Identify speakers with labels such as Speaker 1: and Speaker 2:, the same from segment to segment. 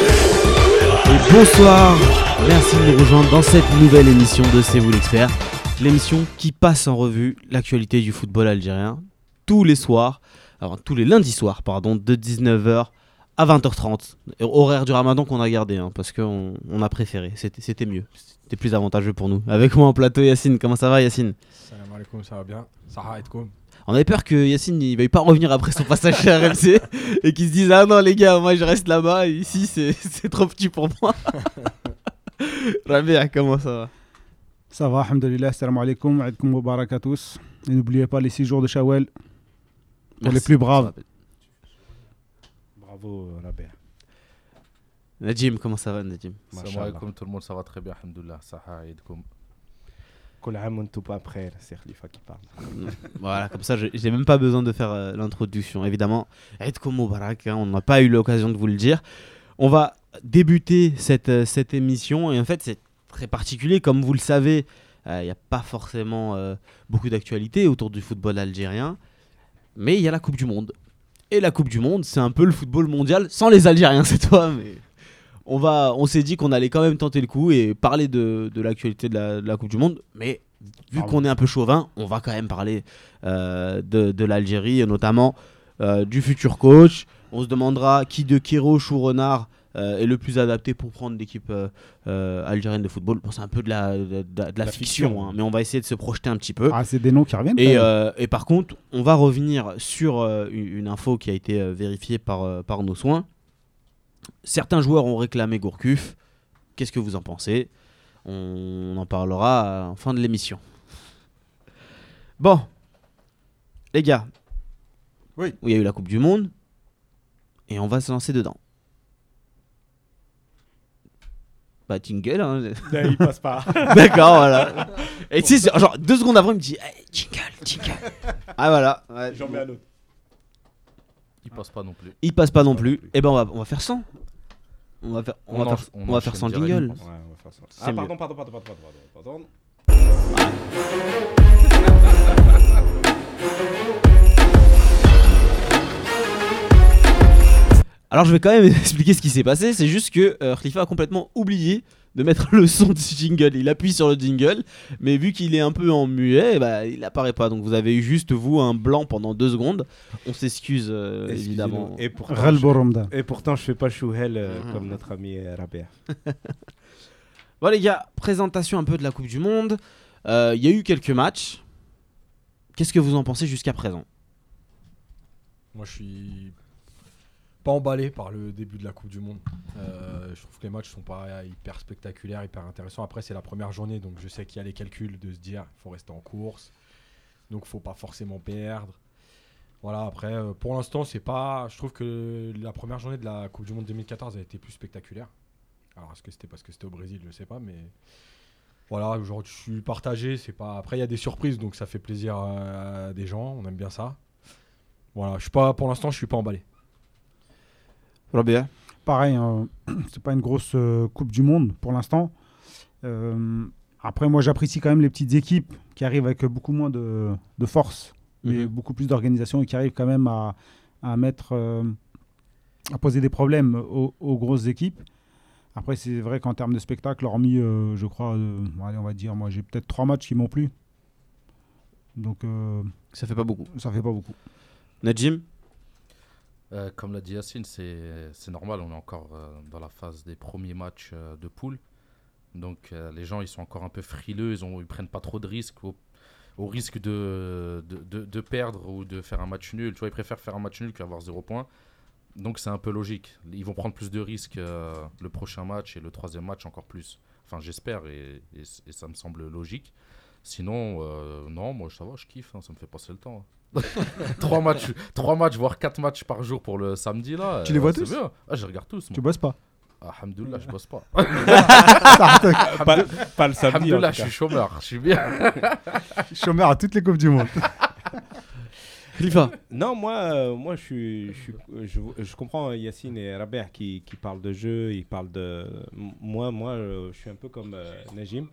Speaker 1: Et bonsoir, merci de nous rejoindre dans cette nouvelle émission de C'est vous l'expert, l'émission qui passe en revue l'actualité du football algérien tous les soirs, alors tous les lundis soirs, pardon, de 19h à 20h30, horaire du ramadan qu'on a gardé, hein, parce qu'on on a préféré, c'était c'était mieux, c'était plus avantageux pour nous. Avec moi en plateau Yacine, comment ça va Yacine
Speaker 2: Salam alaikum, ça va bien Sarah et quoi
Speaker 1: On avait peur que Yacine il veuille pas revenir après son passage chez RMC et qu'il se dise ah non les gars moi je reste là-bas ici c'est- c'est trop petit pour moi. Rabia comment ça va
Speaker 3: Ça va, alhamdoulilah, salam alaikum, aïdkoum moubarak à tous. Et n'oubliez pas les 6 jours de Shawwal pour les
Speaker 1: Merci.
Speaker 3: plus braves.
Speaker 2: Bravo, Rabé.
Speaker 1: Nadim comment ça va Nadim
Speaker 4: Salam alaikum tout le monde, ça va très bien, alhamdoulilah. Saha aidkoum.
Speaker 2: pas après, c'est Khalifa qui parle.
Speaker 1: Voilà comme ça je- j'ai même pas besoin de faire euh, l'introduction évidemment. Aidkoum Moubarak hein, on n'a pas eu l'occasion de vous le dire. On va débuter cette, euh, cette émission et en fait c'est très particulier comme vous le savez euh, il n'y a pas forcément euh, beaucoup d'actualités autour du football algérien mais il y a la Coupe du Monde. Et la Coupe du Monde, c'est un peu le football mondial sans les Algériens cette fois. Mais on va, on s'est dit qu'on allait quand même tenter le coup et parler de, de l'actualité de la, de la Coupe du Monde. Mais vu qu'on est un peu chauvin, on va quand même parler euh, de, de l'Algérie et notamment euh, du futur coach. On se demandera qui de Kiroche ou Renard euh, est le plus adapté pour prendre l'équipe euh, euh, algérienne de football. Bon, c'est un peu de la, de- de- de la fiction,
Speaker 2: fiction.
Speaker 1: hein, mais on va essayer de se projeter un petit peu.
Speaker 3: Ah, c'est des noms qui reviennent.
Speaker 1: Euh. Et,
Speaker 3: quand même.
Speaker 1: euh, et par contre, on va revenir sur euh, une une info qui a été euh, vérifiée par, euh, par nos soins. Certains joueurs ont réclamé Gourcuff. Qu'est-ce que vous en pensez On en parlera euh, en fin de l'émission. Bon, les gars,
Speaker 2: Oui.
Speaker 1: il y a eu la Coupe du Monde et on va se lancer dedans. Bah, tingle, hein.
Speaker 2: Bah, il passe pas.
Speaker 1: D'accord, voilà. Et tu sais, c'est- genre deux secondes après, il me dit hey, jingle, jingle. Ah voilà. ouais.
Speaker 2: J'en mets un autre.
Speaker 4: Il passe pas non plus.
Speaker 1: Il passe pas non plus. Et ben on va, on va faire sans. On va faire, on
Speaker 4: On
Speaker 1: va
Speaker 4: en-
Speaker 1: faire,
Speaker 4: on
Speaker 1: on va faire
Speaker 4: enchaîne
Speaker 1: sans
Speaker 4: direct,
Speaker 1: jingle.
Speaker 4: je pense.
Speaker 2: Ouais, on va faire ça.
Speaker 1: C'est
Speaker 2: Ah,
Speaker 1: mieux.
Speaker 2: pardon, pardon, pardon, pardon, pardon, pardon.
Speaker 1: Alors je vais quand même expliquer ce qui s'est passé. C'est juste que euh, Khalifa a complètement oublié de mettre le son du jingle. Il appuie sur le jingle, mais vu qu'il est un peu en muet, eh ben, il apparaît pas. Donc vous avez eu juste vous un blanc pendant deux secondes. On s'excuse euh,
Speaker 5: Excusez-nous.
Speaker 1: évidemment.
Speaker 5: Et pourtant,
Speaker 3: Ral Boromda.
Speaker 5: je... et pourtant, je fais pas chouhel euh,
Speaker 1: Mhm.
Speaker 5: comme notre ami euh, Rabia.
Speaker 1: Bon les gars, présentation un peu de la Coupe du Monde. Euh, Il y a eu quelques matchs. Qu'est-ce que vous en pensez jusqu'à présent
Speaker 6: Moi, je suis pas emballé par le début de la Coupe du Monde. Euh, je trouve que les matchs sont pas hyper spectaculaires, hyper intéressants. Après, c'est la première journée, donc je sais qu'il y a les calculs de se dire faut rester en course, donc faut pas forcément perdre. Voilà, après, euh, pour l'instant, c'est pas. Je trouve que la première journée de la Coupe du Monde 2014 a été plus spectaculaire. Alors, est-ce que c'était parce que c'était au Brésil Je sais pas, mais. Voilà, aujourd'hui, je suis partagé. C'est pas. Après, il y a des surprises, donc ça fait plaisir à des gens. On aime bien ça. Voilà, je suis pas, pour l'instant, je suis pas emballé.
Speaker 1: Robert
Speaker 3: Pareil, hein, c'est pas une grosse euh, Coupe du Monde pour l'instant. Euh, après, moi, j'apprécie quand même les petites équipes qui arrivent avec beaucoup moins de, de force et beaucoup plus d'organisation et qui arrivent quand même à, à mettre, euh, à poser des problèmes aux, aux grosses équipes. Après, c'est vrai qu'en termes de spectacle, hormis, euh, je crois, euh, allez, on va dire, moi, j'ai peut-être trois matchs qui m'ont plu. Donc, euh,
Speaker 1: Ça fait pas beaucoup.
Speaker 3: ça fait pas beaucoup.
Speaker 1: Najim
Speaker 4: Euh, comme l'a dit Yacine, c'est c'est normal, on est encore euh, dans la phase des premiers matchs euh, de poule. Donc euh, les gens, ils sont encore un peu frileux, ils, ont, ils prennent pas trop de risques au, au risque de, de, de- de perdre ou de faire un match nul. Tu vois, ils préfèrent faire un match nul qu'avoir zéro point. Donc c'est un peu logique. Ils vont prendre plus de risques euh, le prochain match et le troisième match encore plus. Enfin, j'espère et, et c- et ça me semble logique. Sinon, euh, non, moi ça va, je kiffe, hein, ça me fait passer le temps. hein. trois matchs, trois matchs, voire quatre matchs par jour pour le samedi là.
Speaker 3: Tu les vois
Speaker 4: c'est
Speaker 3: tous
Speaker 4: bien. Ah, je les regarde tous.
Speaker 3: Tu
Speaker 4: Moi.
Speaker 3: bosses pas
Speaker 4: Ah, Alhamdoulilah, je bosse pas.
Speaker 5: pas, pas le samedi. en
Speaker 4: Alhamdoulilah,
Speaker 5: tout
Speaker 4: je
Speaker 5: cas.
Speaker 4: suis chômeur, je suis bien.
Speaker 3: Chômeur à toutes les Coupes du Monde.
Speaker 1: Khalifa.
Speaker 5: Non, moi, euh, moi je, suis, je, suis- je, je comprends Yacine et Rabia qui, qui parlent de jeu, ils parlent de. M- Moi, moi euh, je suis un peu comme euh, Najim.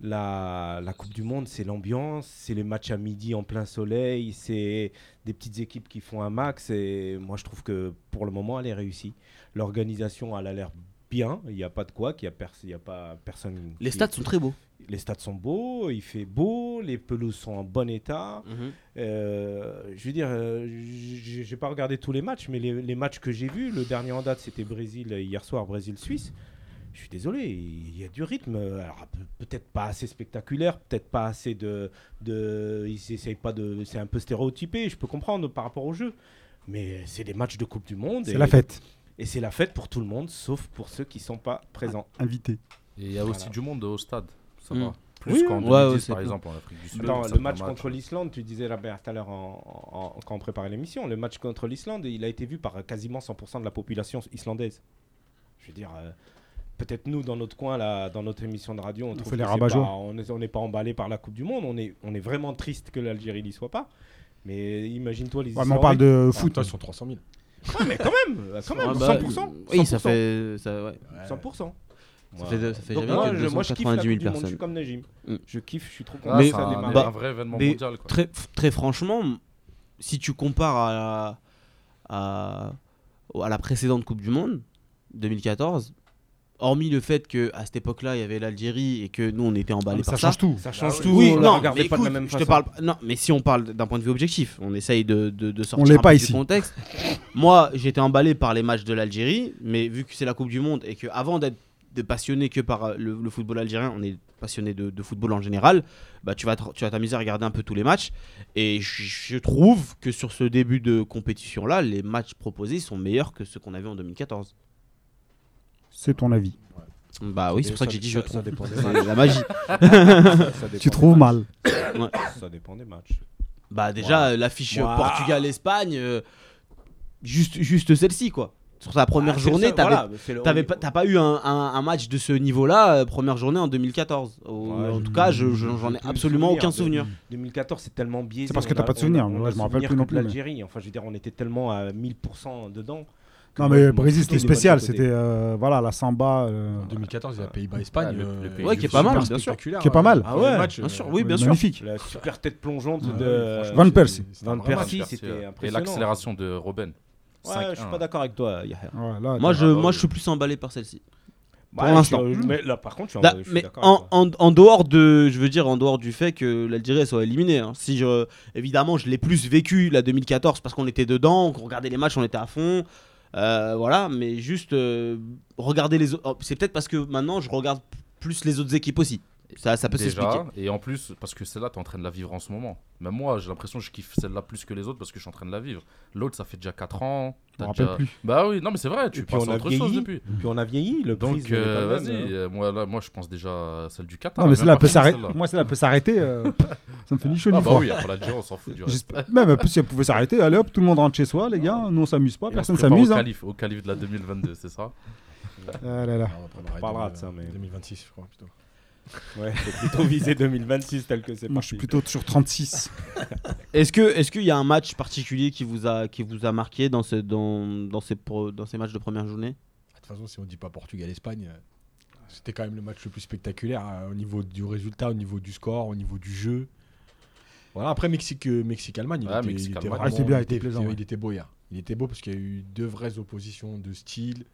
Speaker 5: La, la Coupe du Monde, c'est l'ambiance, c'est les matchs à midi en plein soleil, c'est des petites équipes qui font un max. Et moi, je trouve que pour le moment, elle est réussie. L'organisation, elle a l'air bien. Il n'y a pas de quoi, qu'il y a, pers- il y a pas personne.
Speaker 1: Les
Speaker 5: qui-
Speaker 1: stats sont très beaux.
Speaker 5: les stades sont beaux, il fait beau, les pelouses sont en bon état.
Speaker 1: Mhm.
Speaker 5: Euh, je veux dire, euh, j- j'ai pas regardé tous les matchs, mais les, les matchs que j'ai vus, le dernier en date c'était Brésil euh, hier soir, Brésil-Suisse. Je suis désolé, il y a du rythme. Alors ah, pe- peut-être pas assez spectaculaire, peut-être pas assez de, de ils essayent pas de, c'est un peu stéréotypé, je peux comprendre par rapport au jeu, mais c'est des matchs de Coupe du Monde
Speaker 3: C'est
Speaker 5: et-
Speaker 3: la fête.
Speaker 5: et c'est la fête pour tout le monde, sauf pour ceux qui sont pas présents.
Speaker 3: Invité.
Speaker 4: Et il y a aussi
Speaker 5: Voilà.
Speaker 4: du monde au stade. Ça
Speaker 1: Mm.
Speaker 4: va. Plus
Speaker 5: Oui,
Speaker 4: qu'en
Speaker 1: oui.
Speaker 4: 2010,
Speaker 1: Ouais, ouais, c'est
Speaker 4: par
Speaker 1: clair.
Speaker 4: exemple, en Afrique du Sud.
Speaker 5: Attends,
Speaker 4: certains
Speaker 5: le match
Speaker 4: matchs.
Speaker 5: contre l'Islande, tu disais Robert tout à l'heure en- en- quand on préparait l'émission, le match contre l'Islande, il a été vu par quasiment 100% de la population islandaise. Je veux dire, euh, peut-être nous, dans notre coin, là, dans notre émission de radio, on, trouve
Speaker 3: fait
Speaker 5: que
Speaker 3: les
Speaker 5: c'est
Speaker 3: rabat-joie.
Speaker 5: pas- on est- on n'est pas emballé par la Coupe du Monde, on est, on est vraiment triste que l'Algérie n'y soit pas. Mais imagine-toi les
Speaker 3: Ouais, mais
Speaker 5: Islandais.
Speaker 3: on parle de
Speaker 6: Foot,
Speaker 3: foot.
Speaker 6: ils sont 300 000.
Speaker 5: Ouais, mais quand même, euh, quand même,
Speaker 1: Ah bah,
Speaker 5: 100%.
Speaker 1: Oui, ça
Speaker 5: 100%,
Speaker 1: fait. Ça, ouais.
Speaker 5: 100%.
Speaker 1: Ça fait- ça fait
Speaker 5: Donc
Speaker 1: jamais
Speaker 5: moi,
Speaker 1: que
Speaker 5: je, moi, je kiffe la
Speaker 1: 298
Speaker 5: Coupe du Monde,
Speaker 1: personnes.
Speaker 5: je suis comme Najim.
Speaker 1: Mm.
Speaker 5: Je kiffe, je suis trop
Speaker 4: Ah,
Speaker 5: content.
Speaker 1: Mais-
Speaker 4: c'est
Speaker 5: ça
Speaker 4: un,
Speaker 5: démarre.
Speaker 4: un vrai événement
Speaker 1: mais-
Speaker 4: mondial. Quoi.
Speaker 1: Très, très franchement, si tu compares à, à, à la précédente Coupe du Monde, 2014, hormis le fait que à cette époque-là, il y avait l'Algérie et que nous, on était
Speaker 3: Ah, mais
Speaker 1: emballés
Speaker 3: ça
Speaker 1: par ça.
Speaker 3: change tout.
Speaker 5: Ça change
Speaker 4: oui.
Speaker 5: tout,
Speaker 1: bah, Oui,
Speaker 5: on la
Speaker 1: non,
Speaker 5: regardait
Speaker 1: mais
Speaker 5: pas de la
Speaker 1: écoute,
Speaker 5: même
Speaker 1: je
Speaker 5: façon.
Speaker 1: te parle. Non, mais si on parle d'un point de vue objectif, on essaye de, de, de sortir
Speaker 3: l'est
Speaker 1: un peu du
Speaker 3: pas ici.
Speaker 1: contexte. Moi, j'étais emballé par les matchs de l'Algérie, mais vu que c'est la Coupe du Monde et que avant d'être de passionné que par euh, le, le football algérien, on est passionné de, de football en général. Bah, tu vas te- tu vas t'amuser à regarder un peu tous les matchs. Et je, je trouve que sur ce début de compétition là, les matchs proposés sont meilleurs que ceux qu'on avait en 2014.
Speaker 3: C'est ton avis.
Speaker 1: Bah oui, c'est pour ça que j'ai dit je
Speaker 5: ça,
Speaker 1: trouve.
Speaker 5: ça dépend des
Speaker 1: C'est
Speaker 5: matchs.
Speaker 1: la magie.
Speaker 5: Ça dépend
Speaker 3: Tu
Speaker 5: des
Speaker 3: trouves
Speaker 5: matchs.
Speaker 3: mal.
Speaker 5: Ça dépend des matchs.
Speaker 1: Bah déjà euh, l'affiche euh,
Speaker 5: Ouah.
Speaker 1: Portugal-Espagne, euh, juste, juste celle-ci quoi. Sur sa première
Speaker 5: Ah, c'est
Speaker 1: journée,
Speaker 5: le seul-
Speaker 1: t'avais
Speaker 5: voilà, c'est le-
Speaker 1: t'avais
Speaker 5: on-
Speaker 1: pas, t'as pas eu un, un- un match de ce niveau-là, euh, première journée en 2014. Ou-
Speaker 5: Ouais,
Speaker 1: en
Speaker 5: j'ai-
Speaker 1: tout cas, je- je- j'en ai
Speaker 5: plus
Speaker 1: absolument
Speaker 5: souvenir
Speaker 1: aucun
Speaker 5: de-
Speaker 1: souvenir.
Speaker 5: 2014, c'est tellement biaisé.
Speaker 3: C'est parce que
Speaker 5: on
Speaker 3: t'as
Speaker 5: a-
Speaker 3: pas de
Speaker 5: on a-
Speaker 3: souvenir,
Speaker 5: on a
Speaker 3: moi, je me
Speaker 5: souvenir
Speaker 3: rappelle
Speaker 5: que
Speaker 3: plus non
Speaker 5: de
Speaker 3: plus, mais-
Speaker 5: L'Algérie, enfin, je veux dire, on était tellement à 1000% dedans. que
Speaker 3: Non,
Speaker 5: moi, je
Speaker 3: mais
Speaker 5: m'en
Speaker 3: Brésil,
Speaker 5: foutais
Speaker 3: c'était
Speaker 5: des matchs de
Speaker 3: spécial.
Speaker 5: côté.
Speaker 3: C'était euh, voilà, la samba. euh,
Speaker 6: En 2014, il y a Pays-Bas-Espagne.
Speaker 4: Ouais, le- le
Speaker 6: euh,
Speaker 4: pays
Speaker 6: et
Speaker 1: Ouais,
Speaker 6: je
Speaker 1: qui est
Speaker 6: me
Speaker 1: pas
Speaker 6: souviens,
Speaker 1: mal,
Speaker 6: c'était
Speaker 1: bien sûr.
Speaker 6: spectaculaire,
Speaker 3: Qui est pas
Speaker 6: euh,
Speaker 3: mal.
Speaker 6: les
Speaker 5: Ah ouais,
Speaker 6: matchs,
Speaker 1: Bien
Speaker 6: euh,
Speaker 1: sûr, oui, bien sûr.
Speaker 3: Magnifique.
Speaker 5: La super tête plongeante
Speaker 6: Ah ouais,
Speaker 5: de
Speaker 6: franchement,
Speaker 3: Van
Speaker 6: c'est-
Speaker 3: Persie.
Speaker 6: c'est
Speaker 5: Van
Speaker 6: un vrai match.
Speaker 5: Persie,
Speaker 4: Merci,
Speaker 5: c'était
Speaker 4: euh, Et
Speaker 5: impressionnant.
Speaker 4: l'accélération de Robben.
Speaker 5: Ouais, je suis pas
Speaker 4: 5-1.
Speaker 5: d'accord avec toi, Yahya.
Speaker 3: Ouais, là,
Speaker 1: Moi,
Speaker 3: t'as-
Speaker 1: je,
Speaker 4: bah
Speaker 1: moi,
Speaker 4: oui.
Speaker 1: je suis plus emballé par celle-ci.
Speaker 5: Bah, je suis-
Speaker 1: l'instant.
Speaker 5: je- Mais là, par contre, je suis,
Speaker 1: Là,
Speaker 5: je suis
Speaker 1: Bah, mais
Speaker 5: d'accord avec
Speaker 1: en,
Speaker 5: toi.
Speaker 1: en, en dehors de, je veux dire, en dehors du fait que l'Algérie elle soit éliminée. hein. Si je, évidemment, je l'ai plus vécu la 2014 parce qu'on était dedans, qu'on regardait les matchs, on était à fond. Euh, voilà, mais juste euh, regarder les autres. oh, C'est peut-être parce que maintenant je regarde p- plus les autres équipes aussi. Ça, ça peut s'expliquer.
Speaker 4: Déjà, et en plus, parce que celle-là, tu es en train de la vivre en ce moment. Même moi, j'ai l'impression que je kiffe celle-là plus que les autres parce que je suis en train de la vivre. L'autre, ça fait déjà 4 ans.
Speaker 3: Je
Speaker 4: t'as
Speaker 3: me rappelle
Speaker 4: déjà-
Speaker 3: plus.
Speaker 4: Bah oui, non, mais c'est vrai, tu
Speaker 5: Et puis,
Speaker 4: passes
Speaker 5: on
Speaker 4: à
Speaker 5: a
Speaker 4: autre chose
Speaker 5: vieilli.
Speaker 4: depuis.
Speaker 5: Puis on a vieilli, le
Speaker 4: Donc,
Speaker 5: prise, elle est
Speaker 4: euh,
Speaker 5: pas le même,
Speaker 4: vas-y,
Speaker 5: hein.
Speaker 4: euh, moi, là, moi, je pense déjà à celle du Qatar.
Speaker 3: Non, mais
Speaker 4: elle est
Speaker 3: celle-là
Speaker 4: même
Speaker 3: peut
Speaker 4: pas finie,
Speaker 3: s'arrêter.
Speaker 4: celle-là.
Speaker 3: Moi, celle-là peut s'arrêter. euh, Ça me fait ni chaud
Speaker 4: Ah
Speaker 3: ni
Speaker 4: bah
Speaker 3: froid.
Speaker 4: oui, après la Géo, on s'en fout du reste.
Speaker 3: J'espère- Même en plus, si elle pouvait s'arrêter, allez hop, tout le monde rentre chez soi, les gars. Nous, on s'amuse pas,
Speaker 4: Et on
Speaker 3: personne
Speaker 4: se prépare
Speaker 3: s'amuse.
Speaker 4: Au
Speaker 3: hein.
Speaker 4: calife, au calife de la 2022, c'est ça
Speaker 3: Ah là là.
Speaker 6: Ah, On parlera
Speaker 5: parlera de ça, mais-
Speaker 6: 2026, je crois, plutôt.
Speaker 5: Ouais, c'est plutôt visé 2026 tel que c'est
Speaker 3: Moi, je suis
Speaker 5: parti.
Speaker 3: plutôt sur 36.
Speaker 1: Est-ce que, est-ce qu'il y a un match particulier qui vous a, qui vous a marqué dans ce, dans, dans ces, pro- dans ces matchs de première journée
Speaker 6: Bah, De toute façon, si on dit pas Portugal-Espagne, euh, c'était quand même le match le plus spectaculaire euh, au niveau du résultat, au niveau du score, au niveau du jeu. Voilà, après Mexique, euh, Mexique-Allemagne, il,
Speaker 4: Ouais,
Speaker 6: était- il
Speaker 4: Mexique-Allemagne.
Speaker 6: était
Speaker 3: Ah, il était bien,
Speaker 6: il
Speaker 3: il était plaisant,
Speaker 6: il
Speaker 3: ouais.
Speaker 6: était beau hier. Il était beau parce qu'il y a eu deux vraies oppositions de style.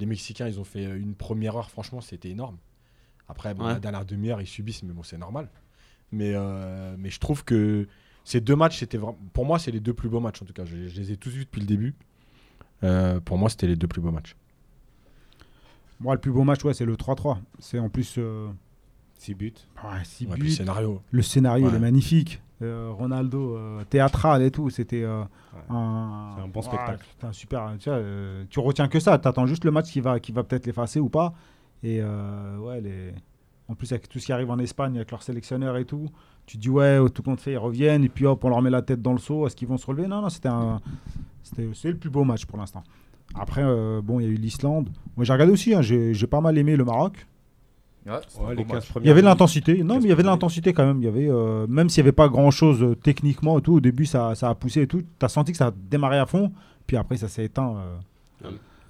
Speaker 6: Les Mexicains, ils ont fait euh, une première heure, franchement, c'était énorme. Après, bon,
Speaker 1: Ouais.
Speaker 6: la dernière demi-heure, ils subissent, mais bon, c'est normal. Mais, euh, mais je trouve que ces deux matchs, c'était vraiment- pour moi, c'est les deux plus beaux matchs, en tout cas. Je, je les ai tous vus depuis le début. Euh, pour moi, c'était les deux plus beaux matchs.
Speaker 3: Moi, le plus beau match, ouais, c'est le 3-3. C'est en plus. euh,
Speaker 5: 6 buts.
Speaker 3: Ouais, six
Speaker 6: Ouais, puis le
Speaker 3: buts.
Speaker 6: scénario.
Speaker 3: Le scénario, il est
Speaker 6: Ouais.
Speaker 3: magnifique. Euh, Ronaldo, euh, théâtral et tout, c'était euh, un...
Speaker 5: C'est un bon spectacle.
Speaker 3: c'était un super. Tu, vois, euh, tu retiens que ça, t'attends juste le match qui va, qui va peut-être l'effacer ou pas. Et euh, ouais, les... en plus, avec tout ce qui arrive en Espagne, avec leur sélectionneur et tout, tu te dis ouais, tout compte fait, ils reviennent, et puis hop, on leur met la tête dans le seau, est-ce qu'ils vont se relever Non, non, c'était un... c'était- c'est le plus beau match pour l'instant. Après, euh, bon, il y a eu l'Islande. Moi, j'ai regardé aussi, hein, j'ai j'ai pas mal aimé le Maroc.
Speaker 4: Ouais, c'était un
Speaker 5: Ouais, les
Speaker 4: beau match.
Speaker 5: 15 premières
Speaker 3: Il y avait de
Speaker 5: minutes.
Speaker 3: l'intensité. Non, mais il y avait de l'intensité quand même. Il y avait, euh, même s'il n'y avait pas grand-chose euh, techniquement et tout, au début, ça, ça a poussé et tout. Tu as senti que ça a démarré à fond, puis après, ça s'est éteint. euh,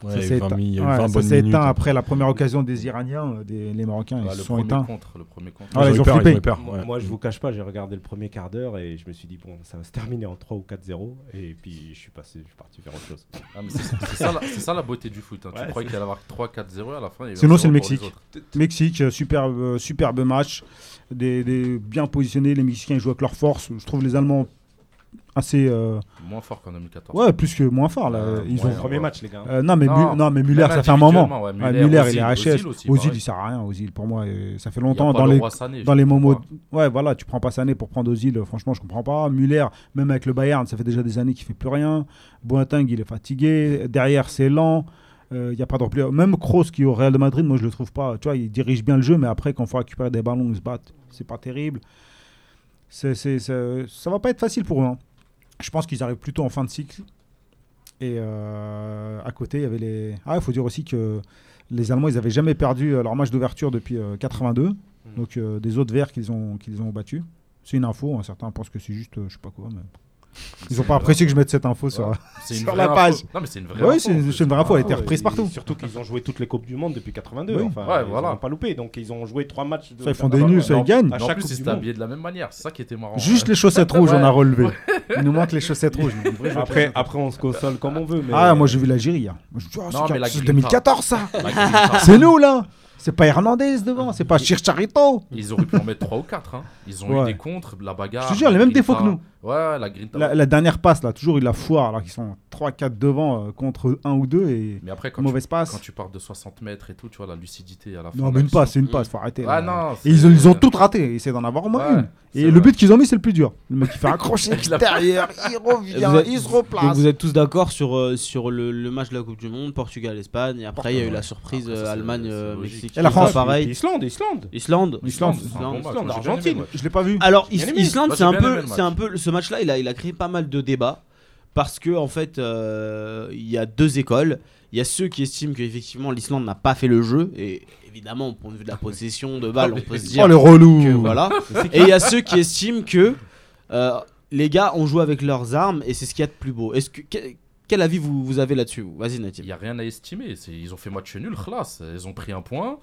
Speaker 6: Ouais,
Speaker 3: ça
Speaker 6: il y a
Speaker 3: s'est
Speaker 6: eu 20
Speaker 3: éteint.
Speaker 6: mi- il y a eu
Speaker 3: Ouais,
Speaker 6: 20
Speaker 3: ça
Speaker 6: bonnes
Speaker 3: s'est
Speaker 6: minutes. hein. Ah,
Speaker 3: éteint après la première occasion des Iraniens, euh, des, les Marocains,
Speaker 4: Ah,
Speaker 3: ils
Speaker 4: le
Speaker 3: se sont
Speaker 4: premier
Speaker 3: éteints.
Speaker 4: contre, le premier contre.
Speaker 3: Ah,
Speaker 6: Ouais,
Speaker 3: ils
Speaker 6: eu
Speaker 3: ont
Speaker 6: peur,
Speaker 3: flippé.
Speaker 6: eu peur,
Speaker 5: Moi,
Speaker 6: ouais.
Speaker 5: moi, je vous cache pas, j'ai regardé le premier quart d'heure et je me suis dit, bon, ça va se terminer en 3 ou 4-0. Et puis, je suis, passé, je suis parti faire autre chose.
Speaker 4: Ah, mais c'est c'est ça, la- c'est ça la beauté du foot. hein.
Speaker 5: Ouais,
Speaker 4: tu croyais qu'il allait avoir 3-4-0 à la fin. il y a eu
Speaker 3: Sinon,
Speaker 4: un
Speaker 3: c'est le
Speaker 4: 0 pour les
Speaker 3: Mexique.
Speaker 4: autres.
Speaker 3: Mexique, euh, superbe, euh, superbe match. Des, des- bien positionnés, les Mexicains ils jouent avec leur force. Je trouve les Allemands assez. euh,
Speaker 4: Moins fort qu'en 2014.
Speaker 3: ouais, plus que moins forts. Là.
Speaker 4: Euh,
Speaker 3: Ils
Speaker 4: Ouais,
Speaker 3: ont...
Speaker 5: Premier
Speaker 4: ouais.
Speaker 5: match, les gars.
Speaker 3: Euh, non, mais,
Speaker 4: Non,
Speaker 3: Mu- non, mais
Speaker 4: même
Speaker 3: Muller, ça fait un moment.
Speaker 4: individuellement, ouais,
Speaker 3: Ouais,
Speaker 4: Muller,
Speaker 3: Muller,
Speaker 4: Ozil,
Speaker 3: il est
Speaker 4: Ozil
Speaker 3: HS.
Speaker 4: aussi,
Speaker 3: Ozil,
Speaker 4: pareil.
Speaker 3: il sert à rien. Ozil, pour moi, euh, ça fait
Speaker 4: Il y a
Speaker 3: longtemps.
Speaker 4: pas
Speaker 3: Dans
Speaker 4: le
Speaker 3: les,
Speaker 4: roi Sané, je
Speaker 3: dans les
Speaker 4: comprends
Speaker 3: moments.
Speaker 4: pas.
Speaker 3: Ouais, voilà, tu prends pas Sané pour prendre Ozil. euh, Franchement, je comprends pas. Muller, même avec le Bayern, ça fait déjà des années qu'il fait plus rien. Boateng, il est fatigué. Derrière, c'est lent. Il n'y a pas de repli. Même Kroos, qui est au Real de Madrid, moi, je le trouve pas. Tu vois, il dirige bien le jeu, mais après, quand il faut récupérer des ballons, ils se battent. C'est pas terrible. C'est, c'est, c'est- ça va pas être facile pour eux. hein. Je pense qu'ils arrivent plutôt en fin de cycle. Et euh, à côté, il y avait les. Ah, il faut dire aussi que les Allemands, ils n'avaient jamais perdu euh, leur match d'ouverture depuis euh, 82. Donc euh, des autres verts qu'ils ont, qu'ils ont battus. C'est une info, hein, certains pensent que c'est juste, euh, je sais pas quoi. Mais... Ils n'ont pas apprécié que je mette cette info sur.
Speaker 4: Ouais. C'est une
Speaker 3: sur
Speaker 4: vraie
Speaker 3: la
Speaker 4: info. Non, mais c'est une vraie
Speaker 3: Oui,
Speaker 4: info,
Speaker 3: c'est
Speaker 4: en
Speaker 3: une,
Speaker 4: plus.
Speaker 3: c'est une vraie info, elle a été
Speaker 5: Ouais,
Speaker 3: reprise
Speaker 5: et
Speaker 3: partout.
Speaker 5: Surtout qu'ils ont joué toutes les Coupes du Monde depuis 82.
Speaker 3: Oui.
Speaker 5: Enfin,
Speaker 4: Ouais,
Speaker 5: ils
Speaker 4: voilà.
Speaker 5: n'ont pas loupé. Donc, ils ont joué trois matchs. de-
Speaker 3: Ça, ils font des
Speaker 4: Non,
Speaker 3: nuls,
Speaker 4: non,
Speaker 3: ça, ils
Speaker 4: non.
Speaker 3: gagnent.
Speaker 5: à
Speaker 4: Mais En
Speaker 5: chaque
Speaker 4: plus,
Speaker 5: Coupe
Speaker 4: ils
Speaker 5: du
Speaker 4: étaient
Speaker 5: Monde.
Speaker 4: habillés de la même manière. C'est ça qui était marrant.
Speaker 3: Juste les chaussettes rouges, on a relevé. Il nous manque les chaussettes rouges. une vraie chaussette.
Speaker 5: Après, après, on se console comme on veut. Mais...
Speaker 3: Ah, moi j'ai vu l'Algérie. hier. Moi, je me suis dit, ah,
Speaker 4: euh, Non,
Speaker 3: c'est
Speaker 4: mais la
Speaker 3: c'est
Speaker 4: Grinta.
Speaker 3: 2014 ça
Speaker 4: La Grinta.
Speaker 3: C'est nous là C'est pas Hernandez devant, c'est pas Chircharito
Speaker 4: Ils auraient pu en mettre 3 ou 4. Hein. Ils ont
Speaker 3: Ouais.
Speaker 4: eu des contres, de la bagarre.
Speaker 3: Je te jure,
Speaker 4: la
Speaker 3: les mêmes
Speaker 4: grinta.
Speaker 3: défauts que nous.
Speaker 4: Ouais, la grinta.
Speaker 3: La, la dernière passe là, toujours il la foire alors qu'ils sont 3-4 devant euh, contre 1 ou 2 et
Speaker 4: Mais après, quand tu,
Speaker 3: mauvaise passe.
Speaker 4: quand tu parles de 60 mètres et tout, tu vois, la lucidité à la fin.
Speaker 3: Non,
Speaker 4: là,
Speaker 3: mais une
Speaker 4: ils sont-
Speaker 3: passe, c'est une passe, faut arrêter.
Speaker 4: Ah
Speaker 3: là.
Speaker 4: non.
Speaker 3: Et ils ont, ils ont toutes raté, ils essaient d'en avoir au moins
Speaker 4: Ouais,
Speaker 3: une.
Speaker 4: c'est
Speaker 3: Et le
Speaker 4: vrai.
Speaker 3: but qu'ils ont mis, c'est le plus dur. Le mec qui fait accrocher
Speaker 4: Il a-
Speaker 3: extérieur, il revient,
Speaker 1: Vous êtes-
Speaker 3: il se
Speaker 1: Donc
Speaker 3: replace.
Speaker 1: vous êtes tous d'accord sur, euh, sur le, le match de la Coupe du Monde, Portugal-Espagne, et après il y a eu
Speaker 4: Ouais.
Speaker 1: la surprise euh,
Speaker 4: Après, ça, c'est- c'est
Speaker 1: Allemagne-Mexique.
Speaker 4: logique.
Speaker 3: Et la France.
Speaker 1: pareil.
Speaker 5: Islande, Islande.
Speaker 1: Islande.
Speaker 3: Islande,
Speaker 4: c'est un
Speaker 1: Islande.
Speaker 4: bon match. Moi,
Speaker 5: Islande,
Speaker 4: j'ai bien aimé,
Speaker 5: Argentine.
Speaker 4: ouais.
Speaker 3: Je l'ai pas vu.
Speaker 1: Alors,
Speaker 5: J'ai bien
Speaker 1: Is-
Speaker 5: aimé.
Speaker 1: Islande,
Speaker 4: Moi,
Speaker 1: c'est
Speaker 4: j'ai
Speaker 1: un
Speaker 4: bien aimé
Speaker 1: peu,
Speaker 4: le
Speaker 1: c'est un peu, ce match-là, il a, il a créé pas mal de débats parce que en fait, euh, il y a deux écoles. Il y a ceux qui estiment qu'effectivement l'Islande n'a pas fait le jeu et évidemment, au point de vue de la possession de
Speaker 4: Ah,
Speaker 1: balle, on peut se dire
Speaker 3: Oh le relou
Speaker 1: que voilà. Et il y a ceux qui estiment que euh, les gars ont joué avec leurs armes et c'est ce qu'il y a de plus beau. Est-ce que que- quel avis vous, vous avez là-dessus vous Vas-y
Speaker 4: Il
Speaker 1: Nathim.
Speaker 4: n'y a rien à estimer. C'est- Ils ont fait match nul, classe. Ils ont pris un point.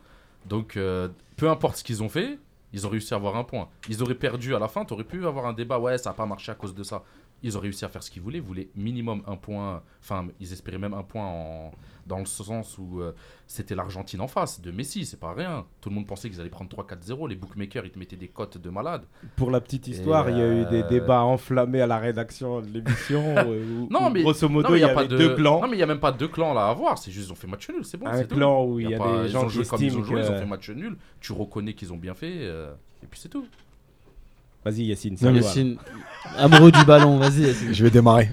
Speaker 4: Donc, euh, peu importe ce qu'ils ont fait, ils ont réussi à avoir un point. Ils auraient perdu à la fin. Tu aurais pu avoir un débat. Ouais, ça n'a pas marché à cause de ça. Ils ont réussi à faire ce qu'ils voulaient. Ils voulaient minimum un point. Enfin, ils espéraient même un point en- dans le sens où euh, c'était l'Argentine en face de Messi. C'est pas rien. Tout le monde pensait qu'ils allaient prendre 3-4-0. Les bookmakers, ils te mettaient des cotes de malade.
Speaker 5: Pour la petite histoire, il y a eu des
Speaker 4: euh,
Speaker 5: débats enflammés à la rédaction de l'émission. euh, où- où-
Speaker 4: Non,
Speaker 5: où
Speaker 4: mais-
Speaker 5: grosso modo,
Speaker 4: Non, mais
Speaker 5: il y,
Speaker 4: a
Speaker 5: avait
Speaker 4: pas de-
Speaker 5: deux clans.
Speaker 4: Non, mais il n'y a même pas deux clans là à voir. C'est juste, ils ont fait match nul. C'est bon.
Speaker 5: un
Speaker 4: c'est tout.
Speaker 5: clan où il y a,
Speaker 4: pas-
Speaker 5: des
Speaker 4: ils ont
Speaker 5: gens qui
Speaker 4: joué comme ils
Speaker 5: estiment
Speaker 4: ont joué, ils ont fait
Speaker 5: que...
Speaker 4: match nul. Tu reconnais qu'ils ont bien fait, euh, et puis c'est tout.
Speaker 5: Vas-y, Yacine, ça
Speaker 6: Non,
Speaker 5: va.
Speaker 1: Yacine, amoureux du ballon, vas-y. Yacine.
Speaker 6: Je vais démarrer.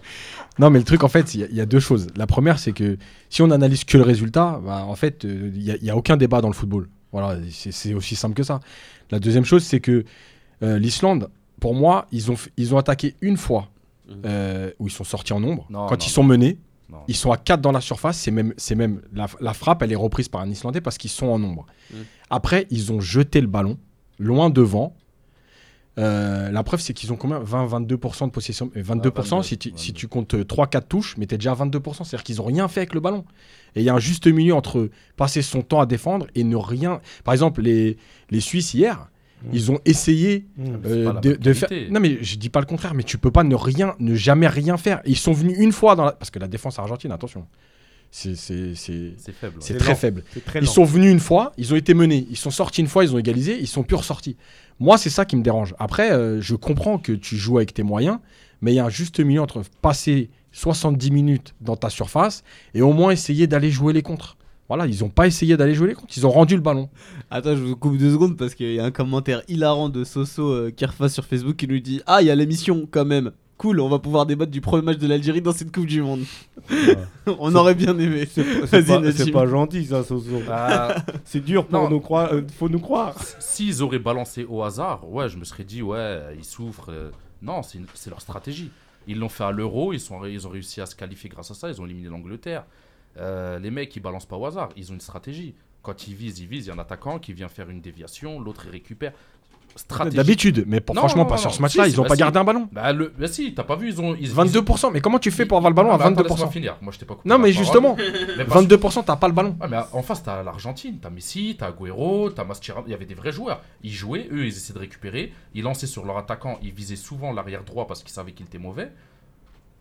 Speaker 6: non, mais le truc, en fait, il y a- il y, a deux choses. La première, c'est que si on analyse que le résultat, bah, en fait, euh, il n'y a, aucun débat dans le football. Voilà, c'est c'est aussi simple que ça. La deuxième chose, c'est que euh, l'Islande, pour moi, ils ont, f- ils ont attaqué une fois
Speaker 1: Mhm.
Speaker 6: euh, où ils sont sortis en nombre.
Speaker 4: Non,
Speaker 6: Quand
Speaker 4: non,
Speaker 6: ils sont menés,
Speaker 4: Non.
Speaker 6: ils sont à 4 dans la surface. C'est même, c'est même la, la frappe, elle est reprise par un Islandais parce qu'ils sont en nombre.
Speaker 1: Mhm.
Speaker 6: Après, ils ont jeté le ballon loin devant. Euh, la preuve, c'est qu'ils ont combien 20-22% de possession. euh, 22%,
Speaker 4: Ah,
Speaker 6: si, tu,
Speaker 4: 22.
Speaker 6: si tu comptes 3-4 touches, mais t'es déjà à 22%. C'est-à-dire qu'ils ont rien fait avec le ballon. Et il y a un juste milieu entre passer son temps à défendre et ne rien. Par exemple, les, les Suisses hier,
Speaker 5: Mm.
Speaker 6: ils ont essayé
Speaker 5: Mm.
Speaker 4: Hmm. c'est
Speaker 6: euh,
Speaker 4: pas la
Speaker 6: de,
Speaker 4: bonne
Speaker 6: de faire.
Speaker 4: qualité.
Speaker 6: Non, mais je dis pas le contraire, mais tu peux pas ne rien, ne jamais rien faire. Ils sont venus une fois dans la. Parce que la défense argentine, attention, c'est c'est- c'est-
Speaker 4: C'est faible. ouais.
Speaker 6: c'est
Speaker 5: C'est
Speaker 6: très
Speaker 5: lent.
Speaker 6: faible.
Speaker 5: C'est très
Speaker 6: Ils
Speaker 5: lent.
Speaker 6: sont venus une fois, ils ont été menés, ils sont sortis une fois, ils ont égalisé, ils sont plus ressortis. Moi, c'est ça qui me dérange. Après, euh, je comprends que tu joues avec tes moyens, mais il y a un juste milieu entre passer 70 minutes dans ta surface et au moins essayer d'aller jouer les contres. Voilà, ils ont pas essayé d'aller jouer les contres, ils ont rendu le ballon.
Speaker 1: Attends, je vous coupe deux secondes parce qu'il y a un commentaire hilarant de Soso euh, Kerfa sur Facebook qui nous dit Ah, il y a l'émission quand même. Cool, on va pouvoir débattre du premier match de l'Algérie dans cette Coupe du Monde. on aurait bien aimé.
Speaker 5: C'est
Speaker 1: Vas-y,
Speaker 5: pas,
Speaker 1: Nathim.
Speaker 5: c'est pas gentil, ça, Soso.
Speaker 4: Ah,
Speaker 5: C'est dur pour
Speaker 4: Non.
Speaker 5: nous croire. euh, faut nous croire.
Speaker 4: S'ils auraient balancé au hasard, ouais, je me serais dit, ouais, ils souffrent. euh, Non, c'est une- c'est leur stratégie. Ils l'ont fait à l'euro, ils, sont- ils ont réussi à se qualifier grâce à ça, ils ont éliminé l'Angleterre. Euh, les mecs, ils balancent pas au hasard, ils ont une stratégie. Quand ils visent, ils visent. Il y a un attaquant qui vient faire une déviation, l'autre il récupère. Stratégie.
Speaker 6: D'habitude, mais pour-
Speaker 4: Non,
Speaker 6: franchement,
Speaker 4: non,
Speaker 6: pas
Speaker 4: non,
Speaker 6: sur
Speaker 4: non.
Speaker 6: ce match-là,
Speaker 4: Si,
Speaker 6: ils ont
Speaker 4: bah
Speaker 6: pas
Speaker 4: si.
Speaker 6: gardé un ballon.
Speaker 4: Bah, le... bah si, t'as pas vu, ils ont. Ils,
Speaker 6: 22%, mais comment tu fais pour avoir le ballon à
Speaker 4: Ah, bah, attends, laisse-moi
Speaker 6: 22%
Speaker 4: finir. Moi, je t'ai pas coupé
Speaker 6: Non,
Speaker 4: la
Speaker 6: mais
Speaker 4: parole.
Speaker 6: justement,
Speaker 4: Mais parce-
Speaker 6: 22%, t'as pas le ballon.
Speaker 4: Ouais, mais en face, t'as l'Argentine, t'as Messi, t'as Agüero, t'as Mascherano. Il y avait des vrais joueurs. Ils jouaient, eux, ils essayaient de récupérer. Ils lançaient sur leur attaquant. Ils visaient souvent l'arrière droit parce qu'ils savaient qu'il était mauvais.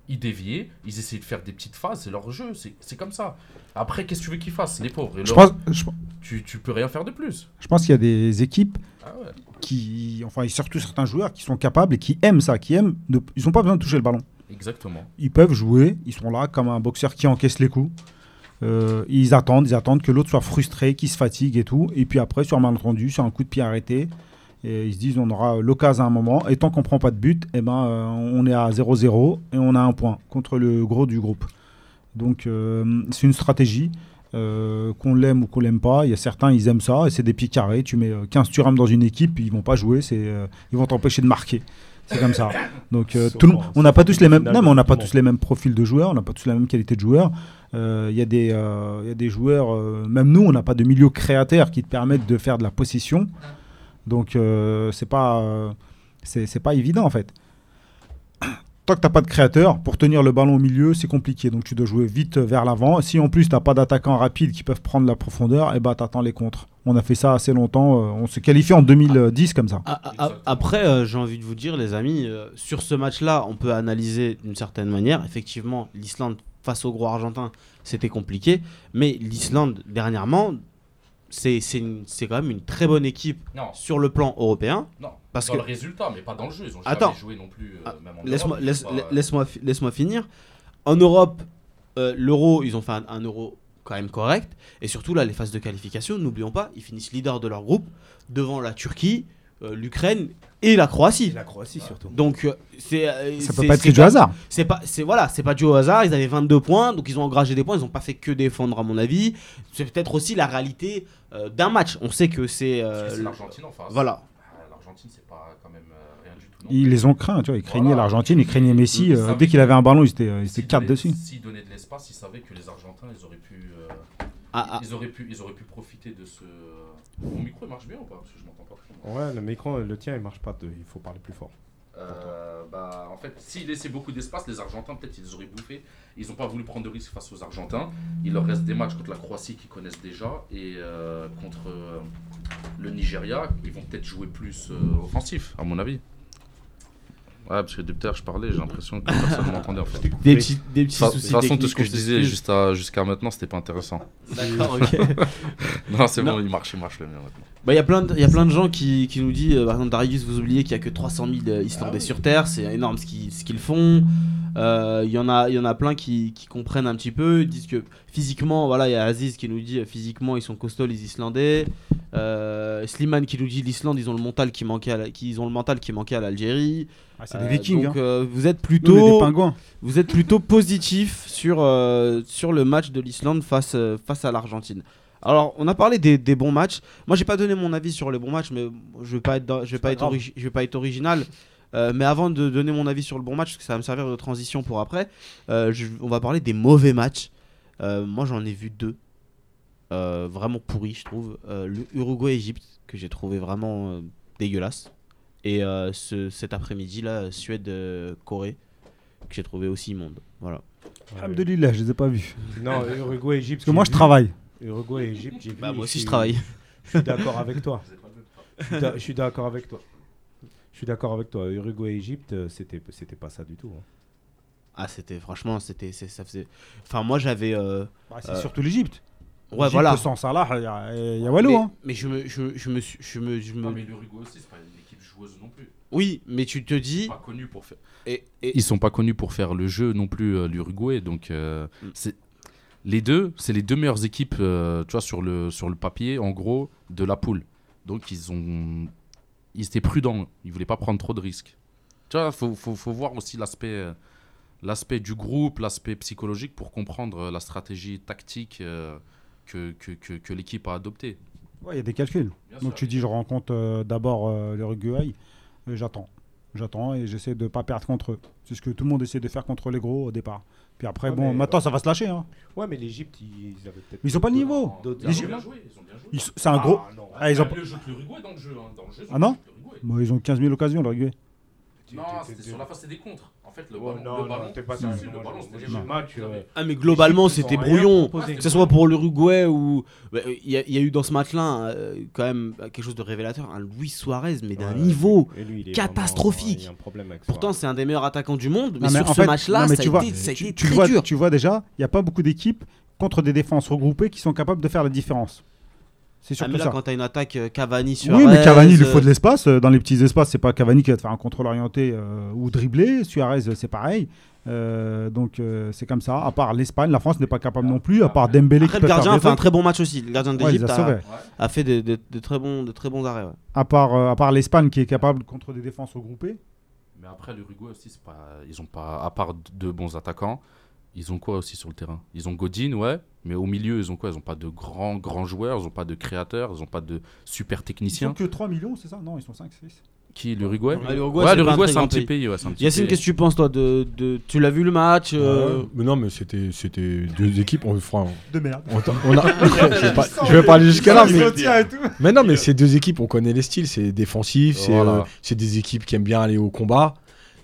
Speaker 4: Ils déviaient. Ils essayaient de faire des petites phases. C'est leur jeu. C'est c'est comme ça. Après, qu'est-ce que tu veux qu'ils fassent, les pauvres Et
Speaker 3: Je
Speaker 4: leur-
Speaker 3: pense, je,
Speaker 4: tu, tu peux rien faire de plus.
Speaker 3: je pense qu'il y a des équipes
Speaker 4: Ah ouais.
Speaker 3: qui, enfin, et surtout certains joueurs qui sont capables et qui aiment ça, qui aiment, de- ils n'ont pas besoin de toucher le ballon.
Speaker 4: Exactement.
Speaker 3: Ils peuvent jouer, ils sont là comme un boxeur qui encaisse les coups. Euh, ils attendent, ils attendent que l'autre soit frustré, qu'il se fatigue et tout. Et puis après, sur un malentendu, sur un coup de pied arrêté, et ils se disent on aura l'occasion à un moment. Et tant qu'on prend pas de but, eh ben, euh, on est à 0-0 et on a un point contre le gros du groupe. Donc euh, c'est une stratégie. euh, qu'on l'aime ou qu'on l'aime pas, il y a certains ils aiment ça et c'est des pieds carrés. Tu mets euh, 15 Thuram dans une équipe, ils vont pas jouer, c'est euh, ils vont t'empêcher de marquer. C'est comme ça. Donc euh,
Speaker 2: Sauf
Speaker 3: tout le-
Speaker 2: en-
Speaker 3: on n'a
Speaker 2: sauf
Speaker 3: pas
Speaker 2: en
Speaker 3: tous les mêmes,
Speaker 2: demi-finale
Speaker 3: non, mais on n'a pas
Speaker 2: de
Speaker 3: tous les mêmes profils de joueurs, on n'a pas tous la même qualité de joueurs. Euh, Il y a des euh, il y a des joueurs, euh, même nous, on n'a pas de milieu créateur qui te permettent de faire de la possession. Donc euh, c'est pas euh, c'est c'est pas évident en fait. Tant que t'as pas de créateur, pour tenir le ballon au milieu, c'est compliqué. Donc tu dois jouer vite euh, vers l'avant. Si en plus t'as pas d'attaquants rapides qui peuvent prendre la profondeur, et bah t'attends les contres. On a fait ça assez longtemps. euh, on se qualifie en 2010 comme ça.
Speaker 1: A- a-
Speaker 4: Exactement.
Speaker 1: Après, euh, j'ai envie de vous dire, les amis, euh, sur ce match-là, on peut analyser d'une certaine manière. Effectivement, l'Islande face au gros argentin, c'était compliqué. Mais l'Islande, dernièrement, c'est c'est une- c'est quand même une très bonne équipe
Speaker 4: Non,
Speaker 1: sur le plan européen.
Speaker 4: non.
Speaker 1: Parce
Speaker 4: dans
Speaker 1: que-
Speaker 4: le résultat, mais pas dans le jeu. Ils ont
Speaker 1: Attends.
Speaker 4: jamais joué non plus. euh,
Speaker 1: Ah,
Speaker 4: même en
Speaker 1: Laisse-moi
Speaker 4: Europe, bah,
Speaker 1: laisse,
Speaker 4: c'est pas-
Speaker 1: laisse laisse finir. En Europe, euh, l'euro, ils ont fait un, un euro quand même correct. Et surtout, là, les phases de qualification, n'oublions pas, ils finissent leader de leur groupe devant la Turquie, euh, l'Ukraine et la Croatie.
Speaker 5: la Croatie surtout.
Speaker 1: Donc, euh, c'est. euh,
Speaker 3: Ça
Speaker 1: c'est-
Speaker 3: peut pas être
Speaker 1: c'est
Speaker 3: que du hasard.
Speaker 1: C'est pas, c'est voilà, c'est pas dû au hasard. Ils avaient 22 points, donc ils ont engragé des points. Ils ont pas fait que défendre, à mon avis. C'est peut-être aussi la réalité euh, d'un match. On sait que c'est. euh,
Speaker 4: Parce que c'est
Speaker 1: le-
Speaker 4: l'Argentine en face.
Speaker 1: Voilà.
Speaker 4: Ah, L'Argentine, c'est pas quand même euh, rien du tout. non plus.
Speaker 3: Ils les ont craints, tu vois. Ils craignaient
Speaker 4: Voilà.
Speaker 3: l'Argentine, ils craignaient Messi.
Speaker 4: Ils
Speaker 3: euh,
Speaker 4: savaient
Speaker 3: dès qu'il
Speaker 4: que-
Speaker 3: avait un ballon, ils étaient, ils étaient
Speaker 4: S'ils
Speaker 3: quatre
Speaker 4: donnaient-
Speaker 3: dessus.
Speaker 4: S'ils donnaient de l'espace, ils savaient que les Argentins, ils auraient pu, euh,
Speaker 1: Ah, ah,
Speaker 4: ils auraient pu, ils auraient pu profiter de ce. Mon micro il marche bien ou pas Parce que je m'entends pas. très bien.
Speaker 5: Ouais, le micro, le tien, il marche pas. de- Il faut parler plus fort.
Speaker 4: Euh, bah, en fait, s'ils laissaient beaucoup d'espace, les Argentins peut-être ils les auraient bouffé. Ils n'ont pas voulu prendre de risques face aux Argentins. Il leur reste des matchs contre la Croatie qu'ils connaissent déjà et euh, contre euh, le Nigeria, ils vont peut-être jouer plus euh, offensif, à mon avis. Ouais, parce que depuis tout à l'heure, je parlais, j'ai l'impression que personne ne m'entendait en fait. De
Speaker 1: des petits, des petits
Speaker 4: toute
Speaker 1: soucis.
Speaker 4: façon, tout
Speaker 1: techniques,
Speaker 4: ce que je
Speaker 1: on
Speaker 4: disais
Speaker 1: s'excuse.
Speaker 4: jusqu'à jusqu'à maintenant, c'était pas intéressant.
Speaker 1: D'accord, ok.
Speaker 4: Non, c'est
Speaker 1: Non.
Speaker 4: bon, il marche, il marche le mien maintenant.
Speaker 1: Bah, il y a plein de, il y a plein de gens qui, qui nous disent, euh, par exemple, Darius, vous oubliez qu'il y a que 300 000 euh, Islandais sur Terre, c'est énorme ce qu'ils ce qu'ils font. Euh, Il y en a, il y en a plein qui, qui comprennent un petit peu, ils disent que physiquement, voilà, il y a Aziz qui nous dit euh, physiquement ils sont costauds les Islandais. Euh, Slimane qui nous dit l'Islande ils ont le mental qui manquait, à la- qui- ils ont le mental qui manquait à l'Algérie.
Speaker 3: Ah, c'est des
Speaker 1: Euh,
Speaker 3: Vikings.
Speaker 1: Donc
Speaker 3: hein.
Speaker 1: euh, vous êtes
Speaker 3: Nous, on est des
Speaker 1: plutôt,
Speaker 3: pingouins.
Speaker 1: vous êtes plutôt positif sur, euh, sur le match de l'Islande face, euh, face à l'Argentine. Alors, on a parlé des, des bons matchs. Moi, j'ai pas donné mon avis sur les bons matchs, mais je vais pas être, dans- je vais pas
Speaker 2: pas
Speaker 1: être,
Speaker 2: grave.
Speaker 1: origi- je vais pas être original. Euh, mais avant de donner mon avis sur le bon match, parce que ça va me servir de transition pour après, euh, je- on va parler des mauvais matchs. Euh, moi, j'en ai vu deux. Euh, vraiment pourris, je trouve. Euh, le Uruguay-Égypte, que j'ai trouvé vraiment euh, dégueulasse. Et euh, ce- cet après-midi-là, Suède-Corée, que j'ai trouvé aussi immonde. Voilà.
Speaker 3: Abdelillah, je les ai pas vus.
Speaker 5: Non, Uruguay, Égypte.
Speaker 3: Ah, Parce que moi, je
Speaker 5: j'ai vu.
Speaker 3: travaille.
Speaker 5: Uruguay, Égypte, j'ai vu.
Speaker 1: Bah, moi aussi,
Speaker 5: suis-
Speaker 1: je travaille.
Speaker 5: Je suis d'accord avec toi. Je suis d'a- Je suis d'accord avec toi. Je suis d'accord avec toi. Uruguay, Égypte, euh, c'était c'était pas ça du tout. hein.
Speaker 1: Ah, c'était franchement, c'était c'est- ça faisait. Enfin, moi j'avais. euh,
Speaker 3: Bah, c'est
Speaker 1: Euh,
Speaker 3: surtout l'Égypte.
Speaker 1: Ouais, voilà.
Speaker 3: Sans Salah, il y a, il y a
Speaker 1: mais,
Speaker 3: Wallo. hein.
Speaker 1: mais je me, je, je me, suis- je me, je me-
Speaker 4: Non, mais l'Uruguay aussi, c'est pas une équipe joueuse non plus.
Speaker 1: Oui, mais tu te dis.
Speaker 4: Pas connue pour faire.
Speaker 1: Et, et-
Speaker 4: Ils sont pas connus pour faire le jeu non plus, euh, l'Uruguay. Donc, euh, c'est les deux, c'est les deux meilleures équipes, euh, tu vois, sur le, sur le papier, en gros, de la poule. Donc, ils ont. Ils étaient prudents. Ils voulaient pas prendre trop de risques. Tu vois, faut, faut, faut voir aussi l'aspect. euh, L'aspect du groupe, l'aspect psychologique pour comprendre euh, la stratégie tactique euh, que, que, que, que l'équipe a adoptée.
Speaker 3: Ouais, Il y a des calculs.
Speaker 4: Bien
Speaker 3: Donc
Speaker 4: sûr.
Speaker 3: tu dis, je rencontre euh, d'abord euh, l'Uruguay, euh, j'attends. J'attends et j'essaie de pas perdre contre eux. C'est ce que tout le monde essaie de faire contre les gros au départ. Puis après,
Speaker 5: Ouais,
Speaker 3: bon,
Speaker 5: mais- euh,
Speaker 3: maintenant ça va se lâcher. hein.
Speaker 5: Ouais, mais l'Egypte, ils avaient peut-être.
Speaker 3: Mais ils ont pas le niveau.
Speaker 5: D'autres
Speaker 3: Ils-
Speaker 4: Ils ont bien joué, ils ont bien joué.
Speaker 3: oh, Ils sont- C'est un gros.
Speaker 5: Ah, non.
Speaker 3: Ah, ils ont
Speaker 4: Le jeu plus Uruguay dans le jeu. hein, Dans le jeu ils ont
Speaker 3: Ah non
Speaker 4: joué plus Uruguay.
Speaker 3: Bon, ils ont 15 000 occasions, leur Uruguay.
Speaker 4: Non, c'était sur la face, c'était des contres. En fait, le
Speaker 5: Ouais,
Speaker 4: ballon,
Speaker 5: Oh, non,
Speaker 4: le
Speaker 5: non,
Speaker 4: ballon,
Speaker 5: t'es pas
Speaker 4: si,
Speaker 5: sérieux.
Speaker 4: si, le
Speaker 5: Moi,
Speaker 4: ballon,
Speaker 5: j'ai-
Speaker 4: c'était
Speaker 5: j'ai
Speaker 4: des
Speaker 5: vu le
Speaker 4: jeux.
Speaker 5: match,
Speaker 4: Ils avaient-
Speaker 5: euh,
Speaker 1: Ah mais globalement
Speaker 5: Ils sont
Speaker 1: c'était
Speaker 5: rien
Speaker 1: brouillon,
Speaker 5: proposés.
Speaker 1: que ce soit pour l'Uruguay ou... Bah, Il y, a- il y a eu dans ce match-là euh, quand même quelque chose de révélateur, un Luis Suarez mais d'un
Speaker 5: Ouais,
Speaker 1: niveau.
Speaker 5: et lui, il est
Speaker 1: catastrophique.
Speaker 5: vraiment- il y a un problème avec ça.
Speaker 1: Pourtant c'est un des meilleurs attaquants du monde, mais
Speaker 3: Non, mais
Speaker 1: sur
Speaker 3: en
Speaker 1: ce
Speaker 3: fait-
Speaker 1: match-là
Speaker 3: non,
Speaker 1: ça
Speaker 3: mais
Speaker 1: a
Speaker 3: tu vois,
Speaker 1: été, ça a été
Speaker 3: tu
Speaker 1: très
Speaker 3: vois,
Speaker 1: dur.
Speaker 3: tu vois déjà, il n'y a pas beaucoup d'équipes contre des défenses regroupées qui sont capables de faire la différence. C'est
Speaker 1: Ah,
Speaker 3: surtout
Speaker 1: mais là
Speaker 3: ça.
Speaker 1: quand t'as une attaque euh, Cavani sur
Speaker 3: Oui, mais Cavani, il lui faut de l'espace. euh, Dans les petits espaces, c'est pas Cavani qui va te faire un contrôle orienté euh, ou dribbler. Suarez, euh, c'est pareil. Euh, donc euh, c'est comme ça. À part l'Espagne, la France n'est pas capable non plus. À part Dembélé,
Speaker 1: Après le
Speaker 3: qui peut faire
Speaker 1: gardien a
Speaker 3: des
Speaker 1: fait un
Speaker 3: fautes.
Speaker 1: très bon match aussi, le gardien de
Speaker 3: Ouais, il les
Speaker 1: l'Egypte
Speaker 3: a sauvés.
Speaker 1: a, a fait de, de- de très bons, de très bons arrêts. ouais.
Speaker 3: À part euh, à part l'Espagne qui est capable contre des défenses regroupées.
Speaker 4: Mais après, l'Uruguay aussi, c'est pas... ils ont pas, à part deux bons attaquants, ils ont quoi aussi sur le terrain Ils ont Godin, ouais, mais au milieu, ils ont quoi Ils ont pas de grands, grands joueurs, ils ont pas de créateurs, ils ont pas de super
Speaker 3: Ils sont
Speaker 1: hein.
Speaker 4: techniciens.
Speaker 3: que 3 millions, c'est ça Non, ils sont 5, 6.
Speaker 4: Qui L'Uruguay
Speaker 1: Ah, l'Uruguay,
Speaker 4: Ouais,
Speaker 1: c'est pas un
Speaker 4: l'Uruguay,
Speaker 1: très
Speaker 4: c'est un
Speaker 1: grand
Speaker 4: petit
Speaker 1: pays.
Speaker 4: pays. ouais, c'est un petit
Speaker 1: Yacine,
Speaker 4: pays.
Speaker 1: qu'est-ce que tu penses toi de, de- Tu l'as vu le match euh,
Speaker 6: Euh, mais non, mais c'était c'était deux équipes. On, fera-
Speaker 3: De merde.
Speaker 6: on t'a- on a- je vais pas, je vais pas aller jusqu'à là, mais, mais non, mais ces deux équipes, on connaît les styles. C'est défensif, c'est
Speaker 4: Voilà.
Speaker 6: euh, c'est des équipes qui aiment bien aller au combat.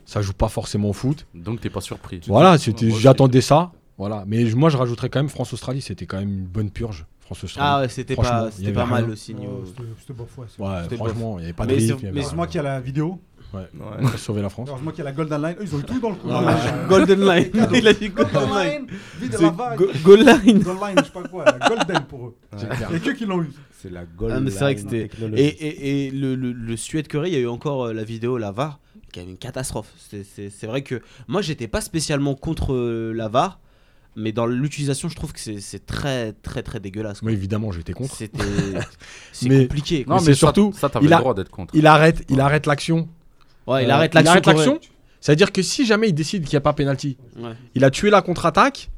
Speaker 6: Ça joue pas forcément au foot.
Speaker 4: Donc, t'es pas surpris.
Speaker 6: Voilà,
Speaker 4: Moi,
Speaker 6: c'était,
Speaker 4: aussi.
Speaker 6: j'attendais ça. Voilà, mais je- moi je rajouterais quand même France-Australie. C'était quand même une bonne purge.
Speaker 1: Ah
Speaker 6: France-Australie.
Speaker 1: ouais, c'était
Speaker 6: Franchement,
Speaker 1: pas,
Speaker 6: il y
Speaker 1: c'était
Speaker 6: avait
Speaker 1: pas
Speaker 6: rien.
Speaker 1: mal aussi. niveau-
Speaker 3: C'était bof, ouais.
Speaker 6: ouais,
Speaker 1: c'était
Speaker 6: franchement, il n'y avait pas de
Speaker 1: Mais
Speaker 6: rythme,
Speaker 1: c'est-
Speaker 6: il y avait
Speaker 1: mais
Speaker 6: rien.
Speaker 1: c'est
Speaker 3: C'est moi qui a la vidéo.
Speaker 5: Ouais.
Speaker 6: On a sauvé la France.
Speaker 3: Alors, c'est moi qui a la Golden Line. Eux, Ils ont eu tout dans le coup.
Speaker 1: Non, mais Golden Line. Il a dit Golden
Speaker 3: Golden
Speaker 1: Line.
Speaker 3: Line. Vide la
Speaker 1: C'est
Speaker 3: vague.
Speaker 1: Go- Goal Line.
Speaker 3: Golden Line, je sais pas quoi. la Golden pour eux.
Speaker 6: C'est clair.
Speaker 3: Et que qui l'ont eu.
Speaker 5: C'est la
Speaker 1: Ah,
Speaker 5: gold.
Speaker 1: mais c'est vrai que
Speaker 5: line
Speaker 1: c'était-
Speaker 5: technologique.
Speaker 1: Et, et, et le, le, le Suède Curry, il y a eu encore euh, la vidéo, la VAR, qui a eu une catastrophe. C'est- C'est c'est vrai que moi, j'étais pas spécialement contre euh, la VAR, mais dans l'utilisation, je trouve que c'est- c'est très, très, très dégueulasse. quoi.
Speaker 6: Moi, évidemment, j'étais contre.
Speaker 1: C'était. C'est
Speaker 6: Mais-
Speaker 1: compliqué. quoi.
Speaker 4: Non,
Speaker 6: Mais
Speaker 4: mais,
Speaker 6: c'est
Speaker 4: surtout.
Speaker 6: surtout,
Speaker 4: Ça, t'avais
Speaker 6: il
Speaker 4: le
Speaker 6: a-
Speaker 4: droit d'être contre.
Speaker 6: Il arrête, il arrête l'action.
Speaker 1: Ouais, il
Speaker 6: Euh,
Speaker 1: arrête l'action.
Speaker 6: arrête
Speaker 1: correcte.
Speaker 6: l'action. C'est-à-dire que si jamais il décide qu'il n'y a pas pénalty,
Speaker 1: Ouais.
Speaker 6: il a tué la contre-attaque.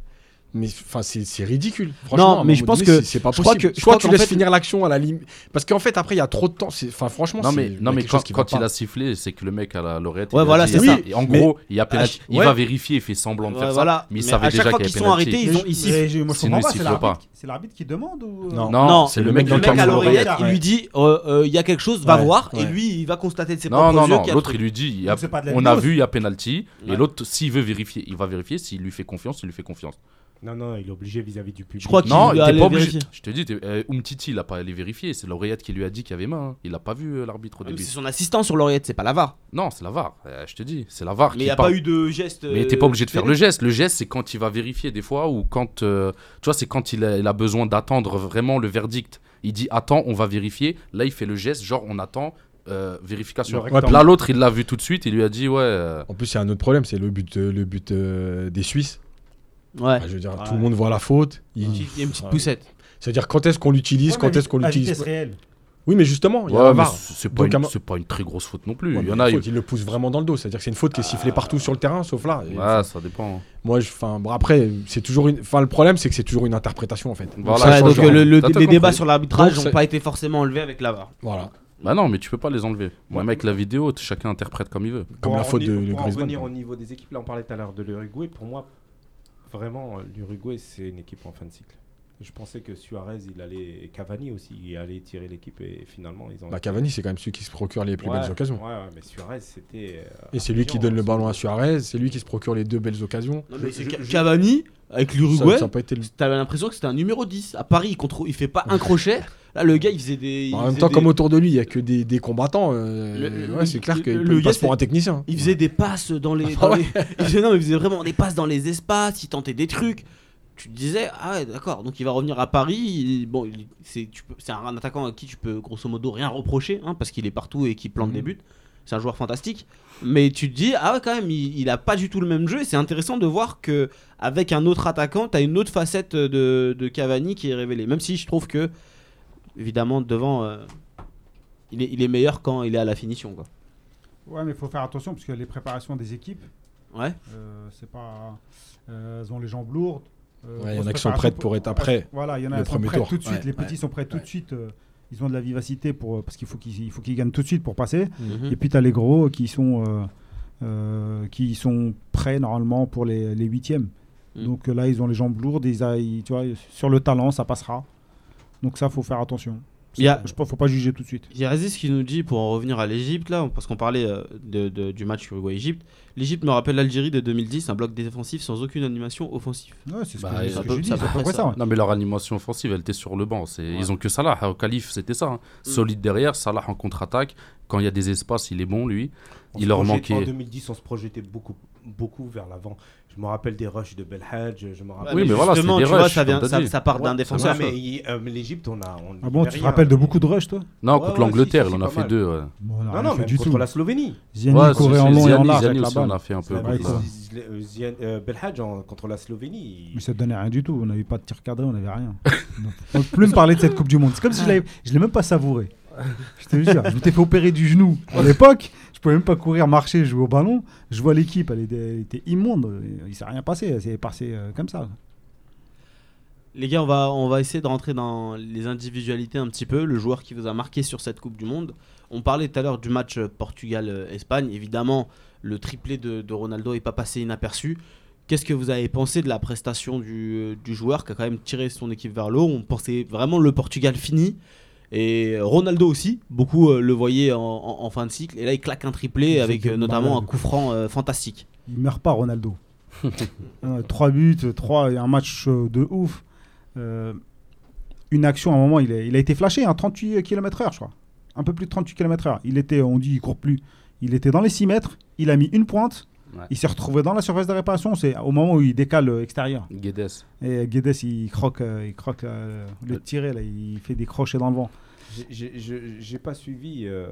Speaker 6: Mais enfin, c'est c'est ridicule. Franchement,
Speaker 1: Non,
Speaker 6: à un
Speaker 1: mais je
Speaker 6: moment
Speaker 1: pense
Speaker 6: donné,
Speaker 1: que-
Speaker 6: c'est c'est pas
Speaker 1: je crois
Speaker 6: possible.
Speaker 1: que- je
Speaker 6: Soit
Speaker 1: crois
Speaker 6: tu
Speaker 1: qu'en
Speaker 6: laisses
Speaker 1: fait-
Speaker 6: finir l'action à la limite, parce qu'en fait après il y a trop de temps. c'est- Enfin, franchement,
Speaker 4: Non,
Speaker 6: c'est-
Speaker 4: mais,
Speaker 6: il y a
Speaker 4: non, mais
Speaker 6: quelque chose
Speaker 4: quand,
Speaker 6: qui va
Speaker 4: quand
Speaker 6: pas.
Speaker 4: il a sifflé, c'est que le mec à la Lorette.
Speaker 1: Ouais, voilà, c'est ça.
Speaker 4: En
Speaker 1: Mais-
Speaker 4: gros, il, y a pénalty.
Speaker 1: Ah,
Speaker 4: il
Speaker 1: ouais.
Speaker 4: va vérifier, il fait semblant de
Speaker 1: Ouais,
Speaker 4: faire
Speaker 1: voilà.
Speaker 4: ça. Mais il
Speaker 1: Mais
Speaker 4: savait
Speaker 1: à chaque
Speaker 4: déjà
Speaker 1: fois
Speaker 4: qu'il y
Speaker 1: qu'ils
Speaker 4: avait
Speaker 1: sont arrêtés,
Speaker 4: pénalty.
Speaker 1: ils ont ils sifflent.
Speaker 3: Mais je- moi, je
Speaker 4: Sinon,
Speaker 3: comprends
Speaker 4: il
Speaker 3: pas, c'est
Speaker 4: siffle
Speaker 3: l'arbitre
Speaker 4: pas.
Speaker 3: qui- c'est l'arbitre qui demande ou...
Speaker 6: Non.
Speaker 1: Non,
Speaker 4: Non, c'est le mec
Speaker 1: Le
Speaker 4: dans
Speaker 1: mec à
Speaker 4: le
Speaker 1: l'oreillette,
Speaker 3: l'oreillette,
Speaker 1: il
Speaker 3: ouais.
Speaker 1: lui dit euh, euh, il y a quelque chose, va
Speaker 6: Ouais,
Speaker 1: voir, et
Speaker 6: ouais.
Speaker 1: lui il va constater de ses
Speaker 4: Non,
Speaker 1: propres
Speaker 4: non,
Speaker 1: yeux
Speaker 4: non.
Speaker 1: qu'il y a
Speaker 4: L'autre, il
Speaker 1: truc.
Speaker 4: lui dit il y a-
Speaker 3: Donc, c'est pas de la
Speaker 4: on a
Speaker 3: vidéo,
Speaker 4: vu, il y a penalty.
Speaker 1: Ouais.
Speaker 4: Et l'autre, s'il veut vérifier, il va vérifier. S'il lui fait confiance, il lui fait confiance.
Speaker 5: Non, non, il est obligé vis-à-vis du public.
Speaker 1: Je crois qu'il
Speaker 4: Non, il
Speaker 1: doit
Speaker 4: était
Speaker 1: aller
Speaker 4: pas obligé.
Speaker 1: vérifier.
Speaker 4: Je te dis, t'es- euh, Umtiti, il a pas allé vérifier. C'est l'oreillette qui lui a dit qu'il y avait main. hein. Il a pas vu euh, l'arbitre au
Speaker 1: Ah, mais
Speaker 4: début.
Speaker 1: C'est son assistant sur l'oreillette, c'est pas la VAR.
Speaker 4: Non, c'est la VAR. euh, Je te dis, c'est la VAR
Speaker 1: Mais il
Speaker 4: qui
Speaker 1: n'y a
Speaker 4: parle.
Speaker 1: pas eu de geste.
Speaker 4: Mais t'es pas obligé de faire le geste. Le geste, c'est quand il va vérifier des fois ou quand, euh, tu vois, c'est quand il a, il a besoin d'attendre vraiment le verdict. Il dit attends, on va vérifier. Là, il fait le geste, genre on attend euh, vérification.
Speaker 5: Le rectangle.
Speaker 4: Là, l'autre, il l'a vu tout de suite. Il lui a dit ouais. euh,
Speaker 6: En plus, c'est un autre problème, c'est le but, euh, le but euh, des Suisses.
Speaker 1: Ouais.
Speaker 6: Enfin, je veux dire, tout
Speaker 3: Ouais.
Speaker 6: le monde voit la faute.
Speaker 1: Il
Speaker 6: Il-
Speaker 1: y a une petite
Speaker 6: Ouais.
Speaker 1: poussette.
Speaker 6: C'est-à-dire quand est-ce qu'on l'utilise, quand est-ce qu'on l'utilise. pas.
Speaker 3: réelle.
Speaker 6: Oui, mais justement, il y a
Speaker 4: ouais,
Speaker 6: la
Speaker 4: mais
Speaker 6: VAR.
Speaker 4: c'est pas,
Speaker 6: Donc, à
Speaker 4: une-
Speaker 6: mo-
Speaker 4: c'est pas une très grosse faute non plus.
Speaker 6: Ouais,
Speaker 4: il y
Speaker 6: mais
Speaker 4: en
Speaker 6: la
Speaker 4: a.
Speaker 6: faute, il le pousse vraiment dans le dos. C'est-à-dire que c'est une faute qui est sifflée partout sur le terrain, sauf là. Et,
Speaker 4: Ouais,
Speaker 6: enfin,
Speaker 4: ça dépend.
Speaker 6: Moi, je, enfin, bon, après, c'est toujours une. Enfin, le problème, c'est que c'est toujours une interprétation, en fait.
Speaker 4: Voilà,
Speaker 6: ça
Speaker 4: ouais,
Speaker 6: change
Speaker 1: donc
Speaker 6: rien.
Speaker 1: le- le-
Speaker 4: T'as tout
Speaker 1: les débats
Speaker 4: compris.
Speaker 1: sur l'arbitrage
Speaker 6: Donc,
Speaker 1: n'ont
Speaker 6: c'est-
Speaker 1: pas été forcément enlevés avec la VAR.
Speaker 6: Voilà.
Speaker 4: Bah non, mais tu peux pas les enlever. Moi, mec, la vidéo, t- chacun interprète comme il veut.
Speaker 6: Comme la faute de, de
Speaker 5: Pour en
Speaker 6: Griezmann.
Speaker 5: revenir au niveau des équipes, là on parlait tout à l'heure de l'Uruguay. Pour moi, vraiment, euh, l'Uruguay c'est une équipe en fin de cycle. Je pensais que Suarez, il allait, et Cavani aussi, il allait tirer l'équipe et finalement ils ont.
Speaker 6: Bah, Cavani, c'est quand même celui qui se procure les plus
Speaker 5: Ouais,
Speaker 6: belles occasions.
Speaker 5: Ouais, ouais, mais Suarez c'était. euh,
Speaker 6: Et c'est lui qui
Speaker 5: affligeant,
Speaker 6: donne
Speaker 5: hein,
Speaker 6: le
Speaker 5: ce
Speaker 6: ballon
Speaker 5: coup.
Speaker 6: à Suarez, c'est lui qui se procure les deux belles occasions.
Speaker 1: Cavani, avec l'Uruguay,
Speaker 6: Ça, ça a pas été le-
Speaker 1: t'avais l'impression que c'était un numéro 10. À Paris, il, contre... il fait pas un crochet. Là, le gars, il faisait des. il
Speaker 6: Bah, En même
Speaker 1: faisait
Speaker 6: temps,
Speaker 1: des-
Speaker 6: comme autour de lui, il y a que des, des combattants. euh,
Speaker 1: Le- le-
Speaker 6: ouais, c'est clair
Speaker 1: le-
Speaker 6: qu'il
Speaker 1: le
Speaker 6: peut- il
Speaker 1: gars,
Speaker 6: passe pour
Speaker 1: c'est-
Speaker 6: un technicien. hein.
Speaker 1: Il faisait des passes dans les. dans les- il, faisait, non, mais il faisait vraiment des passes dans les espaces, il tentait des trucs. Tu te disais, ah ouais, d'accord, donc il va revenir à Paris. il- bon, il- c'est tu peux- c'est un, attaquant à qui tu peux grosso modo rien reprocher, hein, parce qu'il est partout et qu'il plante des buts. C'est un joueur fantastique. Mais tu te dis, ah ouais, quand même, il, il a pas du tout le même jeu. Et c'est intéressant de voir que avec un autre attaquant, t'as une autre facette de, de Cavani qui est révélée. Même si je trouve que, évidemment, devant, euh, il, est, il est meilleur quand il est à la finition. Quoi.
Speaker 3: Ouais, mais il faut faire attention parce que les préparations des équipes,
Speaker 1: Ouais.
Speaker 3: euh, c'est pas. euh, elles ont les jambes lourdes. euh,
Speaker 6: Ouais, il y en a
Speaker 3: grosses
Speaker 6: qui sont prêtes
Speaker 3: préparations
Speaker 6: pour être après
Speaker 3: Voilà, il y en a
Speaker 6: le
Speaker 3: qui sont
Speaker 6: premier
Speaker 3: prêtes
Speaker 6: tour.
Speaker 3: tout de suite.
Speaker 6: Ouais,
Speaker 3: les petits
Speaker 6: ouais,
Speaker 3: sont prêts tout
Speaker 6: ouais.
Speaker 3: de suite. euh, ils ont de la vivacité pour, euh, parce qu'il faut qu'ils il faut qu'ils gagnent tout de suite pour passer.
Speaker 1: Mhm.
Speaker 3: Et puis, tu as les gros qui sont, euh, euh, qui sont prêts normalement pour les, les huitièmes.
Speaker 1: Mm.
Speaker 3: Donc euh, là, ils ont les jambes lourdes. Ils a- ils- tu vois, sur le talent, ça passera. Donc ça, faut faire attention.
Speaker 1: Il y a-
Speaker 3: Je pense faut pas juger tout de suite.
Speaker 1: Il y a Aziz qui nous dit, pour en revenir à l'Égypte, là, parce qu'on parlait euh, de- de- du match Uruguay-Égypte, l'Égypte me rappelle l'Algérie de 2010, un bloc défensif sans aucune animation offensive.
Speaker 3: Ouais, c'est ce
Speaker 4: Bah,
Speaker 3: que,
Speaker 4: et
Speaker 3: c'est
Speaker 4: ça
Speaker 3: ce que
Speaker 1: peut-
Speaker 3: je dis.
Speaker 1: ça
Speaker 3: c'est
Speaker 1: peut
Speaker 3: à peu près
Speaker 1: faire
Speaker 3: ça,
Speaker 1: ça.
Speaker 3: ouais.
Speaker 4: Non, mais leur animation offensive, elle était sur le banc. C'est... Ils
Speaker 1: Ouais.
Speaker 4: ont que Salah. Au Calife, c'était ça. hein.
Speaker 1: Mm.
Speaker 4: Solide derrière, Salah en contre-attaque. Quand il y a des espaces, il est bon, lui.
Speaker 5: On
Speaker 4: Il
Speaker 5: se
Speaker 4: leur
Speaker 5: projette- En
Speaker 4: manquait.
Speaker 5: 2010, on se projetait beaucoup, beaucoup vers l'avant. Je me rappelle des rushs de Belhadj, je me rappelle.
Speaker 4: Ah, Oui, mais voilà, c'est
Speaker 1: justement,
Speaker 4: des
Speaker 1: tu vois,
Speaker 4: rushs,
Speaker 1: ça, vient-
Speaker 4: comme t'as
Speaker 1: ça,
Speaker 4: dit.
Speaker 1: ça part d'un
Speaker 5: Ouais,
Speaker 1: défenseur.
Speaker 5: ouais, mais il- euh, mais l'Égypte, on a. On
Speaker 3: Ah bon,
Speaker 5: il
Speaker 3: tu
Speaker 5: y avait
Speaker 3: te
Speaker 5: rien. euh,
Speaker 3: rappelles de beaucoup de rush, toi
Speaker 4: Non,
Speaker 5: Ouais,
Speaker 4: contre
Speaker 5: ouais,
Speaker 4: l'Angleterre,
Speaker 5: si, si,
Speaker 4: il en a
Speaker 5: pas
Speaker 4: fait
Speaker 5: mal.
Speaker 4: deux. ouais.
Speaker 3: Bon, on a
Speaker 5: Non,
Speaker 3: rien
Speaker 5: non,
Speaker 3: fait
Speaker 5: même
Speaker 3: du
Speaker 5: contre
Speaker 3: tout. Ah, bah,
Speaker 5: la Slovénie.
Speaker 3: Ziani
Speaker 4: Ouais,
Speaker 3: courait
Speaker 4: c'est-
Speaker 3: en
Speaker 4: c'est
Speaker 3: long et en
Speaker 4: Ziani-
Speaker 3: large
Speaker 4: Ziani
Speaker 3: avec la
Speaker 4: aussi, on
Speaker 3: balle.
Speaker 4: a fait un peu.
Speaker 3: Ouais,
Speaker 4: contre
Speaker 3: c'est
Speaker 4: la-
Speaker 3: ça.
Speaker 5: Euh, Zian- euh, Belhadj, en- contre la Slovénie. il-
Speaker 3: Mais ça donnait rien du tout. On n'avait pas de tir cadré, on n'avait rien. Donc, on ne peut plus me parler de cette Coupe du Monde. C'est comme si je l'avais, je l'ai même pas savouré. Je te jure, je m'étais fait opérer du genou à l'époque. Je pouvais même pas courir, marcher, jouer au ballon. Je vois l'équipe, elle était, elle était immonde. Il s'est rien passé. C'est passé euh, comme ça.
Speaker 1: Les gars, on va, on va essayer de rentrer dans les individualités un petit peu. Le joueur qui vous a marqué sur cette Coupe du Monde. On parlait tout à l'heure du match euh, Portugal-Espagne. Évidemment, le triplé de, de Ronaldo n'est pas passé inaperçu. Qu'est-ce que vous avez pensé de la prestation du, du joueur qui a quand même tiré son équipe vers le haut On pensait vraiment le Portugal fini. Et Ronaldo aussi, beaucoup euh, le voyaient en, en- en fin de cycle. Et là, il claque un triplé
Speaker 3: Ils
Speaker 1: avec
Speaker 3: étaient
Speaker 1: euh, notamment un
Speaker 3: malades.
Speaker 1: coup franc euh, fantastique.
Speaker 3: Il meurt pas, Ronaldo. Euh, trois buts, trois, et un match euh, de ouf. Euh, une action, à un moment, il a, il a été flashé, hein, 38 km/h, je crois. Un peu plus de 38 km/h. Il était, on dit, il court plus. Il était dans les 6 mètres, il a mis une pointe.
Speaker 4: Ouais.
Speaker 3: Il s'est retrouvé dans la surface de réparation. C'est au moment où il décale euh, extérieur.
Speaker 4: Guedes.
Speaker 3: Et euh, Guedes, il croque, euh, il croque euh, le tiré, là, il fait des crochets dans le vent. Ah,
Speaker 5: J'ai- j'ai- je- J'ai pas suivi euh,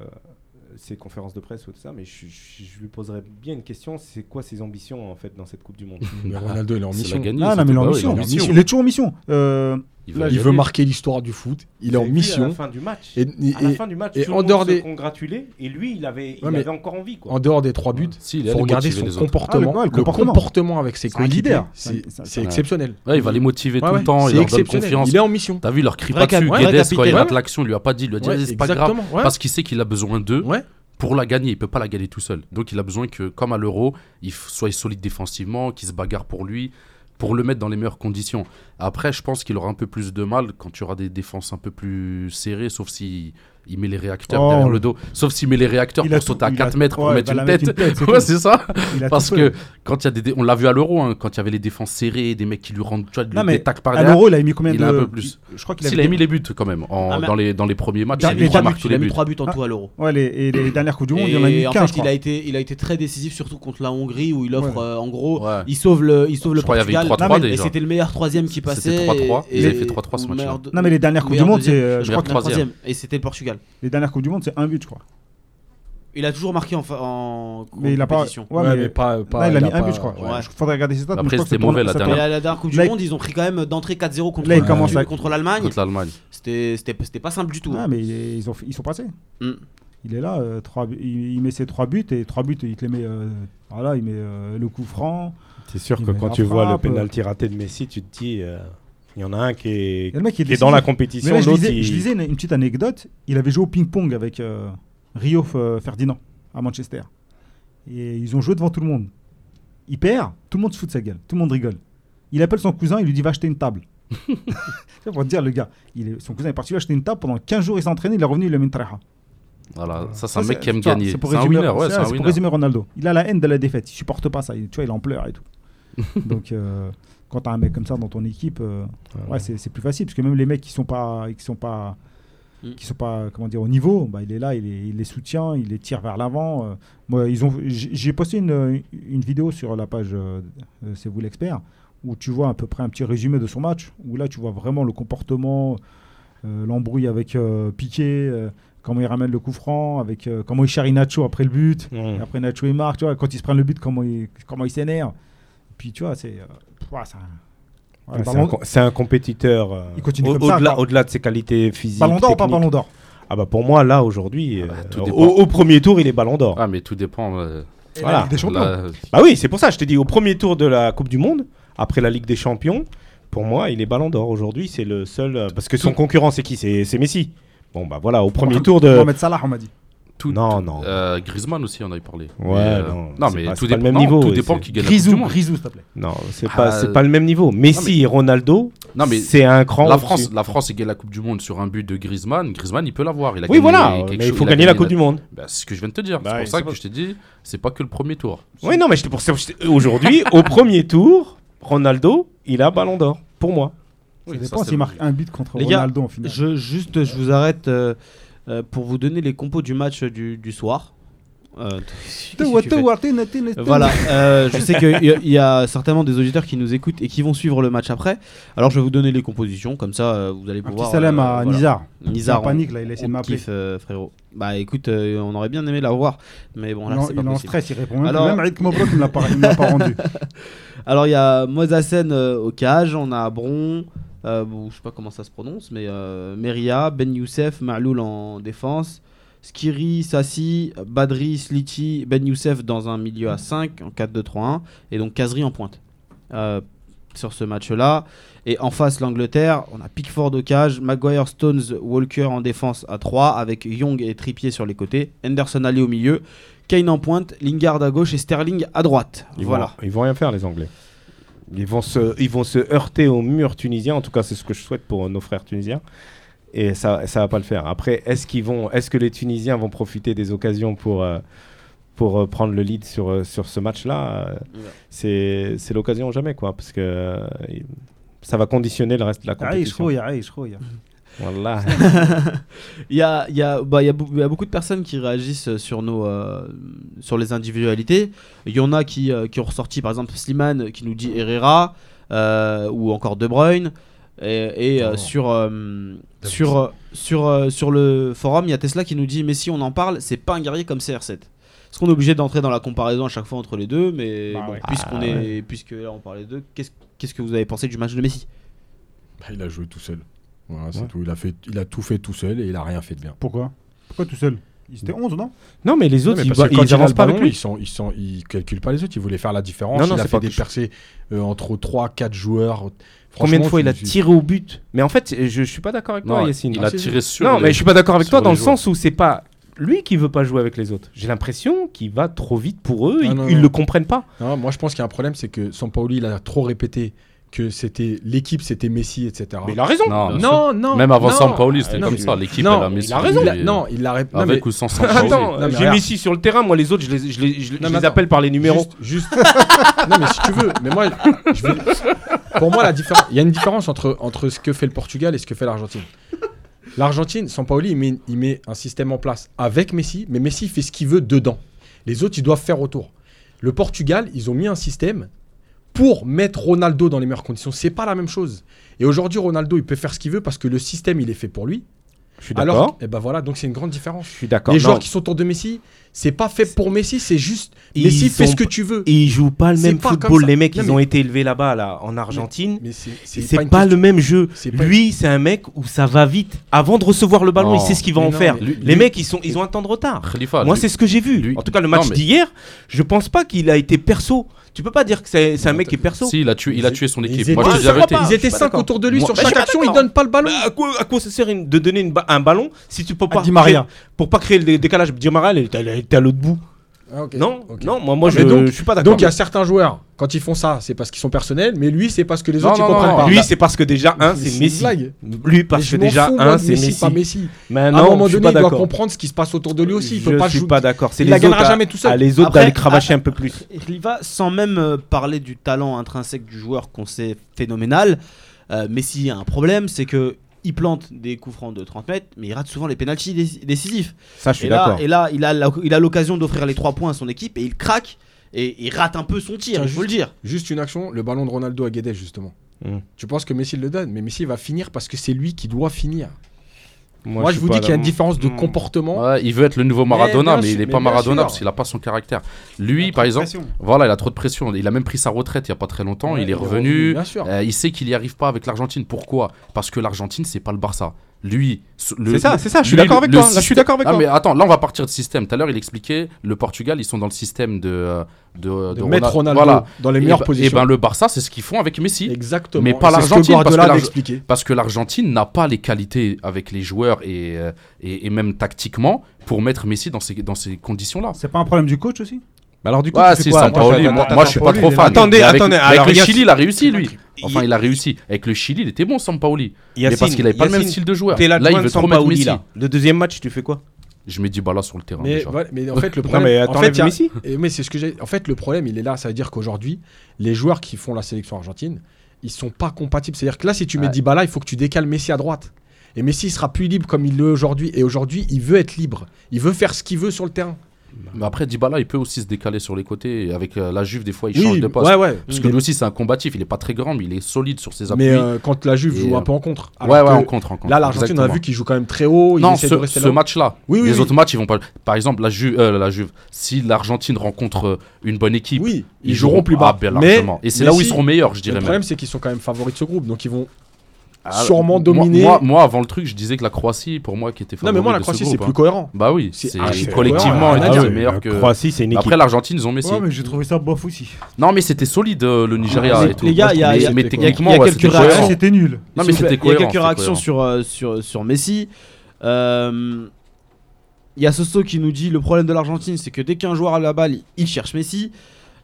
Speaker 5: ces conférences de presse ou tout ça, mais je, je- je lui poserais bien une question c'est quoi ses ambitions en fait dans cette Coupe du Monde
Speaker 6: Mais Ronaldo, il est en
Speaker 4: C'est la
Speaker 6: mission.
Speaker 4: gagne- bah Oui,
Speaker 3: Ah, non,
Speaker 4: c'était
Speaker 3: mais
Speaker 4: pas-
Speaker 3: l'ambition,
Speaker 4: ouais, l'ambition.
Speaker 3: il est toujours en mission. Euh,
Speaker 6: Là, il
Speaker 5: gagner.
Speaker 6: veut marquer l'histoire du foot. Il est
Speaker 5: Vous
Speaker 6: en
Speaker 5: avez vu à la
Speaker 6: mission.
Speaker 5: fin du match.
Speaker 6: Et, et-
Speaker 5: à la
Speaker 6: et
Speaker 5: fin du match,
Speaker 6: et
Speaker 5: tout
Speaker 6: en
Speaker 5: le monde
Speaker 6: dehors
Speaker 5: se
Speaker 6: des-
Speaker 5: congratulait et lui, il avait, il
Speaker 6: Ouais, mais-
Speaker 5: avait encore envie. Quoi.
Speaker 6: en dehors des trois buts,
Speaker 4: Si,
Speaker 6: il
Speaker 4: il allait
Speaker 6: faut regarder
Speaker 4: motiver
Speaker 6: son
Speaker 4: les autres.
Speaker 6: comportement.
Speaker 3: Ah, le- ouais,
Speaker 6: le,
Speaker 3: le comportement.
Speaker 6: comportement. avec ses
Speaker 3: C'est un
Speaker 6: coéquipiers,
Speaker 3: leader.
Speaker 6: c'est
Speaker 3: C'est-
Speaker 6: c'est
Speaker 3: ouais.
Speaker 6: exceptionnel.
Speaker 4: Ouais, il va les motiver
Speaker 6: Ouais,
Speaker 4: tout
Speaker 6: ouais.
Speaker 4: le temps, il
Speaker 6: C'est
Speaker 4: leur donne
Speaker 6: exceptionnel.
Speaker 4: confiance.
Speaker 6: Il est en mission.
Speaker 4: T'as vu, il leur crie
Speaker 1: Vrai
Speaker 4: pas dessus.
Speaker 1: cap- vrai
Speaker 4: Guedes, quand il
Speaker 1: capitaine.
Speaker 4: rate l'action, il lui a pas dit. Il lui a dit,
Speaker 6: Ouais,
Speaker 4: vas-y, c'est pas grave.
Speaker 6: exactement, ouais.
Speaker 4: Parce qu'il sait qu'il a besoin d'eux
Speaker 6: Ouais.
Speaker 4: pour la gagner. Il peut pas la gagner tout seul. Donc il a besoin que, comme à l'Euro, il f- soit solide défensivement, qu'il se bagarre pour lui, pour le mettre dans les meilleures conditions. Après, je pense qu'il aura un peu plus de mal quand tu auras des défenses un peu plus serrées, sauf si il met les réacteurs
Speaker 3: Oh.
Speaker 4: derrière le dos. Sauf s'il met les réacteurs
Speaker 3: il a
Speaker 4: pour
Speaker 3: tout-
Speaker 4: sauter à
Speaker 3: il a-
Speaker 4: 4 mètres pour
Speaker 3: ouais, bah, il
Speaker 4: mettre
Speaker 3: va la
Speaker 4: une tête.
Speaker 3: tête, c'est
Speaker 4: Ouais,
Speaker 3: tout.
Speaker 4: c'est ça.
Speaker 3: Il a
Speaker 4: Parce
Speaker 3: tout fait.
Speaker 4: que quand il y a des, dé- on l'a vu à l'Euro, hein, quand il y avait les défenses serrées, des mecs qui lui rendent, tu vois,
Speaker 3: Non,
Speaker 4: des-
Speaker 3: mais
Speaker 4: des tacles par
Speaker 3: à
Speaker 4: derrière.
Speaker 3: l'euro, il a mis combien
Speaker 4: il
Speaker 3: de
Speaker 4: a un peu plus.
Speaker 3: Je crois qu'il
Speaker 4: S'il a mis les buts quand même en-
Speaker 1: Ah, mais-
Speaker 4: dans, les, dans les premiers matchs,
Speaker 3: Il a
Speaker 4: il,
Speaker 3: mis
Speaker 4: il
Speaker 3: trois
Speaker 4: marque tous
Speaker 1: il
Speaker 4: les
Speaker 1: a mis
Speaker 4: buts.
Speaker 1: 3 buts en
Speaker 3: Ah.
Speaker 1: tout à l'Euro.
Speaker 3: Ouais, les, et les dernières Coupes du Monde, il y en a mis
Speaker 1: Et en
Speaker 3: 15,
Speaker 1: fait,
Speaker 3: je
Speaker 1: il
Speaker 3: crois.
Speaker 1: a, été, il a été très décisif, surtout contre la Hongrie, où il offre,
Speaker 3: Ouais.
Speaker 1: euh, en gros,
Speaker 4: Ouais.
Speaker 1: il sauve le, il sauve
Speaker 4: Je
Speaker 1: le
Speaker 4: crois qu'il y
Speaker 1: Portugal.
Speaker 4: avait
Speaker 3: Non,
Speaker 4: 3-3
Speaker 3: mais-
Speaker 1: et
Speaker 4: déjà.
Speaker 1: c'était le meilleur troisième qui
Speaker 4: C'était
Speaker 1: passait.
Speaker 4: 3-3.
Speaker 1: et-
Speaker 4: Ils
Speaker 1: et-
Speaker 4: avaient fait 3-3 ce
Speaker 1: ou
Speaker 4: match-là.
Speaker 1: meilleur de-
Speaker 3: Non, mais les dernières Coupes du
Speaker 1: meilleur
Speaker 3: Monde, c'est,
Speaker 1: deuxième.
Speaker 3: euh, je
Speaker 1: Meilleur
Speaker 4: crois que-
Speaker 1: troisième. Et c'était le Portugal.
Speaker 3: Les dernières Coupes du Monde, c'est un but, je crois.
Speaker 1: Il a toujours marqué en, fa- en
Speaker 3: Mais il a pas.
Speaker 1: compétition.
Speaker 3: ouais,
Speaker 6: Ouais,
Speaker 3: mais-
Speaker 6: mais pas. pas-
Speaker 3: Non, il a mis un
Speaker 6: pas-
Speaker 3: but, je crois.
Speaker 6: ouais.
Speaker 1: Ouais.
Speaker 3: Je faudrait regarder ses stats. mais
Speaker 4: Après,
Speaker 3: je crois que
Speaker 4: c'était
Speaker 3: c'est pour-
Speaker 4: mauvais, la
Speaker 3: ça-
Speaker 1: Mais
Speaker 4: dernière.
Speaker 1: à la dernière Coupe du
Speaker 3: Là, il-
Speaker 1: Monde, ils ont pris quand même d'entrée 4-0 contre,
Speaker 3: Là, il
Speaker 1: la-
Speaker 3: commence à-
Speaker 1: contre l'Allemagne.
Speaker 4: contre l'Allemagne.
Speaker 1: C'était c'était- c'était pas simple du tout.
Speaker 3: Ah, mais ils, ont fait- ils sont passés.
Speaker 1: Mm.
Speaker 3: Il est là, euh, trois bu- il, il met ses trois buts et trois buts, il te les met. euh, voilà, il met euh, le coup franc.
Speaker 5: C'est sûr
Speaker 3: Il
Speaker 5: que
Speaker 3: met
Speaker 5: quand
Speaker 3: la
Speaker 5: tu vois le
Speaker 3: frappe. euh,
Speaker 5: pénalty raté de Messi, tu te dis euh, il y en a un qui
Speaker 3: Il
Speaker 5: est,
Speaker 3: y a le mec qui est
Speaker 5: qui est dans la
Speaker 3: décisif. Mais
Speaker 5: compétition,
Speaker 3: là, je
Speaker 5: l'autre,
Speaker 3: lisais,
Speaker 5: il-
Speaker 3: je lisais une, une petite anecdote. Il avait joué au ping-pong avec euh, Rio F- Ferdinand à Manchester. Et ils ont joué devant tout le monde. Il perd, tout le monde se fout de sa gueule, tout le monde rigole. Il appelle son cousin, il lui dit va acheter une table. C'est pour te dire, le gars, il est- son cousin est parti lui acheter une table pendant 15 jours, il s'est entraîné, il est revenu, il a mis une traha.
Speaker 4: Voilà, ça c'est
Speaker 3: Ça,
Speaker 4: un mec qui aime
Speaker 3: tu vois,
Speaker 4: gagner.
Speaker 3: C'est pour,
Speaker 4: C'est un
Speaker 3: résumer-
Speaker 4: winner, ouais,
Speaker 3: c'est-
Speaker 4: c'est
Speaker 3: c'est
Speaker 4: un
Speaker 3: pour
Speaker 4: winner.
Speaker 3: résumer Ronaldo. Il a la haine de la défaite, il supporte pas ça, il, tu vois, il en pleure et tout. Donc, euh, quand t'as un mec comme ça dans ton équipe, euh,
Speaker 4: Ah
Speaker 5: Voilà.
Speaker 3: ouais, c'est c'est plus facile parce que même les mecs qui sont pas, qui sont pas,
Speaker 1: Mm.
Speaker 3: qui sont pas, comment dire, au niveau, bah, il est là, il, les- il les soutient, il les tire vers l'avant. euh. moi, ils ont, j'ai j'ai posté une, une vidéo sur la page, euh, euh, c'est vous l'expert, où tu vois à peu près un petit résumé de son match, où là tu vois vraiment le comportement, euh, l'embrouille avec euh, Piqué, euh, comment il ramène le coup franc, avec euh, comment il charrie Nacho après le but.
Speaker 5: Mm.
Speaker 3: Et après Nacho et Marc, tu vois, quand ils se prennent le but, comment ils comment ils s'énervent. Puis tu vois, c'est. euh, ouah, c'est un- le
Speaker 5: Ouais, Ah, c'est
Speaker 3: ballon-
Speaker 5: un co- c'est un, compétiteur. euh,
Speaker 3: Il continue
Speaker 5: au-
Speaker 3: comme ça,
Speaker 5: Au-delà
Speaker 3: quoi.
Speaker 5: au -delà de ses qualités physiques.
Speaker 3: Ballon d'or ou pas
Speaker 5: techniques.
Speaker 3: ballon d'or
Speaker 5: Ah bah pour moi, là, aujourd'hui,
Speaker 4: Ah bah,
Speaker 5: euh,
Speaker 4: tout
Speaker 5: au,
Speaker 4: dépend.
Speaker 5: au premier tour, il est ballon d'or.
Speaker 4: Ah, mais tout dépend. euh,
Speaker 3: Et
Speaker 5: Voilà.
Speaker 3: la Ligue des champions.
Speaker 4: là,
Speaker 5: Bah oui, c'est pour ça, je te dis, au premier tour de la Coupe du Monde, après la Ligue des Champions, pour moi, il est ballon d'or. Aujourd'hui, c'est le seul. euh, Parce que son concurrent, c'est qui C'est c'est Messi. Bon, bah voilà, au premier
Speaker 3: Mohamed-
Speaker 5: tour de.
Speaker 3: Mohamed Salah, on m'a dit.
Speaker 4: Tout-
Speaker 5: Non,
Speaker 4: tout-
Speaker 5: non.
Speaker 4: euh, Griezmann aussi, on avait parlé. Mais,
Speaker 5: Ouais,
Speaker 4: euh,
Speaker 5: non,
Speaker 4: non,
Speaker 5: c'est
Speaker 4: mais
Speaker 5: pas-
Speaker 4: tout
Speaker 5: c'est pas
Speaker 4: dépend.
Speaker 5: le même
Speaker 4: non,
Speaker 5: niveau,
Speaker 4: Tout
Speaker 5: et
Speaker 4: dépend
Speaker 5: c'est-
Speaker 4: qui gagne la Coupe du
Speaker 3: Grisou,
Speaker 4: Monde.
Speaker 3: Grisou, s'il te plaît.
Speaker 5: Non, c'est
Speaker 4: Ah,
Speaker 5: pas, c'est pas le même niveau. Messi et Ronaldo,
Speaker 4: Non, mais
Speaker 5: c'est un cran.
Speaker 4: la
Speaker 5: au-dessus.
Speaker 4: France, la France, elle gagne la Coupe du Monde sur un but de Griezmann. Griezmann, il peut l'avoir. Il a
Speaker 5: Oui,
Speaker 4: gagné
Speaker 5: voilà,
Speaker 4: quelque
Speaker 5: mais il
Speaker 4: chose-
Speaker 5: faut
Speaker 4: a
Speaker 5: gagner la
Speaker 4: gagné
Speaker 5: Coupe du Monde.
Speaker 4: Bah, c'est ce que je viens de te dire.
Speaker 5: Bah,
Speaker 4: c'est
Speaker 5: oui,
Speaker 4: pour ça
Speaker 5: c'est
Speaker 4: que
Speaker 5: vrai.
Speaker 4: je t'ai dit, c'est pas que le premier tour.
Speaker 5: Oui, non, mais j'étais pour ça. j'étais- Aujourd'hui, au premier tour, Ronaldo, il a Ballon d'Or, pour moi.
Speaker 4: Oui,
Speaker 3: ça
Speaker 4: ça,
Speaker 3: dépend
Speaker 4: c'est
Speaker 3: s'il
Speaker 4: vrai.
Speaker 3: marque un but contre
Speaker 1: Les gars,
Speaker 3: Ronaldo en finale.
Speaker 1: Je, juste, je vous arrête euh, euh, pour vous donner les compos du match euh, du, du soir. Euh, qu'est-ce que tu fais voilà, euh, je sais qu'il y, a- il y a certainement des auditeurs qui nous écoutent et qui vont suivre le match après. Alors je vais vous donner les compositions, comme ça euh, vous allez
Speaker 3: Un
Speaker 1: pouvoir.
Speaker 3: petit salam
Speaker 1: euh,
Speaker 3: à
Speaker 1: voilà.
Speaker 3: Nizar.
Speaker 1: Nizar,
Speaker 3: en
Speaker 1: on-
Speaker 3: panique, là, il a essayé
Speaker 1: on
Speaker 3: de m'appeler.
Speaker 1: kiffe, euh, frérot. Bah écoute, euh, on aurait bien aimé l'avoir, mais bon,
Speaker 3: Il
Speaker 1: là
Speaker 3: en-
Speaker 1: c'est
Speaker 3: il
Speaker 1: pas
Speaker 3: est en
Speaker 1: possible.
Speaker 3: stress, il répond même
Speaker 1: Alors-
Speaker 3: plus. Même Aïd Mobro, il ne l'a pas il me l'a pas rendu.
Speaker 1: Alors il y a Mozassen euh, au cage, on a Bron, euh, bon, je sais pas comment ça se prononce, mais euh, Meria, Ben Youssef, Ma'loul en défense, Skiri, Sassi, Badri, Sliti, Ben Youssef dans un milieu à 5 en 4-2-3-1, et donc Kazri en pointe euh, sur ce match-là. Et en face, l'Angleterre, on a Pickford au cage, Maguire, Stones, Walker en défense à 3, avec Young et Trippier sur les côtés, Henderson allé au milieu, Kane en pointe, Lingard à gauche et Sterling à droite.
Speaker 5: Ils
Speaker 1: voilà.
Speaker 5: Vont, ils vont rien faire, les Anglais. Ils vont, se, ils vont se heurter au mur tunisien. En tout cas, c'est ce que je souhaite pour euh, nos frères tunisiens. Et ça, ça va pas le faire. Après, est-ce qu'ils vont, est-ce que les Tunisiens vont profiter des occasions pour euh, pour euh, prendre le lead sur euh, sur ce match-là euh,
Speaker 1: Ouais.
Speaker 5: C'est c'est l'occasion jamais quoi, parce que euh, il- ça va conditionner le reste de la
Speaker 3: Aïe,
Speaker 5: compétition.
Speaker 3: Shrouya, Aïe, Shrouya.
Speaker 5: Wallah.
Speaker 1: Il y a, il y, a, bah, il y, a bou- il y a beaucoup de personnes qui réagissent sur, nos, euh, sur les individualités. Il y en a qui, euh, qui ont ressorti, par exemple, Slimane qui nous dit Herrera euh, ou encore De Bruyne. Et, et, euh,
Speaker 6: Oh.
Speaker 1: sur, euh, sur, euh, sur, euh, sur le forum, il y a Tesla qui nous dit Mais si on en parle, c'est pas un guerrier comme CR7. Est-ce qu'on est obligé d'entrer dans la comparaison à chaque fois entre les deux Mais
Speaker 2: Bah
Speaker 1: bon,
Speaker 2: ouais.
Speaker 1: puisqu'on
Speaker 5: Ah
Speaker 1: est, puisque là on parlait d'eux, qu'est-ce qu'est-ce que vous avez pensé du match de Messi
Speaker 6: Bah, il a joué tout seul. Voilà, c'est
Speaker 5: Ouais.
Speaker 6: tout. Il a, fait, il a tout fait tout seul et il a rien fait de bien.
Speaker 3: Pourquoi Pourquoi tout seul Il était 11, non
Speaker 5: non, mais les
Speaker 6: Non,
Speaker 5: autres,
Speaker 6: mais
Speaker 5: ils,
Speaker 6: parce que
Speaker 5: ba-
Speaker 6: quand
Speaker 5: ils
Speaker 6: il a
Speaker 5: avancent
Speaker 6: le
Speaker 5: pas avec
Speaker 6: ballon,
Speaker 5: lui.
Speaker 6: Ils, sont, ils, sont, ils calculent pas les autres, ils voulaient faire la différence.
Speaker 5: Non, non,
Speaker 6: il a
Speaker 5: c'est
Speaker 6: fait
Speaker 5: pas
Speaker 6: des
Speaker 5: que je-
Speaker 6: percées euh, entre 3-4 joueurs.
Speaker 5: Combien de
Speaker 6: Franchement,
Speaker 5: fois
Speaker 6: je
Speaker 5: il a
Speaker 6: me suis-
Speaker 5: tiré au but Mais en fait, je, je suis pas d'accord avec toi,
Speaker 4: Non,
Speaker 5: Yacine.
Speaker 4: il a tiré sur.
Speaker 5: Non,
Speaker 4: les-
Speaker 5: mais je suis pas d'accord avec
Speaker 4: sur
Speaker 5: toi dans le
Speaker 4: les
Speaker 5: sens où c'est pas lui qui veut pas jouer avec les autres. J'ai l'impression qu'il va trop vite pour eux,
Speaker 6: Ah,
Speaker 5: ils,
Speaker 6: non,
Speaker 5: ils
Speaker 6: non.
Speaker 5: le comprennent pas.
Speaker 6: Non, moi, je pense qu'il y a un problème, c'est que Sampaoli, il a trop répété que c'était l'équipe, c'était Messi, etc.
Speaker 5: Mais il a raison.
Speaker 4: Non, bien sûr.
Speaker 6: Non, non.
Speaker 4: Même avant
Speaker 6: non.
Speaker 4: Sampaoli, c'était
Speaker 6: Non,
Speaker 4: comme
Speaker 6: mais-
Speaker 4: ça. L'équipe, elle
Speaker 6: non,
Speaker 4: a
Speaker 6: il
Speaker 4: mis
Speaker 5: a raison.
Speaker 6: Il a- Non, il l'a répété.
Speaker 4: Avec ou sans Sampaoli.
Speaker 5: Attends,
Speaker 6: Non, mais
Speaker 5: j'ai
Speaker 6: regarde.
Speaker 5: Messi sur le terrain, moi les autres, je les, je les- je les-
Speaker 6: Non, mais
Speaker 5: je les
Speaker 6: attends.
Speaker 5: appelle par les numéros.
Speaker 6: Juste. juste- non, mais si tu veux. Mais moi, je vais- pour moi, la différence. Il y a une différence entre, entre ce que fait le Portugal et ce que fait l'Argentine. L'Argentine, Sampaoli, il met, il met un système en place avec Messi, mais Messi fait ce qu'il veut dedans. Les autres, ils doivent faire autour. Le Portugal, ils ont mis un système pour mettre Ronaldo dans les meilleures conditions. C'est pas la même chose. Et aujourd'hui, Ronaldo, il peut faire ce qu'il veut parce que le système, il est fait pour lui.
Speaker 5: Je suis
Speaker 6: Alors,
Speaker 5: d'accord.
Speaker 6: et ben voilà, donc c'est une grande différence.
Speaker 5: Je suis d'accord.
Speaker 6: Les
Speaker 5: Non,
Speaker 6: joueurs qui sont autour de Messi, c'est pas fait pour Messi, c'est juste
Speaker 5: Ils
Speaker 6: Messi fait
Speaker 5: ont
Speaker 6: ce que
Speaker 5: p-
Speaker 6: tu veux.
Speaker 5: ils jouent pas le
Speaker 6: C'est
Speaker 5: même
Speaker 6: pas comme
Speaker 5: football.
Speaker 6: ça.
Speaker 5: Les mecs,
Speaker 6: Non,
Speaker 5: ils
Speaker 6: mais-
Speaker 5: ont été élevés là-bas, là, en Argentine.
Speaker 6: Mais c'est
Speaker 5: Et
Speaker 6: c'est
Speaker 5: C'est pas,
Speaker 6: une
Speaker 5: le
Speaker 6: question-
Speaker 5: même jeu.
Speaker 6: c'est pas-
Speaker 5: Lui, c'est un mec où ça va vite. Avant de recevoir le ballon,
Speaker 4: Non.
Speaker 5: il sait ce qu'il va
Speaker 6: Mais
Speaker 5: en
Speaker 6: non,
Speaker 5: faire.
Speaker 6: mais lui-
Speaker 5: Les
Speaker 6: lui-
Speaker 5: mecs, ils sont, ils ont un temps de retard.
Speaker 4: Khalifa,
Speaker 5: Moi,
Speaker 4: Ah, lui-
Speaker 5: c'est ce que j'ai vu.
Speaker 4: lui-
Speaker 5: En tout cas, le
Speaker 4: Non,
Speaker 5: match
Speaker 4: mais-
Speaker 5: d'hier, je pense pas qu'il a été perso. Tu peux pas dire que c'est c'est un mec qui est perso.
Speaker 4: Si, il a tué, il a tué son
Speaker 6: Ils
Speaker 4: équipe.
Speaker 6: étaient-
Speaker 4: Moi, je
Speaker 5: Ouais,
Speaker 4: dis
Speaker 5: ça
Speaker 4: la
Speaker 5: va
Speaker 4: vérité.
Speaker 5: pas.
Speaker 6: Ils
Speaker 5: Je
Speaker 6: étaient
Speaker 5: suis pas
Speaker 6: 5
Speaker 5: d'accord.
Speaker 6: autour de lui
Speaker 5: Moi-
Speaker 6: sur
Speaker 5: Bah, je
Speaker 6: chaque
Speaker 5: suis pas
Speaker 6: action, il
Speaker 5: d'accord.
Speaker 6: donne pas le ballon.
Speaker 5: Bah, à, quoi, à quoi ça sert une- de donner une ba- un ballon si tu peux pas
Speaker 3: Di Maria.
Speaker 5: créer- pour pas créer le dé- décalage Di Maria elle était elle était à l'autre bout
Speaker 6: Ah, ok.
Speaker 5: non
Speaker 6: Ok.
Speaker 5: non moi moi
Speaker 6: Ah,
Speaker 5: je,
Speaker 6: mais donc-
Speaker 5: je suis pas d'accord
Speaker 6: Donc il y a certains joueurs, quand ils font ça, c'est parce qu'ils sont personnels, mais lui, c'est parce que les
Speaker 4: Non,
Speaker 6: autres,
Speaker 4: non,
Speaker 6: ils comprennent
Speaker 4: non,
Speaker 6: pas.
Speaker 5: lui c'est parce que déjà un
Speaker 6: Mais
Speaker 5: c'est
Speaker 6: c'est une
Speaker 5: Messi
Speaker 6: blague.
Speaker 5: lui parce
Speaker 6: Mais
Speaker 5: que
Speaker 6: je m'en
Speaker 5: déjà
Speaker 6: fous, moi,
Speaker 5: un
Speaker 6: de
Speaker 5: c'est Messi
Speaker 6: pas Messi.
Speaker 5: mais
Speaker 6: à un
Speaker 5: non
Speaker 6: moment
Speaker 5: je suis
Speaker 6: donné,
Speaker 5: pas
Speaker 6: il doit
Speaker 5: d'accord
Speaker 6: comprendre ce qui se passe autour de lui aussi. Il peut
Speaker 5: je
Speaker 6: pas
Speaker 5: suis
Speaker 6: jouer-
Speaker 5: pas d'accord c'est
Speaker 6: Il
Speaker 5: les
Speaker 6: la gagnera
Speaker 5: autres à-
Speaker 6: jamais tout seul.
Speaker 5: à les autres
Speaker 1: Après,
Speaker 5: d'aller cravacher un peu plus
Speaker 1: Il va sans même euh, parler du talent intrinsèque du joueur qu'on sait phénoménal. Euh, mais s'il y a un problème, c'est que il plante des coups francs de 30 mètres, mais il rate souvent les pénalties décisifs.
Speaker 5: ça je suis
Speaker 1: Et là,
Speaker 5: d'accord
Speaker 1: et là, il a la- il a l'occasion d'offrir les 3 points à son équipe et il craque et il rate un peu son tir,
Speaker 6: Tiens,
Speaker 1: il faut le dire.
Speaker 6: Juste une action, le ballon de Ronaldo à Guedes, justement.
Speaker 5: Mm.
Speaker 6: Tu penses que Messi le donne, mais Messi va finir parce que c'est lui qui doit finir. Moi, je,
Speaker 5: suis
Speaker 6: vous
Speaker 5: pas
Speaker 6: dis qu'il y a une
Speaker 5: d'accord.
Speaker 6: différence de
Speaker 4: Hmm.
Speaker 5: Mm.
Speaker 6: comportement.
Speaker 4: Ouais, il veut être le nouveau Maradona,
Speaker 6: bien
Speaker 4: mais, il
Speaker 6: sûr,
Speaker 4: n'est
Speaker 6: mais
Speaker 4: pas
Speaker 6: bien
Speaker 4: Maradona
Speaker 6: sûr.
Speaker 4: parce qu'il n'a pas son caractère. Lui, par exemple, voilà, il a trop de pression. Il a même pris sa retraite il n'y a pas très longtemps.
Speaker 6: Ouais,
Speaker 4: il est revenu.
Speaker 6: bien sûr.
Speaker 4: Euh, il sait qu'il n'y arrive pas avec l'Argentine. Pourquoi Parce que l'Argentine, c'est pas le Barça. Lui, s- le-
Speaker 5: C'est ça,
Speaker 4: le-
Speaker 5: c'est ça, je suis
Speaker 4: lui,
Speaker 5: d'accord
Speaker 4: le-
Speaker 5: avec
Speaker 4: le
Speaker 5: toi, là, je suis
Speaker 4: système-
Speaker 5: d'accord avec
Speaker 4: Ah,
Speaker 5: toi.
Speaker 4: mais attends, là on va partir de système. Tout à l'heure il expliquait le Portugal, ils sont dans le système de euh, de,
Speaker 6: de mettre
Speaker 4: Ronald-
Speaker 6: Ronaldo
Speaker 4: Voilà.
Speaker 6: dans les
Speaker 4: Et
Speaker 6: meilleures
Speaker 4: ben- Et
Speaker 6: positions.
Speaker 4: ben le Barça, c'est ce qu'ils font avec Messi.
Speaker 6: Exactement.
Speaker 4: Mais pas
Speaker 6: Et c'est ce que
Speaker 4: l'Argentine, parce que
Speaker 6: Guardiola avait
Speaker 4: l'Arge-
Speaker 6: expliqué.
Speaker 4: Parce que l'Argentine n'a pas les qualités avec les joueurs et, euh, et, et même tactiquement pour mettre Messi dans ces, dans ces conditions-là.
Speaker 3: C'est pas un problème du coach aussi
Speaker 2: Mais alors, du coup,
Speaker 4: Ah,
Speaker 2: tu fais
Speaker 4: si,
Speaker 2: quoi
Speaker 4: Sampaoli,
Speaker 2: Attends,
Speaker 4: moi,
Speaker 2: attends,
Speaker 4: moi, je suis pas
Speaker 2: Sampaoli,
Speaker 4: trop
Speaker 2: il est
Speaker 4: fan.
Speaker 2: là.
Speaker 5: Attendez,
Speaker 4: Mais avec,
Speaker 5: attendez,
Speaker 4: avec
Speaker 5: alors,
Speaker 4: le
Speaker 5: Yass-
Speaker 4: Chili, il a réussi, lui. Enfin, il a réussi. Avec le Chili, il était bon, Sampaoli. mais parce qu'il avait pas le même style de joueur.
Speaker 5: T'es là,
Speaker 4: il veut trop mettre Messi.
Speaker 5: là. Le deuxième match, tu fais quoi
Speaker 4: Je me dis, bah là, sur le terrain.
Speaker 6: Mais,
Speaker 4: déjà.
Speaker 6: voilà, mais en fait, le
Speaker 5: Non,
Speaker 6: problème.
Speaker 5: mais
Speaker 6: en
Speaker 5: t'enlèves
Speaker 6: fait, il y a-
Speaker 5: Messi.
Speaker 6: et- mais c'est ce que j'ai. En fait, le problème, il est là. Ça veut dire qu'aujourd'hui, les joueurs qui font la sélection argentine, ils sont pas compatibles. C'est-à-dire que là, si tu mets
Speaker 4: Ouais.
Speaker 6: Dybala, il faut que tu décales Messi à droite. Et Messi il sera plus libre comme il l'est aujourd'hui. Et aujourd'hui, il veut être libre. Il veut faire ce qu'il veut sur le terrain.
Speaker 4: Mais après, Dybala, il peut aussi se décaler sur les côtés. Et Avec euh, la Juve, des fois, il
Speaker 6: Oui,
Speaker 4: change de poste.
Speaker 6: Ouais, ouais.
Speaker 4: Parce que
Speaker 6: Mais-
Speaker 4: lui aussi, c'est un combatif. Il est pas très grand, mais il est solide sur ses appuis.
Speaker 6: mais euh, quand la Juve
Speaker 4: Et,
Speaker 6: joue
Speaker 4: euh,
Speaker 6: un peu en contre.
Speaker 4: ouais, ouais,
Speaker 6: alors que
Speaker 4: en contre, en contre.
Speaker 6: Là, l'Argentine, on a
Speaker 4: Exactement.
Speaker 6: vu qu'ils jouent quand même très haut. Ils
Speaker 4: Non,
Speaker 6: essaient
Speaker 4: ce,
Speaker 6: de rester
Speaker 4: ce
Speaker 6: là-haut.
Speaker 4: match-là.
Speaker 6: Oui, oui,
Speaker 4: les
Speaker 6: oui.
Speaker 4: autres matchs, ils vont pas. Par exemple, la Juve, euh, la Juve. Si l'Argentine rencontre euh, une bonne équipe,
Speaker 6: Oui, ils joueront plus
Speaker 4: ah,
Speaker 6: bas.
Speaker 4: bien
Speaker 6: mais
Speaker 4: largement. Et c'est là où
Speaker 6: Messi-
Speaker 4: ils seront meilleurs,
Speaker 6: mais
Speaker 4: je
Speaker 6: Le
Speaker 4: dirais même.
Speaker 6: problème, c'est qu'ils sont quand même favoris de ce groupe. Donc, ils vont
Speaker 4: Ah,
Speaker 6: sûrement
Speaker 4: moi-
Speaker 6: dominer.
Speaker 4: Moi, moi, avant le truc, je disais que la Croatie, pour moi, qui était
Speaker 6: Non,
Speaker 4: favorite
Speaker 6: mais moi, la
Speaker 4: de ce
Speaker 6: Croatie, c'est
Speaker 4: groupe,
Speaker 6: plus
Speaker 4: hein.
Speaker 6: cohérent.
Speaker 4: Bah oui,
Speaker 6: C'est-
Speaker 4: c'est
Speaker 6: ah, c'est
Speaker 4: collectivement,
Speaker 6: cohérent,
Speaker 4: ils
Speaker 6: ouais,
Speaker 4: étaient
Speaker 6: ouais,
Speaker 4: meilleurs que.
Speaker 5: Croatie, c'est une équipe.
Speaker 4: Après, l'Argentine, ils ont Messi.
Speaker 3: mais j'ai trouvé ça bof aussi.
Speaker 4: Non, mais c'était solide euh, le
Speaker 6: Ah,
Speaker 4: Nigeria
Speaker 1: Les-
Speaker 4: et tout.
Speaker 1: les gars, il y a-
Speaker 4: Mais-
Speaker 1: il y a-
Speaker 4: mais
Speaker 6: il y a-
Speaker 4: techniquement,
Speaker 1: il y a
Speaker 4: ouais,
Speaker 1: quelques
Speaker 4: c'était
Speaker 1: réactions.
Speaker 4: cohérent.
Speaker 3: C'était nul.
Speaker 4: Non, mais c'était
Speaker 1: Il y a
Speaker 4: cohérent.
Speaker 1: quelques
Speaker 4: c'était
Speaker 1: réactions
Speaker 4: cohérent.
Speaker 1: sur, euh, sur, sur Messi. Euh, Il y a Soso qui nous dit le problème de l'Argentine, c'est que dès qu'un joueur a la balle, il cherche Messi.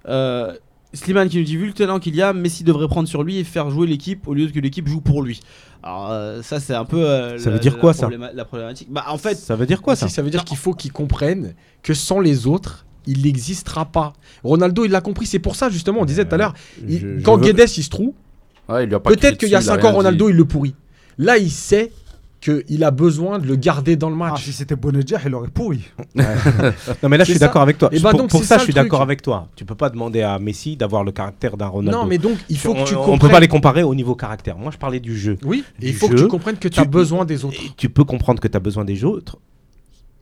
Speaker 1: Euh, Slimane qui nous dit vu le talent qu'il y a, Messi devrait prendre sur lui et faire jouer l'équipe au lieu que l'équipe joue pour lui. Alors euh, ça c'est un peu euh,
Speaker 5: Ça
Speaker 1: la-
Speaker 5: veut dire
Speaker 1: la
Speaker 5: quoi, ça
Speaker 1: probléma- La problématique. Bah en fait,
Speaker 5: Ça veut dire quoi,
Speaker 6: Si,
Speaker 5: ça
Speaker 6: ça veut dire qu'il faut qu'ils comprennent que sans les autres, il n'existera pas. Ronaldo, il l'a compris. C'est pour ça, justement, on disait tout à l'heure, il-
Speaker 5: Je- je
Speaker 6: quand
Speaker 5: veux-
Speaker 6: Guedes, il se trouve,
Speaker 4: Ouais, il lui a pas crié
Speaker 6: peut-être qu'il y a
Speaker 4: dessus, il
Speaker 6: 5
Speaker 4: rien
Speaker 6: ans, Ronaldo,
Speaker 4: dit.
Speaker 6: il le pourrit. Là, il sait qu'il a besoin de le garder dans le
Speaker 3: Ah,
Speaker 6: match.
Speaker 3: si c'était Bonedja, il aurait pourri.
Speaker 5: Non, mais là, je
Speaker 6: C'est
Speaker 5: suis
Speaker 6: ça.
Speaker 5: d'accord avec toi.
Speaker 6: Eh ben
Speaker 5: pour
Speaker 6: donc,
Speaker 5: pour
Speaker 6: c'est
Speaker 5: ça,
Speaker 6: ça
Speaker 5: je
Speaker 6: le
Speaker 5: suis
Speaker 6: truc.
Speaker 5: d'accord avec toi. Tu peux pas demander à Messi d'avoir le caractère d'un Ah, Ronaldo.
Speaker 6: non, mais donc, il faut
Speaker 5: on,
Speaker 6: que tu
Speaker 5: on
Speaker 6: comprennes.
Speaker 5: peut pas les comparer au niveau caractère. Moi, je parlais du jeu.
Speaker 6: Oui, et il
Speaker 5: du
Speaker 6: faut que
Speaker 5: jeu,
Speaker 6: tu comprennes que tu as
Speaker 5: tu-
Speaker 6: besoin des autres.
Speaker 5: Et tu peux comprendre que tu as besoin des autres.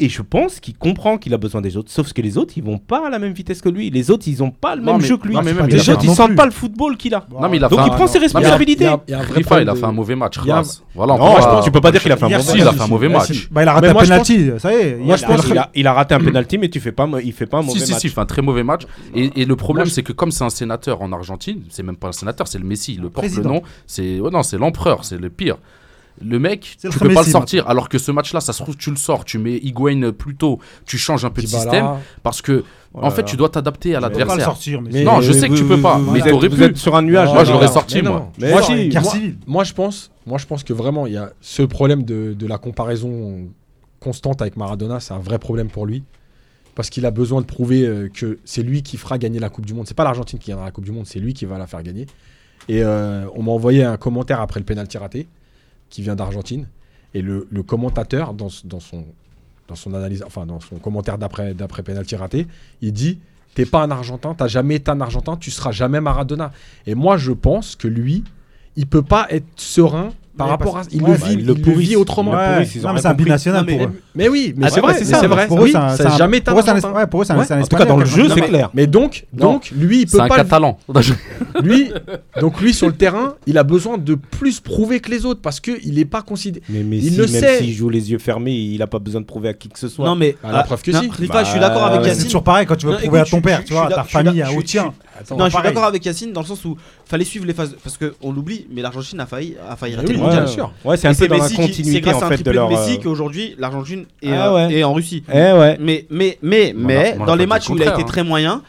Speaker 5: Et je pense qu'il comprend qu'il a besoin des autres. Sauf que les autres, ils vont pas à la même vitesse que lui. Les autres, ils ont pas le
Speaker 4: Non,
Speaker 5: même
Speaker 4: mais-
Speaker 5: jeu que lui.
Speaker 4: non, mais même,
Speaker 3: pas
Speaker 4: il a
Speaker 5: les
Speaker 4: fait
Speaker 5: autres,
Speaker 4: un-
Speaker 5: ils
Speaker 3: non
Speaker 5: sentent
Speaker 3: plus.
Speaker 5: pas le football qu'il a.
Speaker 4: Non, mais il a fait
Speaker 5: Donc, il
Speaker 4: un-
Speaker 5: prend ses
Speaker 4: non, mais il a-
Speaker 5: responsabilités.
Speaker 6: il y a un vrai
Speaker 4: Rifa,
Speaker 6: problème
Speaker 4: il a fait
Speaker 6: de-
Speaker 4: un mauvais match.
Speaker 6: Il y a un-
Speaker 4: Ras. Voilà, on
Speaker 5: Non,
Speaker 4: peut
Speaker 5: je pense- tu peux pas dire qu'il a fait un
Speaker 4: Hier,
Speaker 5: mauvais
Speaker 4: si,
Speaker 5: match.
Speaker 4: Il a fait un mauvais match.
Speaker 3: Bah, il
Speaker 6: Mais
Speaker 3: a raté un
Speaker 6: moi, je
Speaker 3: penalty, ça y est.
Speaker 5: Moi, je
Speaker 3: il a-
Speaker 5: pense qu'il a, il a raté un penalty, mais tu fais pas, il fait pas un mauvais
Speaker 4: Si, si,
Speaker 5: match.
Speaker 4: si, il fait un très mauvais match. Et, et le problème,
Speaker 6: Moi, je-
Speaker 4: c'est que comme c'est un sénateur en Argentine, c'est même pas un sénateur, c'est le Messi, il le porte
Speaker 3: Président.
Speaker 4: le nom. C'est ouais, non, c'est l'empereur, c'est le pire. Le mec,
Speaker 3: C'est
Speaker 4: tu
Speaker 3: le
Speaker 4: peux pas
Speaker 3: Messi,
Speaker 4: le sortir. Alors que ce match-là, ça se trouve, tu le sors, tu mets Higuain plus tôt, tu changes un peu de
Speaker 6: Dybala.
Speaker 4: système parce que
Speaker 5: Oh
Speaker 4: en
Speaker 5: là
Speaker 4: fait,
Speaker 5: là.
Speaker 4: tu dois t'adapter à
Speaker 3: on peut pas le
Speaker 4: l'adversaire.
Speaker 3: sortir. Mais
Speaker 6: Mais-
Speaker 3: c'est-
Speaker 4: Non,
Speaker 5: Mais
Speaker 4: je sais que tu
Speaker 5: vous-
Speaker 4: peux pas,
Speaker 5: vous-
Speaker 4: mais
Speaker 5: vous
Speaker 4: t'aurais
Speaker 5: êtes-
Speaker 4: pu.
Speaker 5: Vous êtes sur un nuage.
Speaker 4: Moi,
Speaker 5: là.
Speaker 4: je l'aurais sorti,
Speaker 6: mais
Speaker 4: moi.
Speaker 6: Ah, non.
Speaker 5: Mais
Speaker 6: moi,
Speaker 5: si,
Speaker 6: moi-
Speaker 3: guerre civile.
Speaker 6: moi, je pense, moi, je pense que vraiment, il y a ce problème de, de la comparaison constante avec Maradona, c'est un vrai problème pour lui. Parce qu'il a besoin de prouver euh, que c'est lui qui fera gagner la Coupe du Monde. C'est pas l'Argentine qui gagnera la Coupe du Monde, c'est lui qui va la faire gagner. Et euh, on m'a envoyé un commentaire après le pénalty raté, qui vient d'Argentine. Et le, le commentateur, dans, s- dans son, dans son analyse, enfin dans son commentaire d'après d'après penalty raté, il dit T'es pas un Argentin, t'as jamais été un Argentin, tu seras jamais Maradona. Et moi, je pense que lui, il peut pas être serein par
Speaker 3: Ouais,
Speaker 6: rapport à.
Speaker 3: parce-
Speaker 6: Il
Speaker 3: ouais,
Speaker 6: le
Speaker 3: bah,
Speaker 6: vit,
Speaker 5: il le
Speaker 6: il le
Speaker 5: pourrit,
Speaker 6: vit autrement.
Speaker 5: Ouais.
Speaker 3: Ouais,
Speaker 5: pourri, ils ont
Speaker 3: non, mais
Speaker 5: rien
Speaker 3: c'est un
Speaker 5: compris.
Speaker 3: binational
Speaker 1: Non, mais-
Speaker 3: pour eux.
Speaker 6: Mais oui, mais
Speaker 5: Ah,
Speaker 6: c'est
Speaker 5: c'est
Speaker 6: vrai,
Speaker 5: vrai,
Speaker 6: mais
Speaker 5: c'est ça,
Speaker 6: c'est vrai.
Speaker 3: Pour eux,
Speaker 6: Oui,
Speaker 3: c'est un-
Speaker 6: ça
Speaker 3: c'est
Speaker 6: a
Speaker 3: un-
Speaker 6: jamais été
Speaker 3: pour eux, c'est
Speaker 6: un
Speaker 3: un es-
Speaker 6: Argentin.
Speaker 3: ouais, pour eux, c'est un-
Speaker 6: Ouais.
Speaker 3: c'est un
Speaker 5: En tout cas,
Speaker 3: Espagnol
Speaker 5: dans le
Speaker 3: qui a-
Speaker 5: jeu,
Speaker 6: Non,
Speaker 5: c'est
Speaker 6: mais-
Speaker 5: clair.
Speaker 6: Mais donc,
Speaker 4: Non.
Speaker 6: donc lui, il peut
Speaker 4: C'est un
Speaker 6: pas. le-
Speaker 4: catalan.
Speaker 6: Lui, donc lui sur le terrain, il a besoin de plus prouver que les autres parce que il est pas considéré.
Speaker 5: Mais Messi,
Speaker 6: Il le
Speaker 5: même
Speaker 6: sait.
Speaker 5: s'il joue les yeux fermés, il a pas besoin de prouver à qui que ce soit.
Speaker 1: non mais
Speaker 6: Bah, la
Speaker 1: ah,
Speaker 6: preuve que
Speaker 1: non,
Speaker 6: si.
Speaker 1: Rifa,
Speaker 5: Bah,
Speaker 1: je suis d'accord avec
Speaker 5: ouais,
Speaker 3: C'est
Speaker 1: Yacine.
Speaker 3: toujours pareil quand tu veux
Speaker 1: Non,
Speaker 3: prouver
Speaker 1: écoute,
Speaker 3: à ton
Speaker 1: je-
Speaker 3: père,
Speaker 1: je-
Speaker 3: tu vois,
Speaker 1: je-
Speaker 3: à ta
Speaker 1: je- je-
Speaker 3: famille,
Speaker 1: je-
Speaker 3: au
Speaker 1: je-
Speaker 3: tien.
Speaker 1: Non, je suis
Speaker 3: pareil.
Speaker 1: d'accord avec Yacine dans le sens où fallait suivre les phases parce que on l'oublie, mais l'Argentine a failli a failli rater
Speaker 6: oui,
Speaker 1: le
Speaker 6: ouais.
Speaker 1: mondial.
Speaker 6: bien sûr.
Speaker 5: Ouais, c'est un
Speaker 1: Et
Speaker 5: peu
Speaker 1: c'est
Speaker 5: dans la
Speaker 1: Messi qui- c'est
Speaker 5: continuité
Speaker 1: grâce à
Speaker 5: en
Speaker 1: un
Speaker 5: fait
Speaker 1: triplé
Speaker 5: de
Speaker 1: de
Speaker 5: leur.
Speaker 1: Messi
Speaker 5: euh,
Speaker 1: qu'aujourd'hui l'Argentine est,
Speaker 5: Ah
Speaker 1: euh,
Speaker 5: ouais.
Speaker 1: est en Russie.
Speaker 5: Eh ouais.
Speaker 1: Mais, mais, mais,
Speaker 4: On a-
Speaker 1: mais,
Speaker 4: on a
Speaker 1: dans
Speaker 4: pas
Speaker 1: les
Speaker 4: dit
Speaker 1: matchs
Speaker 4: le
Speaker 1: où il a été
Speaker 4: contraire, hein.
Speaker 1: très moyen,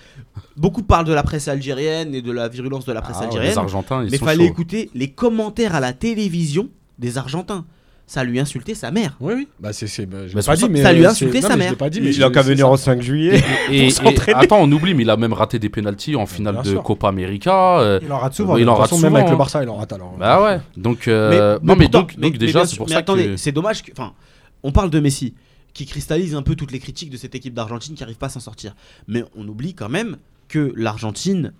Speaker 1: beaucoup parlent de la presse algérienne et de la virulence de la presse
Speaker 4: Ah,
Speaker 1: algérienne.
Speaker 4: Les Argentins, ils
Speaker 1: mais
Speaker 4: sont
Speaker 1: fallait
Speaker 4: chauds.
Speaker 1: écouter les commentaires à la télévision des Argentins. Ça lui insultait sa mère.
Speaker 6: Oui, oui. Bah, c'est, c'est, bah, je l'ai
Speaker 4: Mais c'est
Speaker 6: pas
Speaker 4: pour
Speaker 6: dit,
Speaker 4: ça-
Speaker 6: mais
Speaker 1: ça lui a
Speaker 6: euh,
Speaker 1: insulté
Speaker 6: c'est-
Speaker 1: sa
Speaker 6: non, mais je
Speaker 1: mère.
Speaker 6: l'ai pas dit, mais
Speaker 5: Il
Speaker 6: je-
Speaker 5: a qu'à
Speaker 6: c'est
Speaker 5: venir
Speaker 6: ça.
Speaker 5: au 5
Speaker 4: Et,
Speaker 5: juillet.
Speaker 4: et- et-
Speaker 5: s'entraîner.
Speaker 4: attends, on oublie, mais il a même raté des pénalties en finale
Speaker 6: bien
Speaker 4: de
Speaker 6: sûr.
Speaker 4: Copa América. euh,
Speaker 3: Il en rate souvent.
Speaker 4: Il en
Speaker 6: De toute
Speaker 4: rate
Speaker 6: façon, même avec
Speaker 4: souvent,
Speaker 6: le
Speaker 4: hein.
Speaker 6: Barça, il en rate alors.
Speaker 4: Bah ouais. Donc, euh,
Speaker 1: Mais-
Speaker 4: non, mais
Speaker 1: pourtant-
Speaker 4: donc,
Speaker 1: mais-
Speaker 4: donc
Speaker 1: mais
Speaker 4: déjà,
Speaker 1: bien
Speaker 4: c'est
Speaker 1: sûr-
Speaker 4: pour
Speaker 1: mais
Speaker 4: ça
Speaker 1: attendez,
Speaker 4: que.
Speaker 1: c'est dommage que. Enfin, on parle de Messi, qui cristallise un peu toutes les critiques de cette équipe d'Argentine qui n'arrive pas à s'en sortir. Mais on oublie quand même que l'Argentine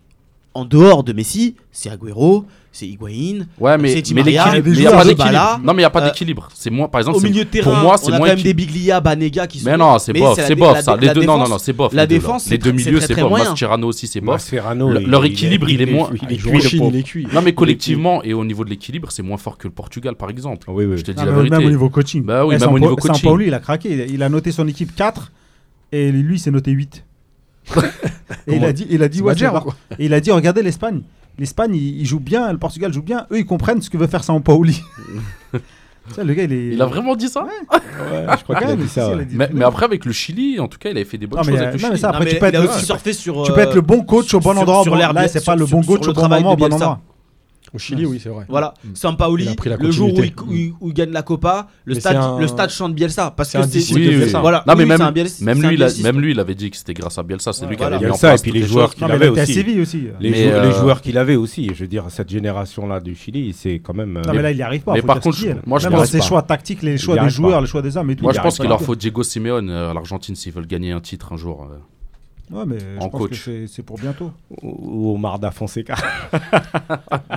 Speaker 1: en dehors de Messi, c'est Agüero, c'est Higuain.
Speaker 4: Ouais, mais
Speaker 1: C'est Di
Speaker 4: mais
Speaker 1: Maria,
Speaker 4: l'équilibre-
Speaker 1: il
Speaker 4: mais
Speaker 1: y
Speaker 4: y a
Speaker 1: a
Speaker 4: pas
Speaker 1: des
Speaker 4: d'équilibre.
Speaker 1: Zebala.
Speaker 4: Non, mais il y a pas
Speaker 1: Euh,
Speaker 4: d'équilibre. C'est moi, par exemple,
Speaker 1: Au
Speaker 4: c'est-
Speaker 1: milieu de terrain,
Speaker 4: pour moi, c'est
Speaker 1: on a
Speaker 4: moins
Speaker 1: quand même
Speaker 4: équilibré.
Speaker 1: des Biglia, Banega qui sont.
Speaker 4: Mais non, c'est
Speaker 1: Mais
Speaker 4: bof,
Speaker 1: c'est la
Speaker 4: c'est
Speaker 1: dé-
Speaker 4: bof
Speaker 1: la
Speaker 4: ça.
Speaker 1: dé-
Speaker 4: Les
Speaker 1: la
Speaker 4: deux, non, non,
Speaker 1: défense-
Speaker 4: non, c'est bof.
Speaker 1: la
Speaker 4: les deux, là.
Speaker 1: défense,
Speaker 4: les
Speaker 1: c'est
Speaker 4: deux
Speaker 1: très-
Speaker 4: milieux,
Speaker 1: c'est
Speaker 4: c'est
Speaker 1: très
Speaker 4: bof.
Speaker 1: moyen.
Speaker 4: Mascherano aussi, c'est bof.
Speaker 5: Mascherano,
Speaker 4: Le-
Speaker 5: il-
Speaker 4: leur
Speaker 5: il est-
Speaker 4: équilibre, il est moins-
Speaker 5: fou-
Speaker 6: Il
Speaker 5: est
Speaker 6: joue
Speaker 5: cuit,
Speaker 6: en
Speaker 5: le
Speaker 6: Chine,
Speaker 5: pauvre.
Speaker 6: il est cuit.
Speaker 4: Non, mais collectivement et au niveau de l'équilibre, c'est moins fort que le Portugal, par exemple.
Speaker 5: Oui, oui.
Speaker 4: Je te dis
Speaker 3: Ah,
Speaker 4: la
Speaker 3: mais même au
Speaker 4: vérité.
Speaker 3: niveau coaching.
Speaker 4: Bah oui,
Speaker 3: Eh,
Speaker 4: même au
Speaker 3: Sampa-
Speaker 4: niveau coaching.
Speaker 3: Sampaoli, il a craqué. Il a- Il a noté son équipe 4 et lui, il s'est noté 8. et il a dit, il a dit,
Speaker 6: C'est
Speaker 3: ouais,
Speaker 6: Madjer,
Speaker 3: c'est pas-
Speaker 6: quoi.
Speaker 3: et il a dit, regardez l'Espagne. L'Espagne, il, il joue bien, le Portugal joue bien. Eux, ils comprennent ce que veut faire Sampaoli. Ça, le gars, il est.
Speaker 4: Il a vraiment dit ça
Speaker 5: Ouais, je crois qu'il a
Speaker 3: Ouais,
Speaker 5: dit
Speaker 3: mais
Speaker 5: ça.
Speaker 3: si,
Speaker 5: ouais.
Speaker 3: il a dit-
Speaker 4: mais, mais après, avec le Chili, en tout cas, il avait fait des bonnes
Speaker 3: Non, mais
Speaker 4: choses
Speaker 3: il y a-
Speaker 4: avec le
Speaker 3: non, mais
Speaker 4: Chili.
Speaker 3: ça,
Speaker 1: Non,
Speaker 3: après,
Speaker 1: mais
Speaker 3: tu peux
Speaker 1: il a
Speaker 3: être-
Speaker 1: aussi
Speaker 3: tu-
Speaker 1: surfé sur. euh,
Speaker 3: Tu peux être le bon coach au bon
Speaker 1: sur-
Speaker 3: endroit.
Speaker 1: sur
Speaker 3: bon,
Speaker 1: l'herbe-
Speaker 3: là, c'est
Speaker 1: sur-
Speaker 3: pas le
Speaker 1: sur-
Speaker 3: bon
Speaker 1: sur
Speaker 3: coach
Speaker 1: le
Speaker 3: au bon
Speaker 1: travail
Speaker 3: moment, au
Speaker 1: de
Speaker 3: bon
Speaker 1: Bielsa.
Speaker 3: endroit.
Speaker 6: Au Chili, oui, c'est vrai.
Speaker 1: Voilà, Sampaoli,
Speaker 6: Il a pris la
Speaker 1: le jour où il,
Speaker 6: continuité.
Speaker 1: où il- où il gagne la Copa, le
Speaker 6: Mais
Speaker 1: stade,
Speaker 6: c'est un-
Speaker 1: le stade chante Bielsa. Parce
Speaker 6: c'est
Speaker 1: que
Speaker 6: un
Speaker 1: c'est.
Speaker 6: disciple
Speaker 1: oui,
Speaker 6: de
Speaker 1: oui,
Speaker 6: Bielsa.
Speaker 1: oui. Voilà,
Speaker 4: Non, mais
Speaker 1: Oui, c'est un
Speaker 4: même,
Speaker 1: Bielsa-
Speaker 4: même
Speaker 1: c'est un
Speaker 4: lui, il a,
Speaker 1: Bielciste.
Speaker 4: même lui, il avait dit que c'était grâce à Bielsa. C'est lui qui
Speaker 5: voilà,
Speaker 4: avait mis en
Speaker 5: Bielsa,
Speaker 4: place
Speaker 5: et puis
Speaker 4: toutes
Speaker 5: les
Speaker 4: choses.
Speaker 5: joueurs
Speaker 3: Non,
Speaker 5: qu'il
Speaker 3: mais il
Speaker 5: avait
Speaker 3: était à
Speaker 5: aussi.
Speaker 3: Séville aussi.
Speaker 5: Les,
Speaker 4: Mais,
Speaker 5: jou-
Speaker 4: euh,
Speaker 5: les joueurs qu'il avait aussi, je veux dire, cette génération-là du Chili, c'est quand même. euh,
Speaker 3: Non, mais là, il n'y arrive pas.
Speaker 4: mais
Speaker 3: faut
Speaker 4: par
Speaker 3: dire
Speaker 4: contre,
Speaker 3: ce qu'il est.
Speaker 4: moi, je
Speaker 3: Même dans
Speaker 4: pense
Speaker 3: ses
Speaker 5: pas.
Speaker 3: choix tactiques, les choix
Speaker 5: Il y
Speaker 3: des
Speaker 5: arrive
Speaker 3: joueurs,
Speaker 5: pas.
Speaker 3: les choix des hommes et tout.
Speaker 4: Moi,
Speaker 5: Il
Speaker 4: je
Speaker 5: y
Speaker 4: pense
Speaker 5: arrive
Speaker 4: qu'il
Speaker 5: pas.
Speaker 4: leur faut Diego Simeone euh, à l'Argentine s'ils veulent gagner un titre un jour. euh.
Speaker 3: Ouais, mais je
Speaker 4: En
Speaker 3: pense
Speaker 4: coach.
Speaker 3: que c'est- c'est pour bientôt.
Speaker 5: Ou ou Omar da Fonseca.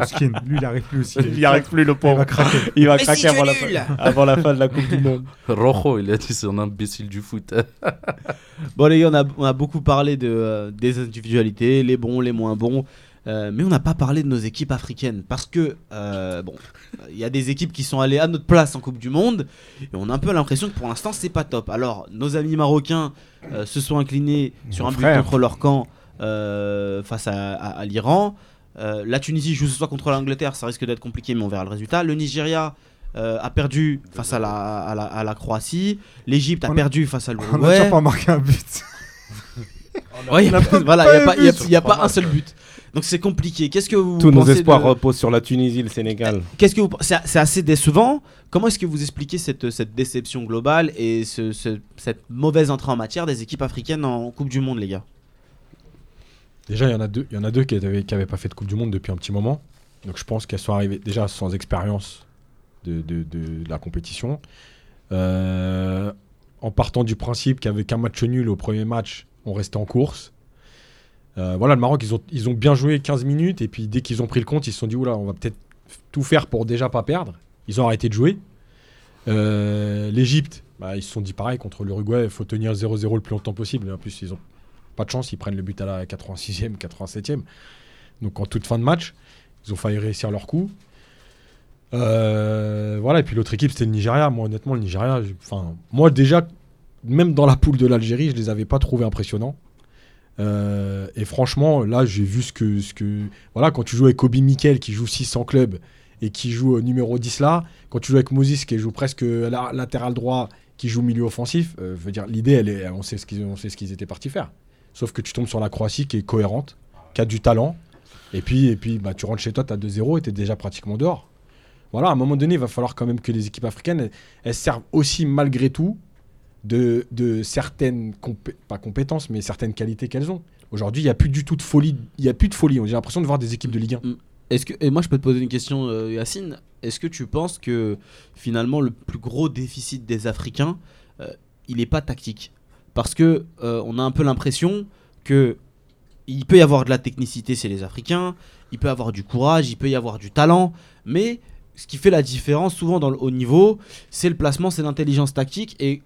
Speaker 3: Skin, lui, il arrive plus aussi.
Speaker 5: Il n'y arrive plus, le
Speaker 3: Il va
Speaker 5: pauvre.
Speaker 3: craquer.
Speaker 5: Il va
Speaker 1: Mais si,
Speaker 5: craquer
Speaker 1: tu
Speaker 5: avant, la
Speaker 1: es nul.
Speaker 5: fin, avant la fin de la Coupe du Monde.
Speaker 4: Rojo, il a dit c'est un imbécile du foot.
Speaker 1: Bon, les gars, on a, on a beaucoup parlé de, euh, des individualités, les bons, les moins bons. euh, mais on n'a pas parlé de nos équipes africaines parce que euh, bon, il y a des équipes qui sont allées à notre place en Coupe du Monde et on a un peu l'impression que pour l'instant c'est pas top. Alors nos amis marocains euh, se sont inclinés sur
Speaker 5: Mon
Speaker 1: un but
Speaker 5: frère.
Speaker 1: contre leur camp euh, face à, à- à l'Iran. Euh, la Tunisie joue ce soir contre l'Angleterre, ça risque d'être compliqué mais on verra le résultat. Le Nigeria euh, a perdu face à la, à la, à la Croatie. L'Égypte a
Speaker 3: On a-
Speaker 1: perdu face à
Speaker 3: On n'a
Speaker 1: l'Uruguay.
Speaker 3: toujours pas marqué un but.
Speaker 1: Ouais, y a pas, voilà, il n'y a, pas, y a-
Speaker 6: but.
Speaker 1: y a pas
Speaker 6: Sur
Speaker 1: un seul but. Donc c'est compliqué. Qu'est-ce que vous
Speaker 5: Tous nos
Speaker 1: pensez
Speaker 5: espoirs
Speaker 1: de-
Speaker 5: reposent sur la Tunisie, le Sénégal.
Speaker 1: Qu'est-ce que vous c'est c'est assez décevant. Comment est-ce que vous expliquez cette, cette déception globale et ce- ce- cette mauvaise entrée en matière des équipes africaines en Coupe du Monde, les gars
Speaker 6: Déjà, il y en a deux, il y en a deux qui n'avaient pas fait de Coupe du Monde depuis un petit moment. Donc, je pense qu'elles sont arrivées déjà sans expérience de, de- de- de la compétition. Euh, en partant du principe qu'avec un match nul au premier match, on restait en course. Euh, voilà, le Maroc, ils ont, ils ont bien joué 15 minutes. Et puis, dès qu'ils ont pris le compte, ils se sont dit oula, on va peut-être f- tout faire pour déjà pas perdre. Ils ont arrêté de jouer. Euh, L'Égypte, bah, ils se sont dit pareil contre l'Uruguay, il faut tenir 0-0 le plus longtemps possible. Et en plus, ils ont pas de chance, ils prennent le but à la 86e, 87e. Donc en toute fin de match, ils ont failli réussir leur coup. Euh, voilà, et puis l'autre équipe, c'était le Nigeria. Moi, honnêtement, le Nigeria, je- enfin, moi déjà, même dans la poule de l'Algérie, je les avais pas trouvés impressionnants. Euh, et franchement, là, j'ai vu ce que, ce que. Voilà, quand tu joues avec Kobe Mikel qui joue 600 clubs et qui joue au numéro 10 là, quand tu joues avec Moses qui joue presque la- latéral droit, qui joue milieu offensif, euh, je veux dire, l'idée, elle est, on sait ce qu'ils on sait ce qu'ils étaient partis faire. Sauf que tu tombes sur la Croatie qui est cohérente, qui a du talent. Et puis, et puis bah, tu rentres chez toi, tu as 2-0 et tu es déjà pratiquement dehors. Voilà, à un moment donné, il va falloir quand même que les équipes africaines, elles, elles servent aussi malgré tout de, de certaines, compé- pas compétences, mais certaines qualités qu'elles ont. Aujourd'hui, il n'y a plus du tout de folie. Il y a plus de folie. J'ai l'impression de voir des équipes de Ligue 1.
Speaker 1: Est-ce que et moi je peux te poser une question, euh, Yacine Est-ce que tu penses que finalement le plus gros déficit des Africains, euh, il n'est pas tactique Parce que euh, on a un peu l'impression que il peut y avoir de la technicité chez les Africains, il peut y avoir du courage, il peut y avoir du talent, mais ce qui fait la différence souvent dans le haut niveau, c'est le placement, c'est l'intelligence tactique et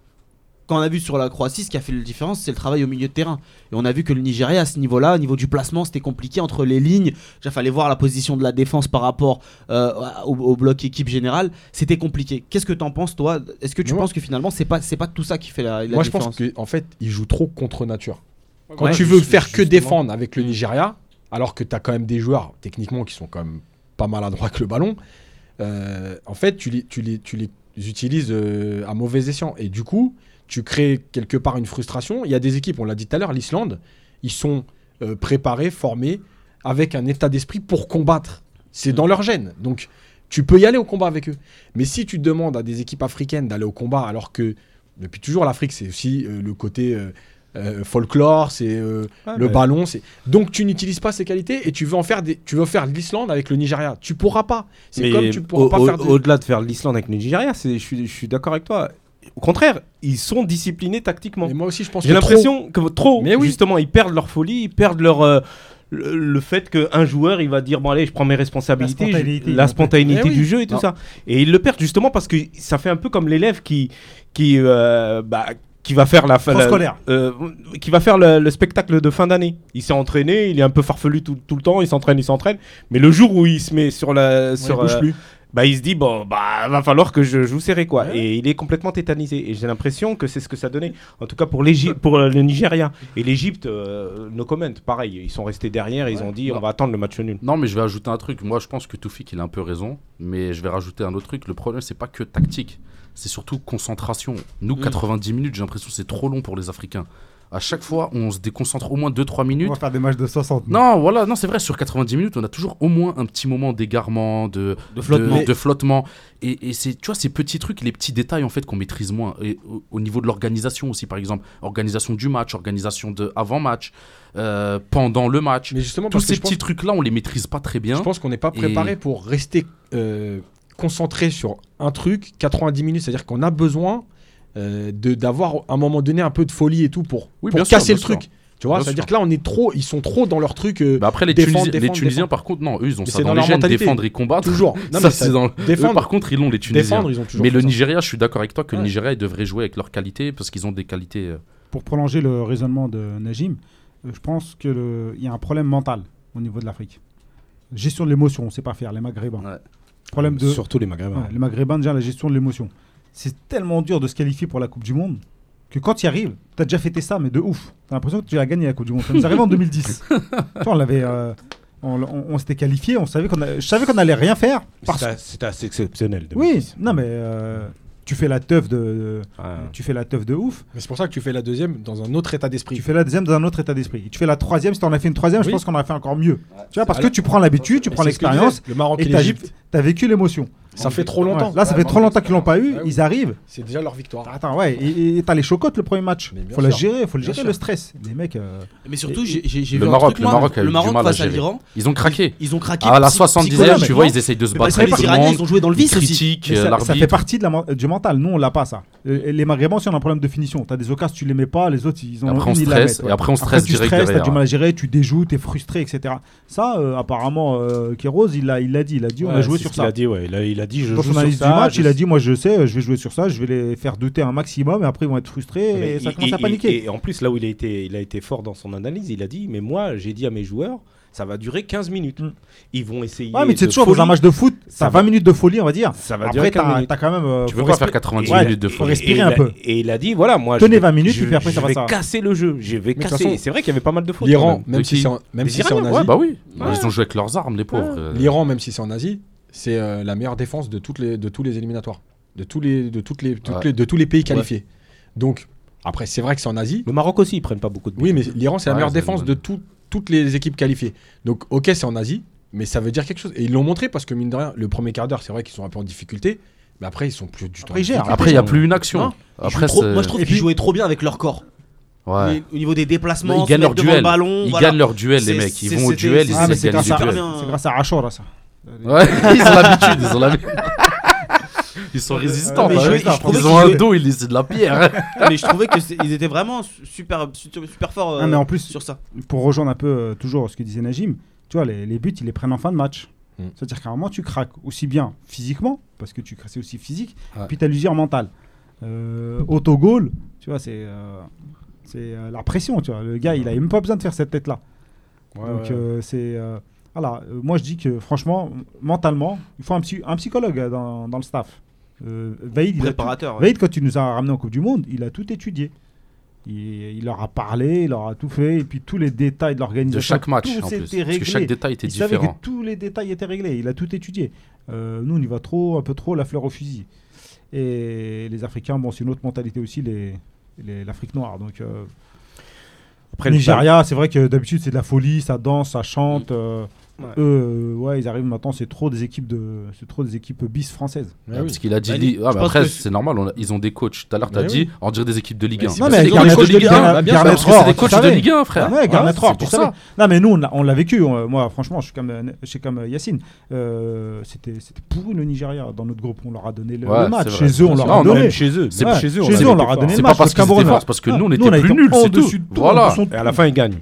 Speaker 1: quand on a vu sur la Croatie, ce qui a fait la différence, c'est le travail au milieu de terrain. Et on a vu que le Nigeria, à ce niveau-là, au niveau du placement, c'était compliqué entre les lignes. Il fallait voir la position de la défense par rapport euh, au, au bloc équipe générale. C'était compliqué. Qu'est-ce que t'en penses, toi Est-ce que tu
Speaker 6: Moi-
Speaker 1: penses que finalement, c'est pas, c'est pas tout ça qui fait la, la
Speaker 6: Moi, je
Speaker 1: différence
Speaker 6: pense qu'en en fait, ils jouent trop contre nature. Quand
Speaker 1: Ouais,
Speaker 6: tu veux
Speaker 1: juste-
Speaker 6: faire que
Speaker 1: justement. Mm.
Speaker 6: défendre avec le Nigeria, alors que tu as quand même des joueurs techniquement qui sont quand même pas maladroits avec le ballon, euh, en fait, tu les, tu les, tu les utilises euh, à mauvais escient. Et du coup, tu crées quelque part une frustration. Il y a des équipes, on l'a dit tout à l'heure, l'Islande, ils sont euh, préparés, formés, avec un état d'esprit pour combattre. C'est
Speaker 1: Mm.
Speaker 6: dans leur gène. Donc, tu peux y aller au combat avec eux. Mais si tu demandes à des équipes africaines d'aller au combat, alors que depuis toujours, l'Afrique, c'est aussi euh, le côté euh, euh, folklore, c'est euh,
Speaker 5: Ah, bah
Speaker 6: le ballon. c'est Donc, tu n'utilises pas ces qualités et tu veux en faire des... tu veux faire l'Islande avec le Nigeria. Tu pourras pas. C'est
Speaker 5: Mais
Speaker 6: comme tu pourras
Speaker 5: au-
Speaker 6: pas
Speaker 5: au-
Speaker 6: faire de...
Speaker 5: Au-delà de faire l'Islande avec le Nigeria, c'est- je suis, je suis d'accord avec toi. Au contraire, ils sont disciplinés tactiquement.
Speaker 6: Mais moi aussi, je pense
Speaker 5: J'ai
Speaker 6: que trop-
Speaker 5: l'impression que trop,
Speaker 6: Mais oui.
Speaker 5: justement, ils perdent leur folie, ils perdent leur, euh, le, le fait qu'un joueur, il va dire bon allez, je prends mes responsabilités,
Speaker 3: La
Speaker 5: je-
Speaker 3: spontanéité,
Speaker 5: la
Speaker 3: en fait.
Speaker 5: spontanéité
Speaker 6: Eh oui.
Speaker 5: du jeu et tout
Speaker 6: Non.
Speaker 5: ça. Et ils le perdent justement parce que ça fait un peu comme l'élève qui qui euh, bah, qui va faire la fin
Speaker 3: Trop
Speaker 5: la-
Speaker 3: scolaire.
Speaker 5: euh, qui va faire le, le spectacle de fin d'année. Il s'est entraîné, il est un peu farfelu tout, tout le temps, il s'entraîne, il s'entraîne, mais le jour où il se met sur la sur
Speaker 6: bouge
Speaker 5: euh,
Speaker 6: plus.
Speaker 5: bah, il se dit bon bah va falloir que je joue serré quoi
Speaker 6: Ouais.
Speaker 5: et il est complètement tétanisé et j'ai l'impression que c'est ce que ça donnait en tout cas pour l'Égypte pour euh, le Nigeria et l'Égypte euh, no comment pareil ils sont restés derrière ils
Speaker 4: Ouais.
Speaker 5: ont dit
Speaker 3: Bah.
Speaker 4: Non.
Speaker 5: on va attendre le match nul
Speaker 4: Non, mais je vais ajouter un truc. Moi, je pense que Toufik, il a un peu raison. Mais je vais rajouter un autre truc. Le problème, c'est pas que tactique. C'est surtout concentration. Nous,
Speaker 1: Mm.
Speaker 4: 90 minutes, j'ai l'impression que c'est trop long pour les Africains. À chaque fois, on se déconcentre au moins 2-3
Speaker 3: On
Speaker 4: minutes.
Speaker 3: va faire des matchs de 60. nous.
Speaker 4: Non, voilà, non, c'est vrai, sur 90 minutes, on a toujours au moins un petit moment d'égarement, de,
Speaker 1: De flottement.
Speaker 4: de- de flottement. Et, et c'est, tu vois, ces petits trucs, les petits détails, en fait, qu'on maîtrise moins. Et au, au niveau de l'organisation aussi, par exemple, organisation du match, organisation de avant-match, euh, pendant le match.
Speaker 6: Mais justement,
Speaker 4: Tous
Speaker 6: parce que
Speaker 4: ces
Speaker 6: je pense-
Speaker 4: petits trucs-là, on les maîtrise pas très bien.
Speaker 6: Je pense qu'on n'est pas préparé
Speaker 4: Et-
Speaker 6: pour rester euh, concentré sur un truc 90 minutes. C'est-à-dire qu'on a besoin euh, de- d'avoir à un moment donné un peu de folie et tout pour,
Speaker 4: Oui,
Speaker 6: pour
Speaker 4: bien sûr,
Speaker 6: casser
Speaker 4: bien
Speaker 6: le truc.
Speaker 4: sûr.
Speaker 6: Tu vois,
Speaker 4: Bien
Speaker 6: c'est-à-dire
Speaker 4: sûr.
Speaker 6: que là, on est trop, ils sont trop dans leur truc. euh,
Speaker 4: Bah après, les,
Speaker 6: Défendre,
Speaker 4: Tunisi- les
Speaker 6: défendre,
Speaker 4: Tunisiens,
Speaker 6: défendre.
Speaker 4: par contre, non, eux, ils ont
Speaker 6: Mais
Speaker 4: ça
Speaker 6: c'est
Speaker 4: dans,
Speaker 6: dans
Speaker 4: les
Speaker 6: leur
Speaker 4: gènes,
Speaker 6: mentalité.
Speaker 4: défendre et combattre.
Speaker 6: toujours. Non,
Speaker 4: ça,
Speaker 6: mais ça-
Speaker 4: c'est dans... eux,
Speaker 6: défendre,
Speaker 4: par contre, ils l'ont, les Tunisiens.
Speaker 6: défendre, ils ont toujours.
Speaker 4: mais
Speaker 6: fait
Speaker 4: le
Speaker 6: ça.
Speaker 4: Nigeria, je suis d'accord avec toi que
Speaker 6: Ouais.
Speaker 4: le Nigeria, il devrait jouer avec leur qualité parce qu'ils ont des qualités. euh,
Speaker 3: Pour prolonger le raisonnement de Najim, euh, je pense qu'il y a un problème mental au niveau de l'Afrique. Gestion de l'émotion, on ne sait pas faire, les Maghrébins.
Speaker 4: Ouais.
Speaker 3: Problème de,
Speaker 5: surtout les Maghrébins
Speaker 3: Ouais, les Maghrébins, déjà, la gestion de l'émotion. C'est tellement dur de se qualifier pour la Coupe du Monde que quand tu y arrives, tu as déjà fêté ça, mais de ouf. Tu as l'impression que tu as gagné la Coupe du Monde. Ça nous arrivait en 2010. Tu vois, on l'avait. euh, on, on- on s'était qualifié, on savait qu'on a- je savais qu'on allait rien faire. Parce...
Speaker 5: C'était- c'était assez exceptionnel de
Speaker 3: Oui,
Speaker 5: Memphis.
Speaker 3: non mais euh, tu fais la teuf de,
Speaker 5: Ouais.
Speaker 4: Ah.
Speaker 3: tu fais la teuf de ouf.
Speaker 6: Mais c'est pour ça que tu fais la deuxième dans un autre état d'esprit.
Speaker 3: Tu fais la deuxième dans un autre état d'esprit. Et Tu fais la troisième, si t'en as fait une troisième, je
Speaker 6: Oui.
Speaker 3: pense qu'on aurait fait encore mieux. Tu vois, parce
Speaker 6: Alors-
Speaker 3: que tu prends l'habitude, tu
Speaker 6: Mais
Speaker 3: prends
Speaker 6: c'est ce que
Speaker 3: l'expérience
Speaker 6: disait Le Maroc et
Speaker 3: et t'as
Speaker 6: l'Égypte,
Speaker 3: as vécu l'émotion.
Speaker 6: ça fait trop longtemps.
Speaker 3: Ouais, Là, ça fait trop longtemps qu'ils l'ont pas eu.
Speaker 6: Ouais, oui.
Speaker 3: Ils arrivent.
Speaker 6: C'est déjà leur victoire.
Speaker 3: Attends, ouais, et et t'as les chocottes le premier match.
Speaker 6: Mais bien
Speaker 3: Faut la
Speaker 6: sûr.
Speaker 3: gérer, faut le
Speaker 6: Bien
Speaker 3: gérer
Speaker 6: sûr.
Speaker 3: le stress. Les mecs. euh,
Speaker 1: Mais surtout,
Speaker 3: Et-
Speaker 1: j'ai j'ai- j'ai
Speaker 4: Le
Speaker 1: vu un
Speaker 4: Maroc-
Speaker 1: truc,
Speaker 4: le
Speaker 1: moi,
Speaker 4: Maroc a eu
Speaker 1: le
Speaker 4: du
Speaker 1: Maroc
Speaker 4: mal à
Speaker 1: face à
Speaker 4: gérer.
Speaker 1: l'Iran,
Speaker 4: Ils ont craqué.
Speaker 1: ils ont craqué.
Speaker 4: À la
Speaker 1: psy-
Speaker 4: 70e,
Speaker 3: psychologique,
Speaker 4: tu vois,
Speaker 3: non
Speaker 4: ils essayent de se
Speaker 1: Parce
Speaker 4: battre
Speaker 1: que
Speaker 4: avec
Speaker 1: les
Speaker 4: tout le
Speaker 1: Iraniens,
Speaker 4: monde.
Speaker 1: ils ont joué dans le
Speaker 4: Ils
Speaker 1: vice aussi.
Speaker 4: critiquent
Speaker 3: mais
Speaker 4: euh,
Speaker 3: ça, ça fait
Speaker 4: l'arbitre.
Speaker 3: partie de la, men- du mental. Nous, on l'a pas ça. Euh, les Maghrébins, si on a un problème de finition, t'as des occasions, tu les mets pas, les autres, ils ont
Speaker 4: Après, on
Speaker 3: une, ils la
Speaker 4: stresse,
Speaker 3: mettent, ouais.
Speaker 4: et après, on stresse
Speaker 3: tu
Speaker 4: direct
Speaker 3: stresses, t'as
Speaker 4: derrière,
Speaker 5: hein.
Speaker 3: du mal à gérer, tu déjoues, t'es frustré, etc. Ça, euh, apparemment, euh, Kéros, il l'a il l'a dit, il a dit, on a
Speaker 5: Ouais,
Speaker 3: joué
Speaker 5: c'est
Speaker 3: sur
Speaker 5: ce qu'il
Speaker 3: ça.
Speaker 5: a dit ouais il a, il a dit je
Speaker 3: Dans
Speaker 5: joue
Speaker 3: son
Speaker 5: sur
Speaker 3: analyse
Speaker 5: ça,
Speaker 3: du match,
Speaker 5: je-
Speaker 3: il a dit, moi je sais, euh, je vais jouer sur ça, je vais les faire douter un maximum, et après ils vont être frustrés,
Speaker 5: Mais
Speaker 3: et ça
Speaker 5: il-
Speaker 3: commence à
Speaker 5: il-
Speaker 3: paniquer.
Speaker 5: Et, en plus, là où il a, été, il a été fort dans son analyse, il a dit Mais moi, j'ai dit à mes joueurs, ça va durer 15 minutes.
Speaker 3: Mm.
Speaker 5: Ils vont essayer.
Speaker 3: Ouais, mais c'est
Speaker 5: de
Speaker 3: toujours
Speaker 5: folie.
Speaker 3: dans un match de foot,
Speaker 5: Ça
Speaker 3: ça 20 minutes de folie, on va dire.
Speaker 5: Ça va
Speaker 3: Après,
Speaker 5: durer 15
Speaker 3: t'as
Speaker 5: minutes.
Speaker 3: t'as quand même. euh,
Speaker 4: Tu
Speaker 3: faut
Speaker 4: veux pas
Speaker 3: respecter-
Speaker 4: faire 90
Speaker 5: Ouais.
Speaker 4: minutes de
Speaker 3: faut
Speaker 4: folie.
Speaker 5: Et
Speaker 3: respirer
Speaker 5: il
Speaker 3: un
Speaker 5: a-
Speaker 3: peu.
Speaker 5: Et il a dit Voilà, moi.
Speaker 3: Tenez
Speaker 5: je vais-
Speaker 3: 20 minutes,
Speaker 5: je-
Speaker 3: et puis après, ça
Speaker 5: je
Speaker 3: va,
Speaker 5: vais
Speaker 3: ça va.
Speaker 5: casser le jeu. Je vais
Speaker 6: Mais de toute
Speaker 5: casser.
Speaker 6: façon,
Speaker 5: C'est vrai qu'il y avait pas mal de fautes.
Speaker 6: L'Iran,
Speaker 4: De
Speaker 6: même si
Speaker 4: qui
Speaker 6: c'est en, même
Speaker 5: Les
Speaker 6: si c'est en
Speaker 5: Iraniens,
Speaker 6: Asie,
Speaker 4: Ouais, bah oui.
Speaker 5: Ouais.
Speaker 4: Ils ont joué avec leurs armes, les pauvres. euh.
Speaker 6: l'Iran, même si c'est en Asie, c'est euh, la meilleure défense de toutes les de tous les éliminatoires, de tous les de toutes les, toutes
Speaker 4: Ouais.
Speaker 6: les- de tous les pays qualifiés. Donc après, c'est vrai que c'est en Asie.
Speaker 5: Le Maroc aussi, ils prennent pas beaucoup de buts.
Speaker 6: Oui, mais l'Iran, c'est la
Speaker 4: Ouais,
Speaker 6: meilleure
Speaker 4: c'est
Speaker 6: défense
Speaker 4: une
Speaker 6: de
Speaker 4: bonne-
Speaker 6: tout- toutes les équipes qualifiées. Donc, ok, c'est en Asie, mais ça veut dire quelque chose. Et ils l'ont montré parce que, mine de rien, le premier quart d'heure, c'est vrai qu'ils sont un peu en difficulté, mais après, ils sont plus du tout. en
Speaker 3: Après, ils gèrent.
Speaker 6: difficulté.
Speaker 4: Après, il n'y a plus une action.
Speaker 1: Non, Ils jouent
Speaker 4: Après,
Speaker 1: trop-
Speaker 4: c'est-
Speaker 1: moi je trouve
Speaker 3: Et
Speaker 1: qu'ils
Speaker 3: puis-
Speaker 1: jouaient trop bien avec leur corps.
Speaker 4: Ouais.
Speaker 1: Au niveau des déplacements,
Speaker 4: Ils
Speaker 1: se
Speaker 4: gagnent
Speaker 1: mettre
Speaker 4: leur
Speaker 1: devant
Speaker 4: duel.
Speaker 1: le ballon.
Speaker 4: Ils
Speaker 1: voilà.
Speaker 4: gagnent leur duel, les
Speaker 1: C'est-
Speaker 4: mecs. Ils
Speaker 1: c'est-
Speaker 4: vont au
Speaker 1: c'était-
Speaker 4: duel, ils
Speaker 1: c'est-
Speaker 3: Ah, mais c'est
Speaker 4: essayent de
Speaker 3: grâce,
Speaker 4: gagner
Speaker 3: à...
Speaker 4: du duel.
Speaker 1: duel.
Speaker 3: c'est grâce à Rachor, là, ça.
Speaker 4: Ouais, ils ont l'habitude, ils ont l'habitude. Ils sont résistants.
Speaker 1: mais
Speaker 4: bah
Speaker 1: je-
Speaker 4: ouais.
Speaker 1: je trouvais
Speaker 4: ils ont un
Speaker 1: qu'ils-
Speaker 4: dos, ils laissent de la pierre.
Speaker 1: mais je trouvais qu'ils étaient vraiment su- super, su- super forts euh,
Speaker 3: Ah, mais en plus,
Speaker 1: sur ça.
Speaker 3: pour rejoindre un peu euh, toujours ce que disait Najim, tu vois, les, les buts, ils les prennent en fin de match.
Speaker 6: Mm.
Speaker 3: C'est-à-dire qu'à un moment, tu craques aussi bien physiquement, parce que tu cra- c'est aussi physique,
Speaker 4: Ouais.
Speaker 3: puis tu as l'usure mentale. Euh, Autogol, tu vois, c'est euh, c'est, euh, la pression, tu vois. Le gars, il a même pas besoin de faire cette tête-là. Donc, euh, c'est. euh, voilà, Euh, moi je dis que franchement, mentalement, il faut un, psy- un psychologue euh, dans, dans le staff. Euh, Vaïd, il a tout-
Speaker 1: Préparateur.
Speaker 4: Ah
Speaker 1: ouais.
Speaker 3: Vaïd, quand il nous a ramené en Coupe du Monde, il a tout étudié. Il, il leur a parlé, il leur a tout fait, et puis tous les détails de
Speaker 4: De
Speaker 3: l'organisation.
Speaker 4: chaque match,
Speaker 3: tout
Speaker 4: en plus.
Speaker 3: s'était
Speaker 4: Parce que
Speaker 3: réglé.
Speaker 4: chaque détail était
Speaker 3: il savait
Speaker 4: différent.
Speaker 3: que tous les détails étaient réglés, il a tout étudié. Euh, nous, on y va trop, un peu trop, la fleur au fusil. Et les Africains, bon, c'est une autre mentalité aussi, les- les- l'Afrique noire. Donc, euh,
Speaker 5: Après, le
Speaker 3: Nigeria, c'est vrai que d'habitude, c'est de la folie, ça danse, ça chante. euh,
Speaker 4: Mm.
Speaker 5: Ouais.
Speaker 3: Eux, euh, ouais, ils arrivent maintenant, c'est trop des équipes de, c'est trop des équipes bis françaises.
Speaker 6: Mais
Speaker 4: Ah,
Speaker 6: oui.
Speaker 4: Parce qu'il a dit.
Speaker 1: Bah,
Speaker 4: ah,
Speaker 1: je
Speaker 4: bah
Speaker 1: pense
Speaker 4: après,
Speaker 1: que-
Speaker 4: c'est normal, on a- ils ont des coachs. Tout à l'heure, t'as
Speaker 6: Mais
Speaker 4: dit, on dirait des équipes de Ligue
Speaker 6: Mais
Speaker 4: 1.
Speaker 6: c'est
Speaker 3: Non,
Speaker 4: Bah,
Speaker 3: mais
Speaker 4: c'est
Speaker 6: Garnet-
Speaker 4: comme
Speaker 3: Garnet
Speaker 4: les coachs de
Speaker 6: Garnet-
Speaker 4: Ligue 1.
Speaker 6: Garnet-
Speaker 4: Bah, Parce que c'est des coachs de
Speaker 3: Garnet-
Speaker 4: Ligue 1, frère.
Speaker 3: Ouais, Garnet
Speaker 4: C'est
Speaker 3: Rohr, tu
Speaker 4: pour
Speaker 3: savais.
Speaker 4: ça.
Speaker 3: Non, mais nous, on l'a, on l'a vécu. on- moi, franchement, je suis comme, euh, je suis comme euh, Yacine. Euh, c'était, c'était pourri le Nigeria dans notre groupe. On leur a donné le,
Speaker 4: Ouais,
Speaker 3: le match.
Speaker 4: c'est vrai,
Speaker 3: Chez eux, on leur
Speaker 4: c'est vrai.
Speaker 3: a
Speaker 4: Non,
Speaker 5: Même
Speaker 3: donné.
Speaker 5: chez eux,
Speaker 4: C'est
Speaker 5: même
Speaker 4: pas-
Speaker 5: chez eux,
Speaker 3: chez
Speaker 5: on
Speaker 3: eux,
Speaker 5: les
Speaker 3: on leur a donné
Speaker 5: fait fort.
Speaker 3: le match.
Speaker 4: C'est pas parce
Speaker 3: le
Speaker 4: qu'ils étaient
Speaker 3: Cameroun.
Speaker 4: forts, c'est parce que nous, on
Speaker 3: Ah,
Speaker 4: était
Speaker 3: on a été
Speaker 4: plus nuls, c'est
Speaker 3: en-dessus
Speaker 4: tout.
Speaker 3: de tout, en
Speaker 4: Voilà.
Speaker 3: dessous de
Speaker 5: Et à la fin, ils gagnent.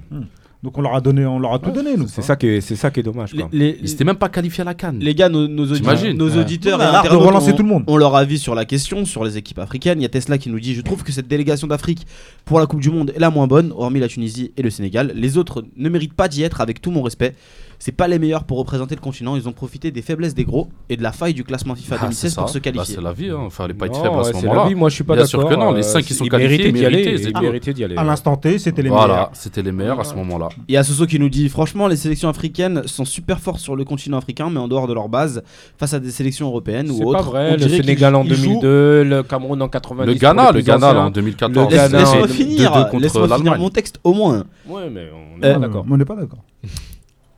Speaker 3: Donc on leur a donné, on leur a tout donné, nous.
Speaker 5: C'est ça, qui est- c'est ça qui est dommage.
Speaker 1: Les,
Speaker 5: quoi.
Speaker 1: les-
Speaker 4: Ils s'étaient même pas qualifiés à la canne.
Speaker 1: Mm. les gars, nos, nos audi-
Speaker 4: T'imagines
Speaker 1: nos
Speaker 6: Ouais.
Speaker 1: auditeurs
Speaker 3: On
Speaker 1: et
Speaker 3: a l'arbre de
Speaker 1: internautes
Speaker 3: relancer
Speaker 1: ont-
Speaker 3: tout le monde.
Speaker 1: ont leur avis sur la question, sur les équipes africaines. Il y a Tesla qui nous dit Je trouve que cette délégation d'Afrique pour la Coupe du Monde est la moins bonne, hormis la Tunisie et le Sénégal. Les autres ne méritent pas d'y être, avec tout mon respect. C'est pas les meilleurs pour représenter le continent. Ils ont profité des faiblesses des gros et de la faille du classement FIFA
Speaker 4: Ah,
Speaker 1: 2016
Speaker 4: c'est
Speaker 1: pour
Speaker 4: ça.
Speaker 1: se qualifier.
Speaker 4: Bah, c'est la vie, hein. fallait pas être
Speaker 5: Non,
Speaker 4: faible à
Speaker 5: ouais,
Speaker 4: ce
Speaker 5: c'est la
Speaker 4: moment-là.
Speaker 5: vie, Moi, je suis pas
Speaker 4: Bien
Speaker 5: d'accord.
Speaker 4: sûr que non, les cinq qui
Speaker 5: euh,
Speaker 4: sont
Speaker 5: ils
Speaker 4: qualifiés
Speaker 5: méritaient d'y
Speaker 4: méritaient,
Speaker 5: aller,
Speaker 4: c'est
Speaker 5: ils
Speaker 4: tout.
Speaker 5: méritaient d'y aller.
Speaker 3: À l'instant T, c'était les meilleurs.
Speaker 4: Voilà, c'était les meilleurs à ce moment-là.
Speaker 1: Il y a Soso qui nous dit Franchement, les sélections africaines sont super fortes sur le continent africain, mais en dehors de leur base, face à des sélections européennes
Speaker 5: C'est
Speaker 1: ou autres.
Speaker 5: pas
Speaker 1: on
Speaker 5: vrai. Le
Speaker 1: dirait qu'ils-
Speaker 5: Sénégal en
Speaker 1: ils jouent-
Speaker 5: 2002, le Cameroun en 90.
Speaker 4: Le
Speaker 5: pour
Speaker 4: Ghana,
Speaker 5: les
Speaker 4: le
Speaker 5: plus
Speaker 4: Ghana là, en
Speaker 5: anciens.
Speaker 4: 2014.
Speaker 5: Le
Speaker 1: Laisse-
Speaker 5: Ghana,
Speaker 1: Laisse-moi
Speaker 5: en-
Speaker 4: deux- deux
Speaker 1: finir,
Speaker 4: contre
Speaker 1: laisse-moi finir
Speaker 4: l'Allemagne.
Speaker 1: mon texte au moins.
Speaker 5: Ouais, mais on
Speaker 4: Eh,
Speaker 1: Euh,
Speaker 5: est pas
Speaker 3: Euh,
Speaker 5: d'accord.
Speaker 3: mais on n'est pas d'accord.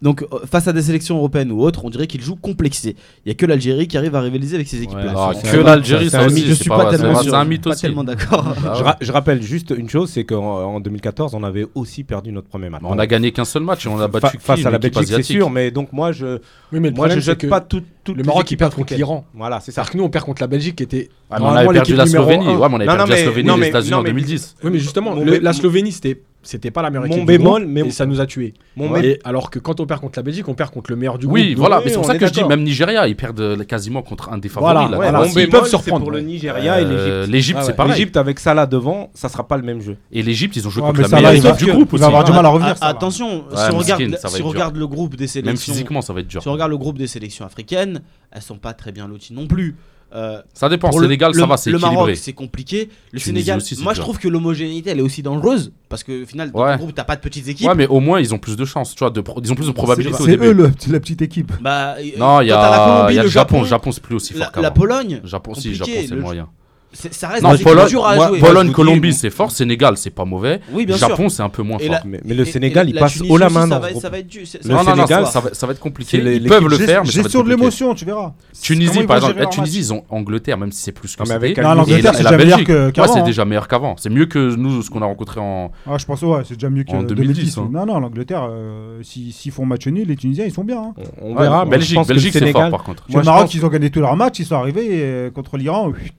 Speaker 1: Donc, euh, face à des sélections européennes ou autres, on dirait qu'ils jouent complexés. Il y a que l'Algérie qui arrive à rivaliser avec ces équipes-là.
Speaker 4: Ah,
Speaker 5: c'est
Speaker 4: que
Speaker 5: un-
Speaker 4: l'Algérie,
Speaker 5: c'est
Speaker 4: ça
Speaker 5: un
Speaker 4: aussi,
Speaker 5: mythe.
Speaker 1: je
Speaker 4: c'est
Speaker 1: suis pas, tellement
Speaker 4: vrai,
Speaker 1: sûr,
Speaker 4: C'est un
Speaker 1: je suis
Speaker 4: mythe
Speaker 1: pas
Speaker 4: aussi.
Speaker 1: tellement d'accord.
Speaker 4: Bah
Speaker 5: Je,
Speaker 4: ouais.
Speaker 5: ra- je rappelle juste une chose, c'est qu'en en 2014, on avait aussi perdu notre premier match.
Speaker 4: On a gagné qu'un seul match et on a
Speaker 5: Fa-
Speaker 4: battu qui,
Speaker 5: face
Speaker 4: une
Speaker 5: à la
Speaker 4: équipe
Speaker 5: Belgique, c'est
Speaker 4: asiatique.
Speaker 5: sûr, mais donc moi, je,
Speaker 6: Oui, mais le
Speaker 5: moi, je
Speaker 6: problème, c'est
Speaker 5: jette
Speaker 6: que
Speaker 5: pas tout, toutes
Speaker 6: le
Speaker 5: les
Speaker 6: Maroc, il
Speaker 5: équipes
Speaker 6: perd contre
Speaker 5: africaines.
Speaker 6: l'Iran.
Speaker 5: Voilà, c'est ça.
Speaker 6: C'est-à-dire que nous, on perd contre la Belgique qui était.
Speaker 4: Ah, mais on
Speaker 6: normalement
Speaker 4: avait perdu
Speaker 6: l'équipe
Speaker 4: la
Speaker 6: numéro
Speaker 4: Slovénie.
Speaker 6: un.
Speaker 4: Ouais, mais on avait
Speaker 5: Non, non,
Speaker 4: perdu la
Speaker 5: mais-
Speaker 4: Slovénie
Speaker 5: non,
Speaker 4: et les
Speaker 5: mais-
Speaker 4: États-Unis
Speaker 5: non,
Speaker 4: en
Speaker 5: mais-
Speaker 4: 2010.
Speaker 6: Oui, mais justement,
Speaker 5: Mon
Speaker 6: le-
Speaker 5: bé-
Speaker 6: la Slovénie, c'était c'était pas la meilleure
Speaker 5: Mon
Speaker 6: équipe du
Speaker 5: bémol,
Speaker 6: groupe,
Speaker 5: mais-
Speaker 6: et ça nous a tués.
Speaker 5: Mon
Speaker 6: Et
Speaker 5: mec-
Speaker 6: alors que quand on perd contre la Belgique, on perd contre le meilleur du groupe.
Speaker 4: Oui,
Speaker 6: Donc,
Speaker 4: voilà, mais c'est pour
Speaker 6: on
Speaker 4: ça
Speaker 6: est
Speaker 4: que je dis,
Speaker 6: d'accord.
Speaker 4: même Nigeria, ils perdent euh, quasiment contre un des favoris.
Speaker 6: Voilà,
Speaker 4: là,
Speaker 6: ouais,
Speaker 4: dans la
Speaker 6: mon
Speaker 5: mon
Speaker 4: scie.
Speaker 6: bémol,
Speaker 5: bémol,
Speaker 6: c'est
Speaker 5: c'est
Speaker 6: surprendre,
Speaker 5: pour le
Speaker 6: ouais.
Speaker 5: Nigeria et
Speaker 4: Euh,
Speaker 5: l'Égypte.
Speaker 4: L'Égypte,
Speaker 6: Ah
Speaker 4: c'est
Speaker 6: ouais.
Speaker 4: pareil.
Speaker 5: L'Égypte avec Salah devant, ça sera pas le même jeu.
Speaker 4: Et l'Égypte, ils ont joué
Speaker 3: Ouais,
Speaker 4: contre
Speaker 3: mais
Speaker 4: la
Speaker 3: ça va,
Speaker 4: meilleure
Speaker 3: il va-
Speaker 4: équipe du groupe
Speaker 3: Il
Speaker 4: aussi.
Speaker 3: va avoir du mal à
Speaker 1: Ah,
Speaker 3: revenir. ça va.
Speaker 1: attention,
Speaker 4: Ouais,
Speaker 1: si on, regarde,
Speaker 4: Miskin, ça va
Speaker 1: si
Speaker 4: être
Speaker 1: on
Speaker 4: dur.
Speaker 1: regarde le groupe des
Speaker 4: Même
Speaker 1: sélections,
Speaker 4: physiquement, ça va être dur.
Speaker 1: si on regarde le groupe des sélections africaines, elles sont pas très bien loties non plus. Euh,
Speaker 4: Ça dépend,
Speaker 1: pour
Speaker 4: Sénégal,
Speaker 1: le,
Speaker 4: ça va, c'est
Speaker 1: le Maroc,
Speaker 4: équilibré.
Speaker 1: c'est compliqué. Le
Speaker 4: Tunisie
Speaker 1: Sénégal,
Speaker 4: aussi, c'est
Speaker 1: moi je
Speaker 4: dur.
Speaker 1: trouve que l'homogénéité elle est aussi dangereuse parce que au final, dans
Speaker 4: Ouais.
Speaker 1: le groupe, t'as pas de petites équipes.
Speaker 4: Ouais, mais au moins, ils ont plus de chances, tu vois, de pro- ils ont plus de probabilité au
Speaker 3: C'est eux
Speaker 4: début.
Speaker 3: le, la petite équipe.
Speaker 1: Bah, euh,
Speaker 4: Non, il y
Speaker 1: quand t'as la
Speaker 4: a
Speaker 1: Colombie,
Speaker 4: il y a
Speaker 1: le
Speaker 4: le Japon,
Speaker 1: Japon,
Speaker 4: le Japon, c'est plus aussi
Speaker 1: la,
Speaker 4: fort
Speaker 1: la
Speaker 4: qu'avant.
Speaker 1: Pologne,
Speaker 4: Japon, si,
Speaker 1: compliqué,
Speaker 4: Japon, c'est
Speaker 1: le-
Speaker 4: le moyen.
Speaker 1: c'est- ça reste
Speaker 4: Non,
Speaker 1: des équipes
Speaker 4: Pologne-
Speaker 1: dures à
Speaker 5: moi-
Speaker 1: jouer.
Speaker 5: Pologne-
Speaker 4: Pologne-Colombie,
Speaker 5: dis-
Speaker 4: c'est fort. Sénégal, c'est pas mauvais.
Speaker 1: Oui, bien sûr.
Speaker 4: Japon, c'est un peu moins
Speaker 1: Et
Speaker 4: fort.
Speaker 1: la-
Speaker 5: Mais, mais le
Speaker 1: Et-
Speaker 5: Sénégal,
Speaker 1: et
Speaker 5: il
Speaker 1: la
Speaker 5: passe
Speaker 1: Tunisie
Speaker 5: haut la
Speaker 1: aussi,
Speaker 5: main
Speaker 1: ça
Speaker 5: dans
Speaker 1: va,
Speaker 5: ce
Speaker 1: être-
Speaker 5: groupe.
Speaker 1: ça va être dur. c'est- ça
Speaker 4: Non,
Speaker 1: va
Speaker 4: non,
Speaker 1: être
Speaker 4: non,
Speaker 1: dur.
Speaker 4: ça, ça va, ça va être compliqué.
Speaker 3: C'est
Speaker 4: Ils
Speaker 3: l'équipe
Speaker 4: peuvent le
Speaker 3: gest-
Speaker 4: faire, mais ça va être
Speaker 3: Gestion de
Speaker 4: compliqué.
Speaker 3: l'émotion, tu verras.
Speaker 4: Tunisie,
Speaker 3: Comment ils
Speaker 4: par
Speaker 3: vont gérer
Speaker 4: exemple, la
Speaker 3: leur
Speaker 4: Tunisie, ils ont Angleterre, même si c'est plus que
Speaker 5: Non, mais
Speaker 4: c'était.
Speaker 5: avec
Speaker 4: Et
Speaker 3: Non, l'Angleterre,
Speaker 4: la-
Speaker 3: c'est
Speaker 4: et la
Speaker 3: déjà meilleur
Speaker 4: Belgique.
Speaker 3: que-
Speaker 4: Ouais,
Speaker 3: qu'avant,
Speaker 4: c'est
Speaker 3: hein.
Speaker 4: déjà meilleur qu'avant. C'est mieux que nous, ce qu'on a rencontré en.
Speaker 3: Ah, je pense ouais, c'est déjà mieux que
Speaker 4: En 2010,
Speaker 3: 2010.
Speaker 4: hein.
Speaker 3: Non, non, l'Angleterre, euh, si- s'ils font match nul, les Tunisiens, ils sont bien. hein.
Speaker 5: On
Speaker 4: Ouais,
Speaker 5: verra. mais je
Speaker 4: Belgique,
Speaker 5: pense que
Speaker 4: Belgique,
Speaker 5: le
Speaker 4: c'est fort
Speaker 5: Sénégal,
Speaker 4: par contre.
Speaker 5: Moi,
Speaker 3: le
Speaker 5: je
Speaker 3: Maroc,
Speaker 5: pense-
Speaker 3: ils ont gagné tous leurs matchs, ils sont arrivés euh, contre l'Iran, pff,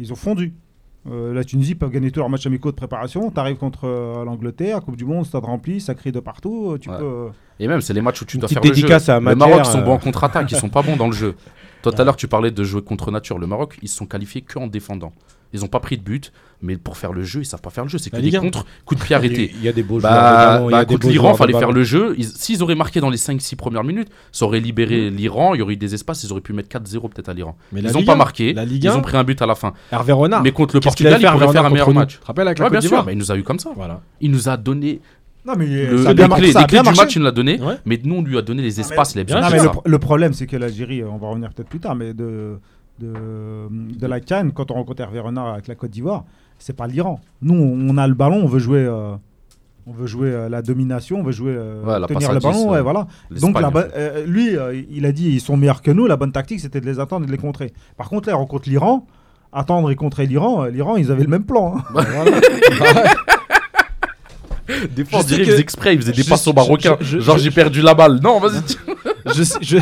Speaker 3: ils ont fondu. Euh, la Tunisie peuvent gagner tous leurs matchs amicaux de préparation. T'arrives contre euh, l'Angleterre, Coupe du Monde, stade rempli, ça crie de partout. euh, Tu
Speaker 4: Ouais.
Speaker 3: peux.
Speaker 4: Et même, c'est les matchs où tu
Speaker 5: Une
Speaker 4: dois
Speaker 5: petite
Speaker 4: faire le jeu.
Speaker 5: dédicace à
Speaker 4: Le
Speaker 5: Madjer,
Speaker 4: Maroc, ils sont
Speaker 5: euh.
Speaker 4: bons en contre-attaque, ils sont pas bons dans le jeu. Toi, tout à l'heure, tu parlais de jouer contre nature. Le Maroc, ils se sont qualifiés que en défendant. Ils ont pas pris de but, mais pour faire le jeu, ils savent pas faire le jeu. C'est que
Speaker 6: La
Speaker 4: des
Speaker 6: Ligue un.
Speaker 4: contres, coups de pied arrêtés.
Speaker 5: Il y a des beaux joueurs de
Speaker 4: Bah,
Speaker 5: ballon, il y a
Speaker 4: bah
Speaker 5: des
Speaker 4: contre
Speaker 5: beaux
Speaker 4: l'Iran,
Speaker 5: joueurs de
Speaker 4: fallait
Speaker 5: ballon.
Speaker 4: faire le jeu. Ils- S'ils auraient marqué dans les 5-6 premières minutes, ça aurait libéré l'Iran, il y aurait eu des espaces, ils auraient pu mettre 4-0 peut-être à l'Iran.
Speaker 6: Mais la
Speaker 4: Ils ont
Speaker 6: Ligue
Speaker 4: pas
Speaker 6: 1,
Speaker 4: marqué,
Speaker 6: la Ligue
Speaker 4: ils
Speaker 6: 1,
Speaker 4: ont pris un but à la fin.
Speaker 6: Hervé Renard.
Speaker 4: Mais contre le
Speaker 6: Qu'est-ce qu'il a
Speaker 4: Portugal,
Speaker 6: fait,
Speaker 4: ils
Speaker 6: Hervé
Speaker 4: pourraient faire un
Speaker 6: Renard,
Speaker 4: meilleur
Speaker 6: contre nous
Speaker 4: match.
Speaker 6: Tu te rappelles avec la
Speaker 4: Ouais,
Speaker 6: Côte
Speaker 4: bien sûr,
Speaker 6: d'Ivoire
Speaker 4: mais il nous a eu comme ça.
Speaker 6: Voilà.
Speaker 4: Il nous a donné
Speaker 3: Non, mais euh,
Speaker 4: le-
Speaker 3: ça a
Speaker 4: les
Speaker 3: bien marché,
Speaker 4: clés,
Speaker 3: ça a
Speaker 4: les clés
Speaker 3: bien
Speaker 4: du
Speaker 3: marché.
Speaker 4: match, il nous l'a donné,
Speaker 6: Ouais.
Speaker 4: mais nous, on lui a donné les espaces, il a bien
Speaker 3: Non,
Speaker 4: fait
Speaker 3: mais le,
Speaker 4: Ah, ça.
Speaker 3: pro- le problème, c'est que l'Algérie, euh, on va revenir peut-être plus tard, mais de, de, de la Cannes, quand on rencontre Hervé Renard avec la Côte d'Ivoire, c'est pas l'Iran. Nous, on a le ballon, on veut jouer, euh, on veut jouer euh, la domination, on veut jouer euh,
Speaker 4: Ouais, la passe
Speaker 3: tenir
Speaker 4: à
Speaker 3: le
Speaker 4: 10,
Speaker 3: ballon,
Speaker 4: euh,
Speaker 3: ouais, voilà. Donc
Speaker 4: L'Espagne,
Speaker 3: la
Speaker 4: en
Speaker 3: ba-
Speaker 4: fait.
Speaker 3: euh, lui, euh, il a dit ils sont meilleurs que nous. La bonne tactique, c'était de les attendre et de les contrer. Par contre, là, on rencontre l'Iran. Attendre et contrer l'Iran. euh, L'Iran, ils avaient le même plan. hein.
Speaker 4: Des fois, on
Speaker 1: Je sais
Speaker 4: dirait
Speaker 1: que-
Speaker 4: qu'ils faisaient exprès, ils faisaient des
Speaker 1: je-
Speaker 4: passes aux
Speaker 1: je-
Speaker 4: Marocains.
Speaker 1: je- je-
Speaker 4: Genre,
Speaker 1: je-
Speaker 4: j'ai perdu la balle. Non, vas-y. tiens.
Speaker 1: je, sais- je,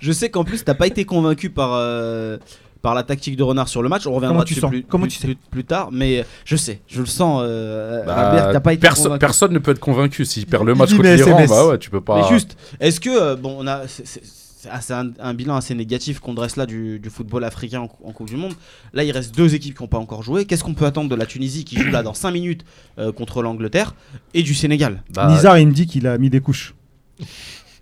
Speaker 1: je sais qu'en plus, t'as pas été convaincu par, euh, par la tactique de Renard sur le match. On reviendra
Speaker 3: Comment tu
Speaker 1: dessus
Speaker 3: sens
Speaker 1: plus,
Speaker 3: Comment
Speaker 1: plus-
Speaker 3: tu sais
Speaker 1: plus- plus tard. Mais je sais, je le sens. euh,
Speaker 4: Bah,
Speaker 1: Albert, t'as pas été
Speaker 4: perso-
Speaker 1: convaincu.
Speaker 4: Personne ne peut être convaincu. S'il perd le
Speaker 3: Il
Speaker 4: match
Speaker 3: dit,
Speaker 4: contre
Speaker 3: mais
Speaker 4: l'Iran,
Speaker 3: SMS.
Speaker 4: bah ouais, tu peux pas.
Speaker 1: Mais juste, est-ce que euh, bon, on a c'est- c'est- c'est assez un, un bilan assez négatif qu'on dresse là du, du football africain en, cou- en Coupe du Monde. Là, il reste deux équipes qui n'ont pas encore joué. Qu'est-ce qu'on peut attendre de la Tunisie qui joue là dans 5 minutes euh, contre l'Angleterre et du Sénégal
Speaker 4: Bah,
Speaker 3: Nizar, il me dit qu'il a mis des couches.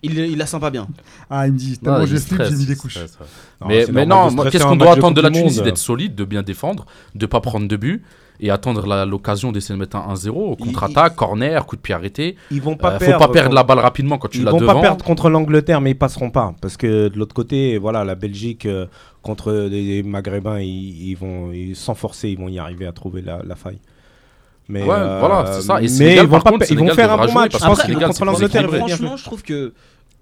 Speaker 1: Il, il la sent pas bien.
Speaker 3: Ah, il me dit
Speaker 4: non,
Speaker 3: tellement
Speaker 4: il
Speaker 3: je slip,
Speaker 4: stresse,
Speaker 3: j'ai mis
Speaker 4: il
Speaker 3: des couches.
Speaker 4: stresse, ouais. mais
Speaker 5: Ah, c'est
Speaker 4: mais
Speaker 5: normal
Speaker 4: non,
Speaker 5: de
Speaker 4: moi,
Speaker 5: stresser
Speaker 4: qu'est-ce
Speaker 5: un
Speaker 4: qu'on
Speaker 5: match
Speaker 4: doit
Speaker 5: de
Speaker 4: attendre de la
Speaker 5: Coupe du
Speaker 4: Tunisie
Speaker 5: Monde.
Speaker 4: D'être solide, de bien défendre, de pas prendre de but et attendre la- l'occasion d'essayer de mettre un 1-0,
Speaker 5: Ils-
Speaker 4: contre-attaque, corner, coup de pied arrêté.
Speaker 5: Ils vont
Speaker 4: Euh,
Speaker 5: pas
Speaker 4: faut
Speaker 5: perdre.
Speaker 4: pas perdre la balle rapidement quand tu
Speaker 5: Ils
Speaker 4: l'as
Speaker 5: vont
Speaker 4: devant.
Speaker 5: pas perdre contre l'Angleterre, mais ils passeront pas. Parce que de l'autre côté, voilà, la Belgique euh, contre les Maghrébins, ils, ils vont ils- sans forcer, ils vont y arriver à trouver la, la faille. Mais euh,
Speaker 4: Ouais, voilà, c'est ça. Et
Speaker 5: mais
Speaker 4: Sénégal,
Speaker 5: ils vont,
Speaker 4: par
Speaker 5: pas
Speaker 4: contre,
Speaker 5: pe- ils vont
Speaker 4: Sénégal
Speaker 5: faire un
Speaker 4: devra
Speaker 5: bon
Speaker 4: jouer
Speaker 5: match. Je
Speaker 4: parce
Speaker 5: pense
Speaker 4: que
Speaker 5: qu'ils vont
Speaker 4: Sénégal, c'est
Speaker 5: contre
Speaker 4: pour
Speaker 5: l'Angleterre. ils vont
Speaker 4: équilibrer.
Speaker 5: bien
Speaker 1: Franchement, je trouve que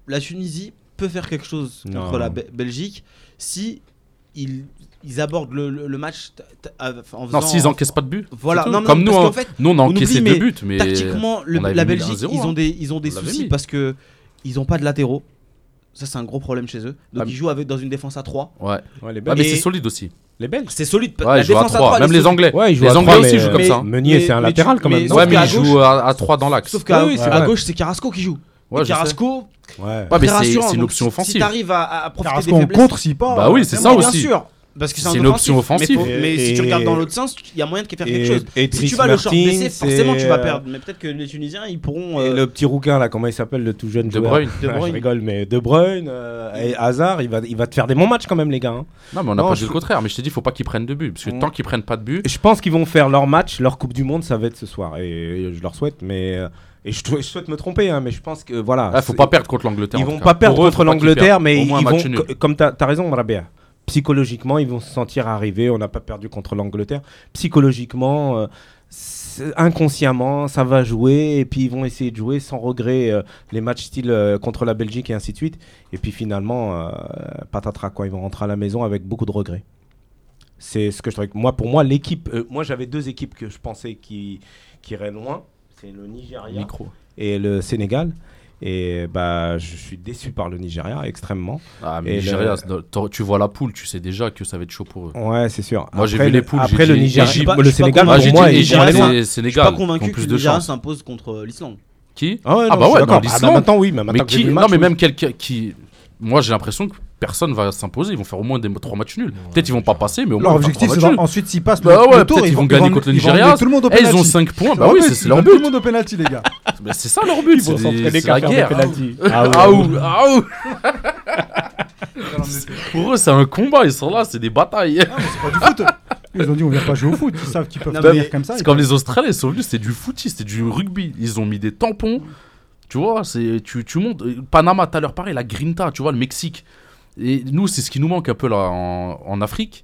Speaker 1: la Tunisie peut faire quelque chose contre
Speaker 5: Non.
Speaker 1: la Be- Belgique si ils, ils abordent le, le- le match t- t- en faisant.
Speaker 4: Non, s'ils encaissent pas de but.
Speaker 1: Voilà,
Speaker 4: c'est tout.
Speaker 1: non, mais
Speaker 4: comme nous,
Speaker 1: parce
Speaker 4: hein.
Speaker 1: qu'en fait,
Speaker 4: nous on a
Speaker 1: on
Speaker 4: encaissé
Speaker 1: oublie,
Speaker 4: deux
Speaker 1: mais
Speaker 4: buts, mais
Speaker 1: tactiquement, le-
Speaker 4: on avait
Speaker 1: la
Speaker 4: mis le
Speaker 1: Belgique,
Speaker 4: 1-0,
Speaker 1: ils ont des, ils ont des
Speaker 4: On l'avait
Speaker 1: soucis
Speaker 4: mis.
Speaker 1: parce que ils ont pas de latéraux. Ça, c'est un gros problème chez eux.
Speaker 4: Ah,
Speaker 1: Donc,
Speaker 4: mais-
Speaker 1: ils jouent avec, dans une défense à 3.
Speaker 4: Ouais.
Speaker 5: Ouais, les
Speaker 4: Ah,
Speaker 5: Belges.
Speaker 4: mais c'est
Speaker 1: Et-
Speaker 4: solide aussi.
Speaker 5: Les Belges.
Speaker 1: C'est solide.
Speaker 4: Ouais, ils jouent à 3.
Speaker 1: elle est
Speaker 4: Même les
Speaker 1: solide.
Speaker 4: Anglais.
Speaker 5: Ouais, ils jouent
Speaker 4: Les
Speaker 5: à
Speaker 4: Anglais
Speaker 5: trois,
Speaker 4: aussi
Speaker 5: mais-
Speaker 4: jouent comme
Speaker 1: mais-
Speaker 4: ça. hein.
Speaker 5: Meunier, c'est un
Speaker 1: mais tu-
Speaker 5: latéral quand
Speaker 1: mais-
Speaker 5: même. non
Speaker 1: sauf
Speaker 4: Ouais, mais
Speaker 1: qu'à
Speaker 4: ils jouent
Speaker 1: gauche-
Speaker 4: à à 3 dans l'axe.
Speaker 1: Sauf qu'à
Speaker 5: Oui, oui, c'est
Speaker 1: à
Speaker 5: vrai.
Speaker 1: gauche, c'est Carrasco qui joue.
Speaker 4: Ouais,
Speaker 1: Et
Speaker 4: je sais.
Speaker 1: Carrasco,
Speaker 5: Ouais.
Speaker 4: Ouais, mais
Speaker 1: très
Speaker 4: c'est-
Speaker 1: rassurant.
Speaker 4: c'est une
Speaker 1: Donc, si-
Speaker 4: option
Speaker 1: Si
Speaker 4: offensive.
Speaker 1: t'arrives à, à- à profiter
Speaker 3: Carrasco,
Speaker 1: des
Speaker 3: on
Speaker 1: faiblesses.
Speaker 3: contre s'il part.
Speaker 4: Bah oui, c'est ça
Speaker 1: Bien
Speaker 4: aussi.
Speaker 1: sûr. Parce que c'est un
Speaker 4: C'est une
Speaker 1: offensif.
Speaker 4: option offensive.
Speaker 1: Mais, faut- mais si tu
Speaker 5: Et-
Speaker 1: regardes dans l'autre sens, il y a moyen de faire quelque chose.
Speaker 5: et
Speaker 1: Si tu vas le short blessé, forcément tu vas perdre. Mais peut-être que les Tunisiens, ils pourront.
Speaker 5: euh, Et
Speaker 1: euh,
Speaker 5: le petit rouquin là, comment il s'appelle le tout jeune
Speaker 4: De
Speaker 5: joueur
Speaker 4: Bruyne.
Speaker 1: De
Speaker 5: Ah,
Speaker 1: Bruyne.
Speaker 5: Je rigole, mais De Bruyne, euh, et Hazard, il va, il va te faire des bons matchs quand même les gars. hein.
Speaker 4: Non, mais on n'a
Speaker 5: Non,
Speaker 4: pas dit
Speaker 5: je
Speaker 4: le
Speaker 5: trouve-
Speaker 4: contraire. Mais je t'ai dit, faut pas qu'ils prennent de but. Parce que
Speaker 5: Mm.
Speaker 4: tant qu'ils prennent pas de but,
Speaker 5: Je pense qu'ils vont faire leur match, leur Coupe du Monde, ça va être ce soir. Et je leur souhaite, mais euh, et je, trou- je souhaite me tromper, hein, mais je pense que voilà.
Speaker 4: ah, faut
Speaker 5: c'est-
Speaker 4: pas perdre contre l'Angleterre.
Speaker 5: Ils
Speaker 4: en
Speaker 5: vont
Speaker 4: tout
Speaker 5: pas
Speaker 4: cas.
Speaker 5: perdre
Speaker 4: Pour eux, faut
Speaker 5: contre
Speaker 4: pas qu'ils
Speaker 5: l'angleterre,
Speaker 4: perdent. Au
Speaker 5: mais ils
Speaker 4: moins un match
Speaker 5: vont,
Speaker 4: nul.
Speaker 5: co- comme t'as as raison, Rabia. Psychologiquement, ils vont se sentir arrivés. On n'a pas perdu contre l'Angleterre. Psychologiquement, euh, c'est- inconsciemment, ça va jouer. Et puis, ils vont essayer de jouer sans regret euh, les matchs style euh, contre la Belgique et ainsi de suite. Et puis, finalement, euh, patatras, quoi. Ils vont rentrer à la maison avec beaucoup de regrets. C'est ce que je trouvais. Moi, pour moi, l'équipe. euh, moi, j'avais deux équipes que je pensais qui, qui iraient loin. C'est le Nigeria
Speaker 4: Micro.
Speaker 5: et le Sénégal. Et bah, je suis déçu par le Nigeria, extrêmement.
Speaker 4: Ah,
Speaker 5: Et
Speaker 4: mais
Speaker 5: le-
Speaker 4: Nigeria, c'est dans- t'aurais- tu vois la poule, tu sais déjà que ça va être chaud pour eux.
Speaker 5: Ouais, c'est sûr.
Speaker 4: Moi, j'ai
Speaker 5: Après,
Speaker 4: vu les
Speaker 5: le-
Speaker 4: poules,
Speaker 5: Après
Speaker 4: j'ai
Speaker 5: le
Speaker 4: dit-
Speaker 5: Nigeria,
Speaker 1: je suis pas-
Speaker 5: le
Speaker 1: je suis pas
Speaker 5: Sénégal,
Speaker 1: convaincu.
Speaker 5: pour moi,
Speaker 1: J'ai dit
Speaker 5: ils vont
Speaker 1: Nigeria,
Speaker 5: aller
Speaker 1: c'est-
Speaker 4: et
Speaker 5: loin.
Speaker 1: Je suis pas
Speaker 4: Sénégal qui ont
Speaker 1: convaincu que
Speaker 4: plus
Speaker 1: le
Speaker 4: de
Speaker 1: Nigeria
Speaker 4: chance.
Speaker 1: s'impose contre euh, l'Islande.
Speaker 4: Qui
Speaker 5: Ah, ouais,
Speaker 4: Ah
Speaker 5: non,
Speaker 4: bah
Speaker 5: je suis
Speaker 4: ouais,
Speaker 5: d'accord.
Speaker 4: dans l'Islande.
Speaker 5: Ah, maintenant, oui, mais maintenant
Speaker 4: Mais
Speaker 5: que j'ai
Speaker 4: qui
Speaker 5: vu le
Speaker 4: Non,
Speaker 5: match,
Speaker 4: mais
Speaker 5: oui.
Speaker 4: même quelqu'un qui. Moi, j'ai l'impression que personne va s'imposer. Ils vont faire au moins des trois matchs nuls. Peut-être ils vont pas passer, mais au
Speaker 3: Leur
Speaker 4: moins ils vont faire
Speaker 3: objectif,
Speaker 4: trois
Speaker 3: c'est
Speaker 4: matchs nuls.
Speaker 3: d'en- ensuite s'ils passent
Speaker 4: Bah
Speaker 3: le,
Speaker 4: ouais,
Speaker 3: le tour,
Speaker 4: peut-être ils vont gagner contre le
Speaker 3: ils vont
Speaker 4: Nigeria.
Speaker 3: emmener tout le monde au
Speaker 4: Eh, ils ont
Speaker 3: penalty.
Speaker 4: 5 points,
Speaker 3: Je
Speaker 4: bah oui,
Speaker 3: rappelle,
Speaker 4: c'est c'est
Speaker 3: ils
Speaker 4: leur
Speaker 3: donnent Tout
Speaker 4: but.
Speaker 3: le monde au penalty, les gars.
Speaker 4: Bah, C'est ça leur but,
Speaker 5: Ils vont
Speaker 4: c'est
Speaker 5: s'entraîner
Speaker 4: des- c'est
Speaker 5: qu'à
Speaker 4: la
Speaker 5: faire des
Speaker 4: guerre.
Speaker 5: pénaltys.
Speaker 4: Ah ouh, ah ouh. Pour eux, c'est un combat, ils sont là, c'est des batailles.
Speaker 3: C'est pas du foot. Ils ont dit on vient pas jouer au foot. Ils savent qu'ils peuvent
Speaker 1: Non, mais
Speaker 3: tenir comme ça.
Speaker 4: C'est
Speaker 3: ils
Speaker 4: comme les Australiens, ils sont venus, c'était du footy, c'était du rugby. Ils ont mis des tampons. Tu vois, c'est tu, tu montes. euh, Panama, tout à l'heure, pareil, la Grinta, tu vois, le Mexique. Et nous, c'est ce qui nous manque un peu là en, en Afrique.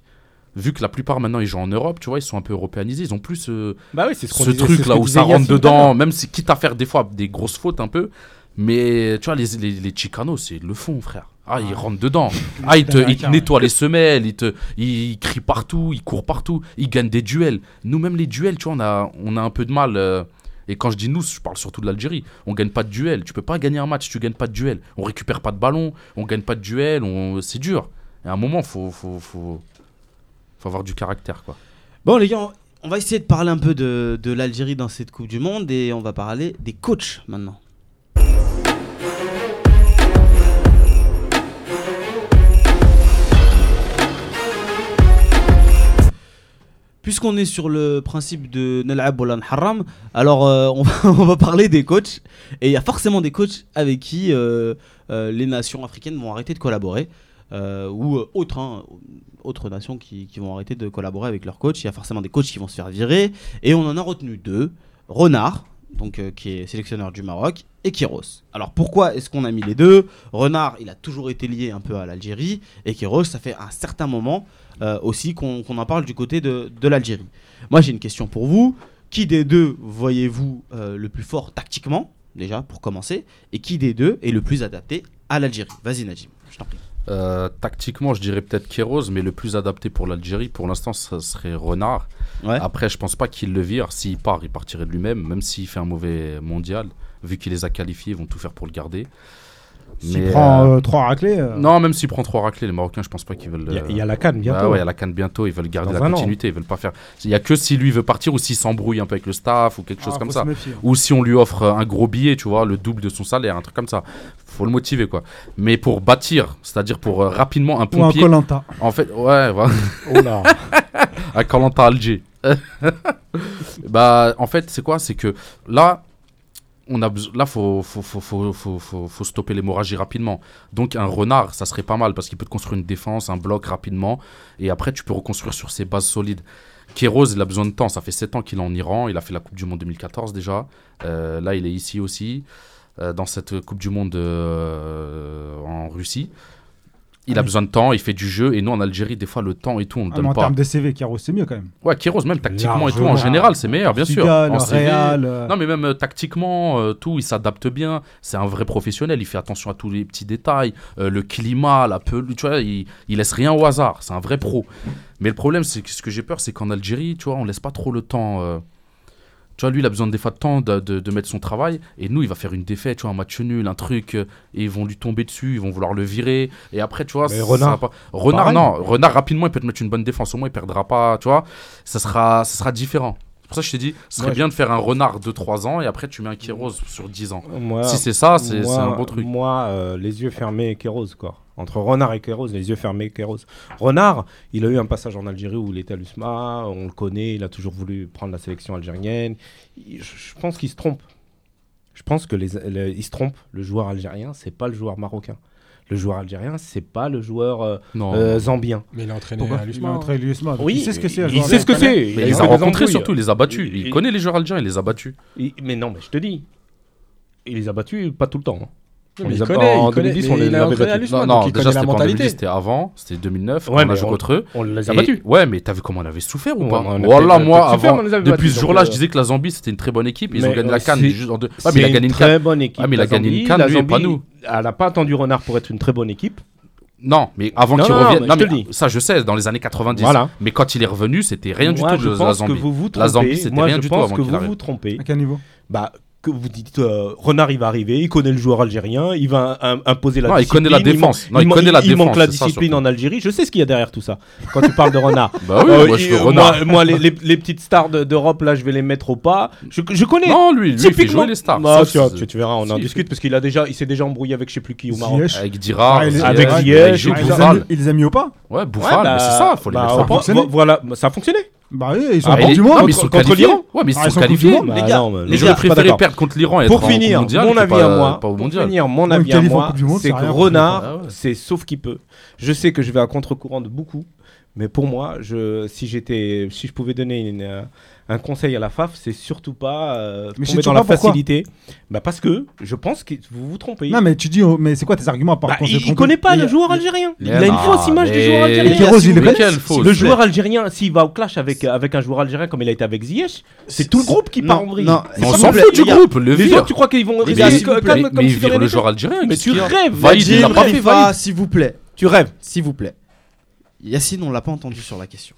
Speaker 4: Vu que la plupart maintenant ils jouent en Europe, tu vois, ils sont un peu européanisés, ils ont plus euh,
Speaker 5: Bah oui, c'est
Speaker 4: ce truc là où ça rentre dedans, même si quitte à faire des fois des grosses fautes un peu, mais tu vois les les, les Chicanos c'est le fond frère. Ah, ils rentrent dedans. Ah, ils te, ils te nettoient les semelles, ils, te, ils crient partout, ils courent partout, ils gagnent des duels. Nous, même les duels, tu vois, on a, on a un peu de mal. euh, et quand je dis nous, je parle surtout de l'Algérie. On gagne pas de duel. Tu peux pas gagner un match si tu gagnes pas de duel. On récupère pas de ballon, on gagne pas de duel, on... c'est dur. Et à un moment, faut, faut, faut, faut avoir du caractère, quoi.
Speaker 1: Bon, les gars, on- on va essayer de parler un peu de, de l'Algérie dans cette Coupe du Monde et on va parler des coachs maintenant. Puisqu'on est sur le principe de Nal'ab ou Haram, alors euh, on, va, on va parler des coachs. Et il y a forcément des coachs avec qui euh, euh, les nations africaines vont arrêter de collaborer. euh, ou euh, autres, hein, autres nations qui, qui vont arrêter de collaborer avec leurs coachs. Il y a forcément des coachs qui vont se faire virer. Et on en a retenu deux. Renard, donc, euh, qui est sélectionneur du Maroc, et Kéros. Alors pourquoi est-ce qu'on a mis les deux Renard, il a toujours été lié un peu à l'Algérie. Et Kéros, ça fait un certain moment euh, aussi qu'on qu'on en parle du côté de, de l'Algérie. Moi j'ai une question pour vous. Qui des deux voyez-vous euh, le plus fort tactiquement, déjà, pour commencer Et qui des deux est le plus adapté à l'Algérie Vas-y Najim, je t'en prie.
Speaker 4: Euh, tactiquement, je dirais peut-être Kéros, mais le plus adapté pour l'Algérie, pour l'instant, ce serait Renard.
Speaker 1: Ouais.
Speaker 4: Après, je pense pas qu'il le vire. S'il part, il partirait de lui-même, même s'il fait un mauvais mondial. Vu qu'il les a qualifiés, ils vont tout faire pour le garder.
Speaker 3: S'il
Speaker 4: Mais,
Speaker 3: prend
Speaker 4: euh,
Speaker 3: 3 raclés. euh,
Speaker 4: Non, même s'il prend trois raclés, les Marocains, je pense pas qu'ils veulent.
Speaker 5: Il y a-
Speaker 4: euh,
Speaker 5: il y, a la canne
Speaker 4: Ouais,
Speaker 5: bientôt.
Speaker 4: ouais, à la canne bientôt, ils veulent garder
Speaker 5: Dans
Speaker 4: la
Speaker 5: un an.
Speaker 4: continuité, ils veulent pas faire. Il y a que si lui veut partir ou s'il s'embrouille un peu avec le staff ou quelque
Speaker 3: ah,
Speaker 4: chose comme
Speaker 3: faut
Speaker 4: ça
Speaker 3: se méfier.
Speaker 4: ou si on lui offre euh, un gros billet, tu vois, le double de son salaire, un truc comme ça. Faut le motiver quoi. Mais pour bâtir, c'est-à-dire pour euh, rapidement un
Speaker 3: Ou un
Speaker 4: pompier.
Speaker 3: Colanta.
Speaker 4: en fait, ouais, voilà.
Speaker 5: Oh là.
Speaker 4: à Colanta Alger. bah, en fait, c'est quoi C'est que là, on a beso- là, faut, faut, faut, faut, faut, faut, faut stopper l'hémorragie rapidement. Donc, un renard, ça serait pas mal parce qu'il peut te construire une défense, un bloc rapidement. Et après, tu peux reconstruire sur ses bases solides. Kéros, il a besoin de temps. Ça fait 7 ans qu'il est en Iran. Il a fait la Coupe du Monde 2014 déjà. Euh, là, il est ici aussi, euh, dans cette Coupe du Monde euh, en Russie. Il a besoin de temps, il fait du jeu. Et nous, en Algérie, des fois, le temps et tout, on ne
Speaker 3: Ah, mais
Speaker 4: donne
Speaker 3: en
Speaker 4: pas.
Speaker 3: termes de CV, Kairos, c'est mieux quand même.
Speaker 4: Ouais, Kéros, même tactiquement et tout, en
Speaker 3: Largement.
Speaker 4: général, c'est meilleur, bien sûr.
Speaker 3: Portugal,
Speaker 4: En CV,
Speaker 3: Real, euh,
Speaker 4: Non, mais même euh, tactiquement, euh, tout, il s'adapte bien. C'est un vrai professionnel, il fait attention à tous les petits détails, euh, le climat, la pelouse, tu vois, il, il laisse rien au hasard, c'est un vrai pro. Mais le problème, c'est que ce que j'ai peur, c'est qu'en Algérie, tu vois, on laisse pas trop le temps. euh, Tu vois, lui, il a besoin des fois de temps de, de- de mettre son travail. Et nous, il va faire une défaite, tu vois, un match nul, un truc. euh, Et ils vont lui tomber dessus, ils vont vouloir le virer. Et après, tu vois.
Speaker 5: Mais
Speaker 4: ça
Speaker 5: Renard,
Speaker 4: va pas- Renard,
Speaker 5: pareil.
Speaker 4: non. Renard, rapidement, il peut te mettre une bonne défense. Au moins, il perdra pas, tu vois. Ça sera, ça sera différent. C'est pour ça que je t'ai dit, ce serait
Speaker 5: Moi,
Speaker 4: bien de faire un Renard de 3 ans et après, tu mets un Kéros sur 10 ans.
Speaker 5: Moi,
Speaker 4: Si c'est ça, Ah, c'est
Speaker 5: moi-
Speaker 4: c'est un bon truc.
Speaker 5: Moi, euh, les yeux fermés et Kéros, quoi. Entre Renard et Kéros, les yeux fermés et Kéros. Renard, il a eu un passage en Algérie où il était à l'USMA, on le connaît, il a toujours voulu prendre la sélection algérienne. Il- Je je pense qu'il se trompe. Je pense que les, les- il se trompe. Le joueur algérien, c'est pas le joueur marocain. Le joueur algérien, c'est pas le joueur euh,
Speaker 4: Non.
Speaker 5: euh, zambien.
Speaker 6: Mais il a entraîné
Speaker 3: Pourquoi
Speaker 6: à
Speaker 3: Il
Speaker 6: l'USMA.
Speaker 3: m'a montré l'USMA.
Speaker 5: Oui,
Speaker 3: il sait ce que c'est.
Speaker 5: il
Speaker 3: le joueur
Speaker 5: sait ce que
Speaker 3: algérien.
Speaker 5: c'est.
Speaker 4: Mais
Speaker 5: a
Speaker 4: il les
Speaker 5: eu que
Speaker 4: a
Speaker 5: des
Speaker 4: rencontrés
Speaker 5: embrouilles.
Speaker 4: surtout, il les a battus.
Speaker 5: Il-
Speaker 4: Il
Speaker 5: il-
Speaker 4: connaît les joueurs algériens, il les a battus.
Speaker 5: Il- mais non, mais je te dis, il les a battus pas tout le temps. hein.
Speaker 6: Oui,
Speaker 5: On
Speaker 6: mais
Speaker 5: les
Speaker 6: il
Speaker 5: a-
Speaker 6: connaît,
Speaker 5: en
Speaker 6: il connaît,
Speaker 5: 2010,
Speaker 6: mais
Speaker 5: on les
Speaker 6: il a
Speaker 5: avait
Speaker 6: entraîné à
Speaker 5: battus.
Speaker 6: l'USMA,
Speaker 4: Non,
Speaker 6: donc
Speaker 4: non,
Speaker 6: il
Speaker 4: déjà
Speaker 6: connaît la
Speaker 4: c'était pas en
Speaker 6: mentalité.
Speaker 4: 2010, c'était avant, c'était 2009,
Speaker 5: Ouais,
Speaker 4: on a
Speaker 5: mais
Speaker 4: joué
Speaker 5: on-
Speaker 4: contre eux.
Speaker 5: On les a
Speaker 4: Et-
Speaker 5: battus.
Speaker 4: Ouais, mais t'as vu comment on avait souffert ou
Speaker 5: Ouais,
Speaker 4: pas
Speaker 5: on a peut-être-
Speaker 4: Voilà,
Speaker 5: on a
Speaker 4: moi,
Speaker 5: peut-être souffert,
Speaker 4: avant,
Speaker 5: mais on les avait
Speaker 4: depuis
Speaker 5: battus,
Speaker 4: ce
Speaker 5: donc,
Speaker 4: jour-là,
Speaker 5: euh,
Speaker 4: je disais que la Zambie c'était une très bonne équipe, ils ont
Speaker 5: Mais,
Speaker 4: gagné
Speaker 5: euh,
Speaker 4: la Cannes
Speaker 5: c'est-
Speaker 4: juste en deux. Ouais, mais il a
Speaker 5: C'est
Speaker 4: gagné
Speaker 5: une
Speaker 4: une Cannes.
Speaker 5: très bonne équipe.
Speaker 4: Ah, mais il a
Speaker 5: la
Speaker 4: gagné une
Speaker 5: Zambie.
Speaker 4: canne,
Speaker 5: La
Speaker 4: lui, et pas
Speaker 5: Zambie,
Speaker 4: nous.
Speaker 5: Elle n'a pas attendu Renard pour être une très bonne équipe.
Speaker 4: Non, mais avant
Speaker 5: Non,
Speaker 4: qu'il
Speaker 5: non, non,
Speaker 4: revienne.
Speaker 5: mais
Speaker 4: Non,
Speaker 5: je te
Speaker 4: mais
Speaker 5: le dis.
Speaker 4: ça, je sais, dans les années 90.
Speaker 5: Voilà.
Speaker 4: Mais quand il est revenu, c'était rien du
Speaker 5: Moi,
Speaker 4: tout
Speaker 5: je
Speaker 4: de la
Speaker 5: pense que
Speaker 4: Zambie.
Speaker 5: vous vous trompez.
Speaker 4: La Zambie, c'était
Speaker 5: Moi,
Speaker 4: rien
Speaker 5: je
Speaker 4: du tout
Speaker 5: pense
Speaker 4: avant
Speaker 5: que
Speaker 4: qu'il
Speaker 5: vous
Speaker 4: arrive.
Speaker 5: vous trompez.
Speaker 3: À quel niveau
Speaker 5: Bah, que vous dites euh, Renard, il va arriver, il connaît le joueur algérien, il va im- imposer la
Speaker 4: Non, il
Speaker 5: discipline.
Speaker 4: connaît la
Speaker 5: man-
Speaker 4: défense. Non, il
Speaker 5: man-
Speaker 4: connaît la
Speaker 5: Il manque
Speaker 4: défense,
Speaker 5: la
Speaker 4: c'est ça,
Speaker 5: discipline
Speaker 4: surtout.
Speaker 5: en Algérie. Je sais ce qu'il y a derrière tout ça. Quand tu parles de Renard.
Speaker 4: Bah oui,
Speaker 5: Euh,
Speaker 4: moi je
Speaker 5: il-
Speaker 4: suis
Speaker 5: euh,
Speaker 4: renard.
Speaker 5: moi- moi, les, les- les petites stars de- d'Europe, là, je vais les mettre au pas. Je, je connais.
Speaker 4: Non, lui, lui, il fait jouer les stars.
Speaker 5: Bah,
Speaker 4: Ça,
Speaker 5: tu, vois,
Speaker 4: c'est-
Speaker 5: tu- tu verras, on en
Speaker 4: Si.
Speaker 5: discute parce qu'il a déjà, il s'est déjà embrouillé avec je sais plus qui au Maroc.
Speaker 3: Ziyech.
Speaker 4: Avec Dira,
Speaker 3: Ah, il-
Speaker 4: Ziyech,
Speaker 5: avec
Speaker 4: Ziyech,
Speaker 5: Ziyech, avec
Speaker 3: Ah, il les a
Speaker 4: Bouffal.
Speaker 3: mis- Il les a mis au pas
Speaker 4: Ouais,
Speaker 5: Ouais,
Speaker 4: Bouffal,
Speaker 5: bah,
Speaker 4: mais c'est ça, faut les
Speaker 5: bah,
Speaker 4: mettre
Speaker 5: on
Speaker 4: ça.
Speaker 5: pense-
Speaker 3: fonctionné.
Speaker 5: Voilà, ça a fonctionné.
Speaker 3: Bah oui, ils sont
Speaker 4: Ah,
Speaker 3: en
Speaker 4: mais
Speaker 3: Coupe
Speaker 4: les-
Speaker 3: du
Speaker 4: non,
Speaker 3: Monde.
Speaker 4: mais ils sont
Speaker 5: Contre
Speaker 4: qualifiés.
Speaker 5: l'Iran
Speaker 4: Ouais, mais
Speaker 3: Ah,
Speaker 4: ils
Speaker 3: ils
Speaker 4: sont
Speaker 3: sont
Speaker 4: qualifiés.
Speaker 3: Coupe du
Speaker 5: Bah
Speaker 4: Les
Speaker 5: non,
Speaker 4: gars,
Speaker 5: mais
Speaker 4: les
Speaker 5: le
Speaker 4: gens
Speaker 5: gars, je suis pas
Speaker 4: préféraient
Speaker 5: d'accord.
Speaker 4: perdre contre l'Iran et être
Speaker 5: Pour
Speaker 4: en- au
Speaker 5: finir,
Speaker 4: mondial
Speaker 5: mon
Speaker 4: que
Speaker 5: avis
Speaker 4: pas-
Speaker 5: à moi.
Speaker 4: pas au
Speaker 5: pour
Speaker 4: mondial.
Speaker 5: finir, mon
Speaker 3: Ouais,
Speaker 5: avis à
Speaker 3: qualifier en
Speaker 5: moi,
Speaker 3: Coupe du Monde,
Speaker 5: c'est
Speaker 3: c'est
Speaker 5: que
Speaker 3: rien.
Speaker 4: Ah
Speaker 5: Renard,
Speaker 4: ouais.
Speaker 5: c'est sauf qui peut. Je sais que je vais à contre-courant de beaucoup, mais pour moi, je, si j'étais, si je pouvais donner une, euh, un conseil à la FAF, c'est surtout pas euh,
Speaker 3: Mais je
Speaker 5: tomber
Speaker 3: sais
Speaker 5: dans la
Speaker 3: pas pourquoi.
Speaker 5: facilité. Bah parce que je pense que vous vous trompez.
Speaker 3: Non, mais tu dis, oh, mais c'est quoi tes arguments par
Speaker 5: Bah,
Speaker 3: contre
Speaker 5: il, ne connaît pas le joueur algérien. Il a une
Speaker 4: non,
Speaker 5: fausse image du
Speaker 4: mais-
Speaker 5: joueur
Speaker 3: Et Kéros,
Speaker 5: algérien.
Speaker 3: il est
Speaker 4: Mais
Speaker 3: bête.
Speaker 4: quelle fausse
Speaker 5: Le joueur algérien, s'il va au clash avec, avec un joueur algérien comme il a été avec Ziyech, c'est tout le groupe qui part en vrille.
Speaker 1: Non,
Speaker 4: Mais
Speaker 1: s'il
Speaker 4: on
Speaker 1: vous
Speaker 4: s'en
Speaker 1: plaît,
Speaker 4: fout du
Speaker 1: les gars.
Speaker 4: groupe, le
Speaker 5: Les
Speaker 4: vire.
Speaker 5: autres, tu crois qu'ils vont
Speaker 4: Mais,
Speaker 5: rester
Speaker 4: mais,
Speaker 5: calmes
Speaker 4: s'il vous plaît,
Speaker 5: comme,
Speaker 4: mais
Speaker 5: si
Speaker 4: il
Speaker 5: de rien
Speaker 4: vire le
Speaker 5: n'était.
Speaker 4: joueur algérien.
Speaker 5: Mais
Speaker 4: qu'est-ce
Speaker 5: tu
Speaker 4: qu'il y a
Speaker 5: rêves.
Speaker 4: Valide, il l'a
Speaker 5: Valide.
Speaker 4: pas fait,
Speaker 1: FIFA,
Speaker 4: valide.
Speaker 1: s'il vous plaît. Tu rêves, s'il vous plaît. Yacine, on l'a pas entendu sur la question.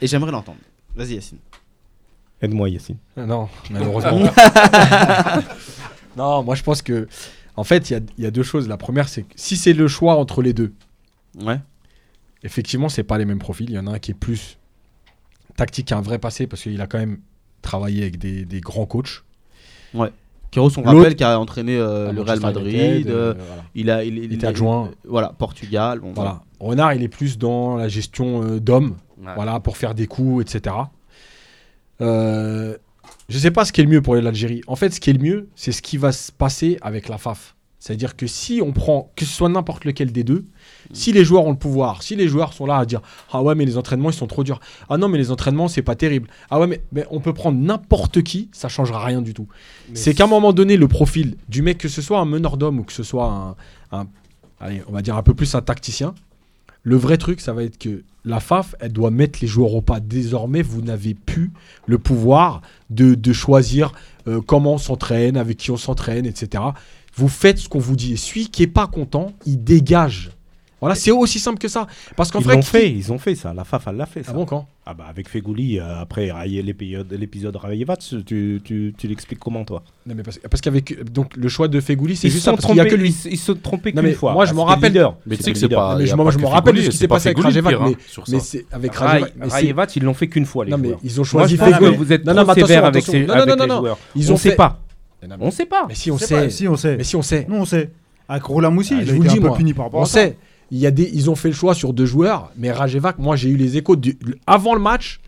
Speaker 1: Et j'aimerais l'entendre. Vas-y, Yacine.
Speaker 5: Aide-moi, Yacine.
Speaker 6: Ah Non, malheureusement. non, moi je pense que. En fait, il y a- il y, a deux choses. La première, c'est que si c'est le choix entre les deux,
Speaker 1: Ouais.
Speaker 6: effectivement, c'est pas les mêmes profils. Il y en a un qui est plus tactique, qui a un vrai passé, parce qu'il a quand même travaillé avec des, des grands coachs.
Speaker 1: Kéros, on
Speaker 6: L'autre- Ah,
Speaker 1: rappelle, qui a entraîné euh, le Real
Speaker 6: Manchester
Speaker 1: Madrid.
Speaker 6: United,
Speaker 1: euh,
Speaker 6: euh, voilà.
Speaker 1: il a, il, euh,
Speaker 6: Il était adjoint.
Speaker 1: Voilà, Portugal. bon,
Speaker 6: Voilà. Renard, il est plus dans la gestion euh, d'hommes,
Speaker 4: Ouais.
Speaker 6: voilà, pour faire des coups, etc. Euh, je sais pas ce qui est le mieux pour l'Algérie. En fait, ce qui est le mieux, c'est ce qui va se passer avec la FAF. C'est-à-dire que si on prend, que ce soit n'importe lequel des deux, si les joueurs ont le pouvoir, si les joueurs sont là à dire Ah ouais, mais les entraînements, ils sont trop durs. Ah non, mais les entraînements, c'est pas terrible. Ah ouais, mais, mais on peut prendre n'importe qui, ça changera rien du tout. C'est qu'à un moment donné, le profil du mec, que ce soit un meneur d'homme ou que ce soit un, un- allez, on va dire un peu plus un tacticien, le vrai truc, ça va être que la FAF, elle doit mettre les joueurs au pas. Désormais, vous n'avez plus le pouvoir de, de choisir euh, comment on s'entraîne, avec qui on s'entraîne, etc. Vous faites ce qu'on vous dit. Et celui qui est pas content, il dégage. Voilà, c'est aussi simple que ça. Parce qu'en
Speaker 5: Ils
Speaker 6: vrai,
Speaker 5: l'ont
Speaker 6: qui-
Speaker 5: fait, ils ont fait ça. La FAF, elle l'a fait. Ça.
Speaker 6: Ah bon, quand
Speaker 5: Ah bah avec Fegouli, euh, après Raye- l'épisode l'épisode Rayevac, tu, tu, tu l'expliques comment toi
Speaker 6: Non, mais parce, parce qu'avec euh, donc le choix de Fegouli, c'est
Speaker 5: Ils
Speaker 6: juste
Speaker 5: se
Speaker 6: ça,
Speaker 5: sont
Speaker 6: parce qu'il y a
Speaker 5: trompés-
Speaker 6: que lui.
Speaker 5: Ils, se- ils se sont trompés
Speaker 6: Non,
Speaker 5: qu'une
Speaker 6: mais
Speaker 5: fois.
Speaker 6: moi, je
Speaker 5: Ah,
Speaker 6: me
Speaker 5: c'était
Speaker 6: rappelle-
Speaker 5: leader.
Speaker 4: Mais tu
Speaker 5: C'était
Speaker 4: sais que c'est
Speaker 5: leader.
Speaker 4: pas.
Speaker 6: mais
Speaker 4: y a
Speaker 6: je- moi,
Speaker 4: pas
Speaker 6: je
Speaker 4: que
Speaker 6: me rappelle de
Speaker 4: Feghouli,
Speaker 6: ce qui
Speaker 4: c'est
Speaker 6: s'est
Speaker 4: pas
Speaker 6: passé avec
Speaker 4: Feghouli,
Speaker 6: Rajevac,
Speaker 4: pire, hein, sur ça.
Speaker 6: Mais c'est avec Rajevac,
Speaker 5: Raye-
Speaker 6: mais c'est-
Speaker 5: Rayevac, ils l'ont fait qu'une fois les
Speaker 6: Non, mais
Speaker 5: joueurs.
Speaker 6: ils ont
Speaker 5: Moi,
Speaker 6: choisi
Speaker 5: je pense que
Speaker 6: Fegouli.
Speaker 5: vous êtes
Speaker 6: Non, non,
Speaker 5: trop
Speaker 6: mais attention,
Speaker 5: sévère avec
Speaker 6: attention.
Speaker 5: ces
Speaker 6: Non,
Speaker 5: avec
Speaker 6: non, non,
Speaker 5: les
Speaker 6: non.
Speaker 5: joueurs.
Speaker 6: Ils
Speaker 5: on
Speaker 6: ont
Speaker 5: sait
Speaker 6: fait-
Speaker 5: pas.
Speaker 6: Mais non, mais-
Speaker 5: On sait pas.
Speaker 6: Mais si on
Speaker 3: C'est
Speaker 6: sait.
Speaker 3: pas- Si, on sait.
Speaker 6: Mais si on sait.
Speaker 3: Nous, on sait. Avec Roland Moussi,
Speaker 6: Ah,
Speaker 3: il
Speaker 6: je
Speaker 3: a
Speaker 6: vous
Speaker 3: été
Speaker 6: dis,
Speaker 3: un peu
Speaker 6: moi.
Speaker 3: puni par rapport
Speaker 6: On
Speaker 3: à ça.
Speaker 6: sait. Il y a des, ils ont fait le choix sur deux joueurs, mais Rajevac, moi j'ai eu les échos du- le- avant le match,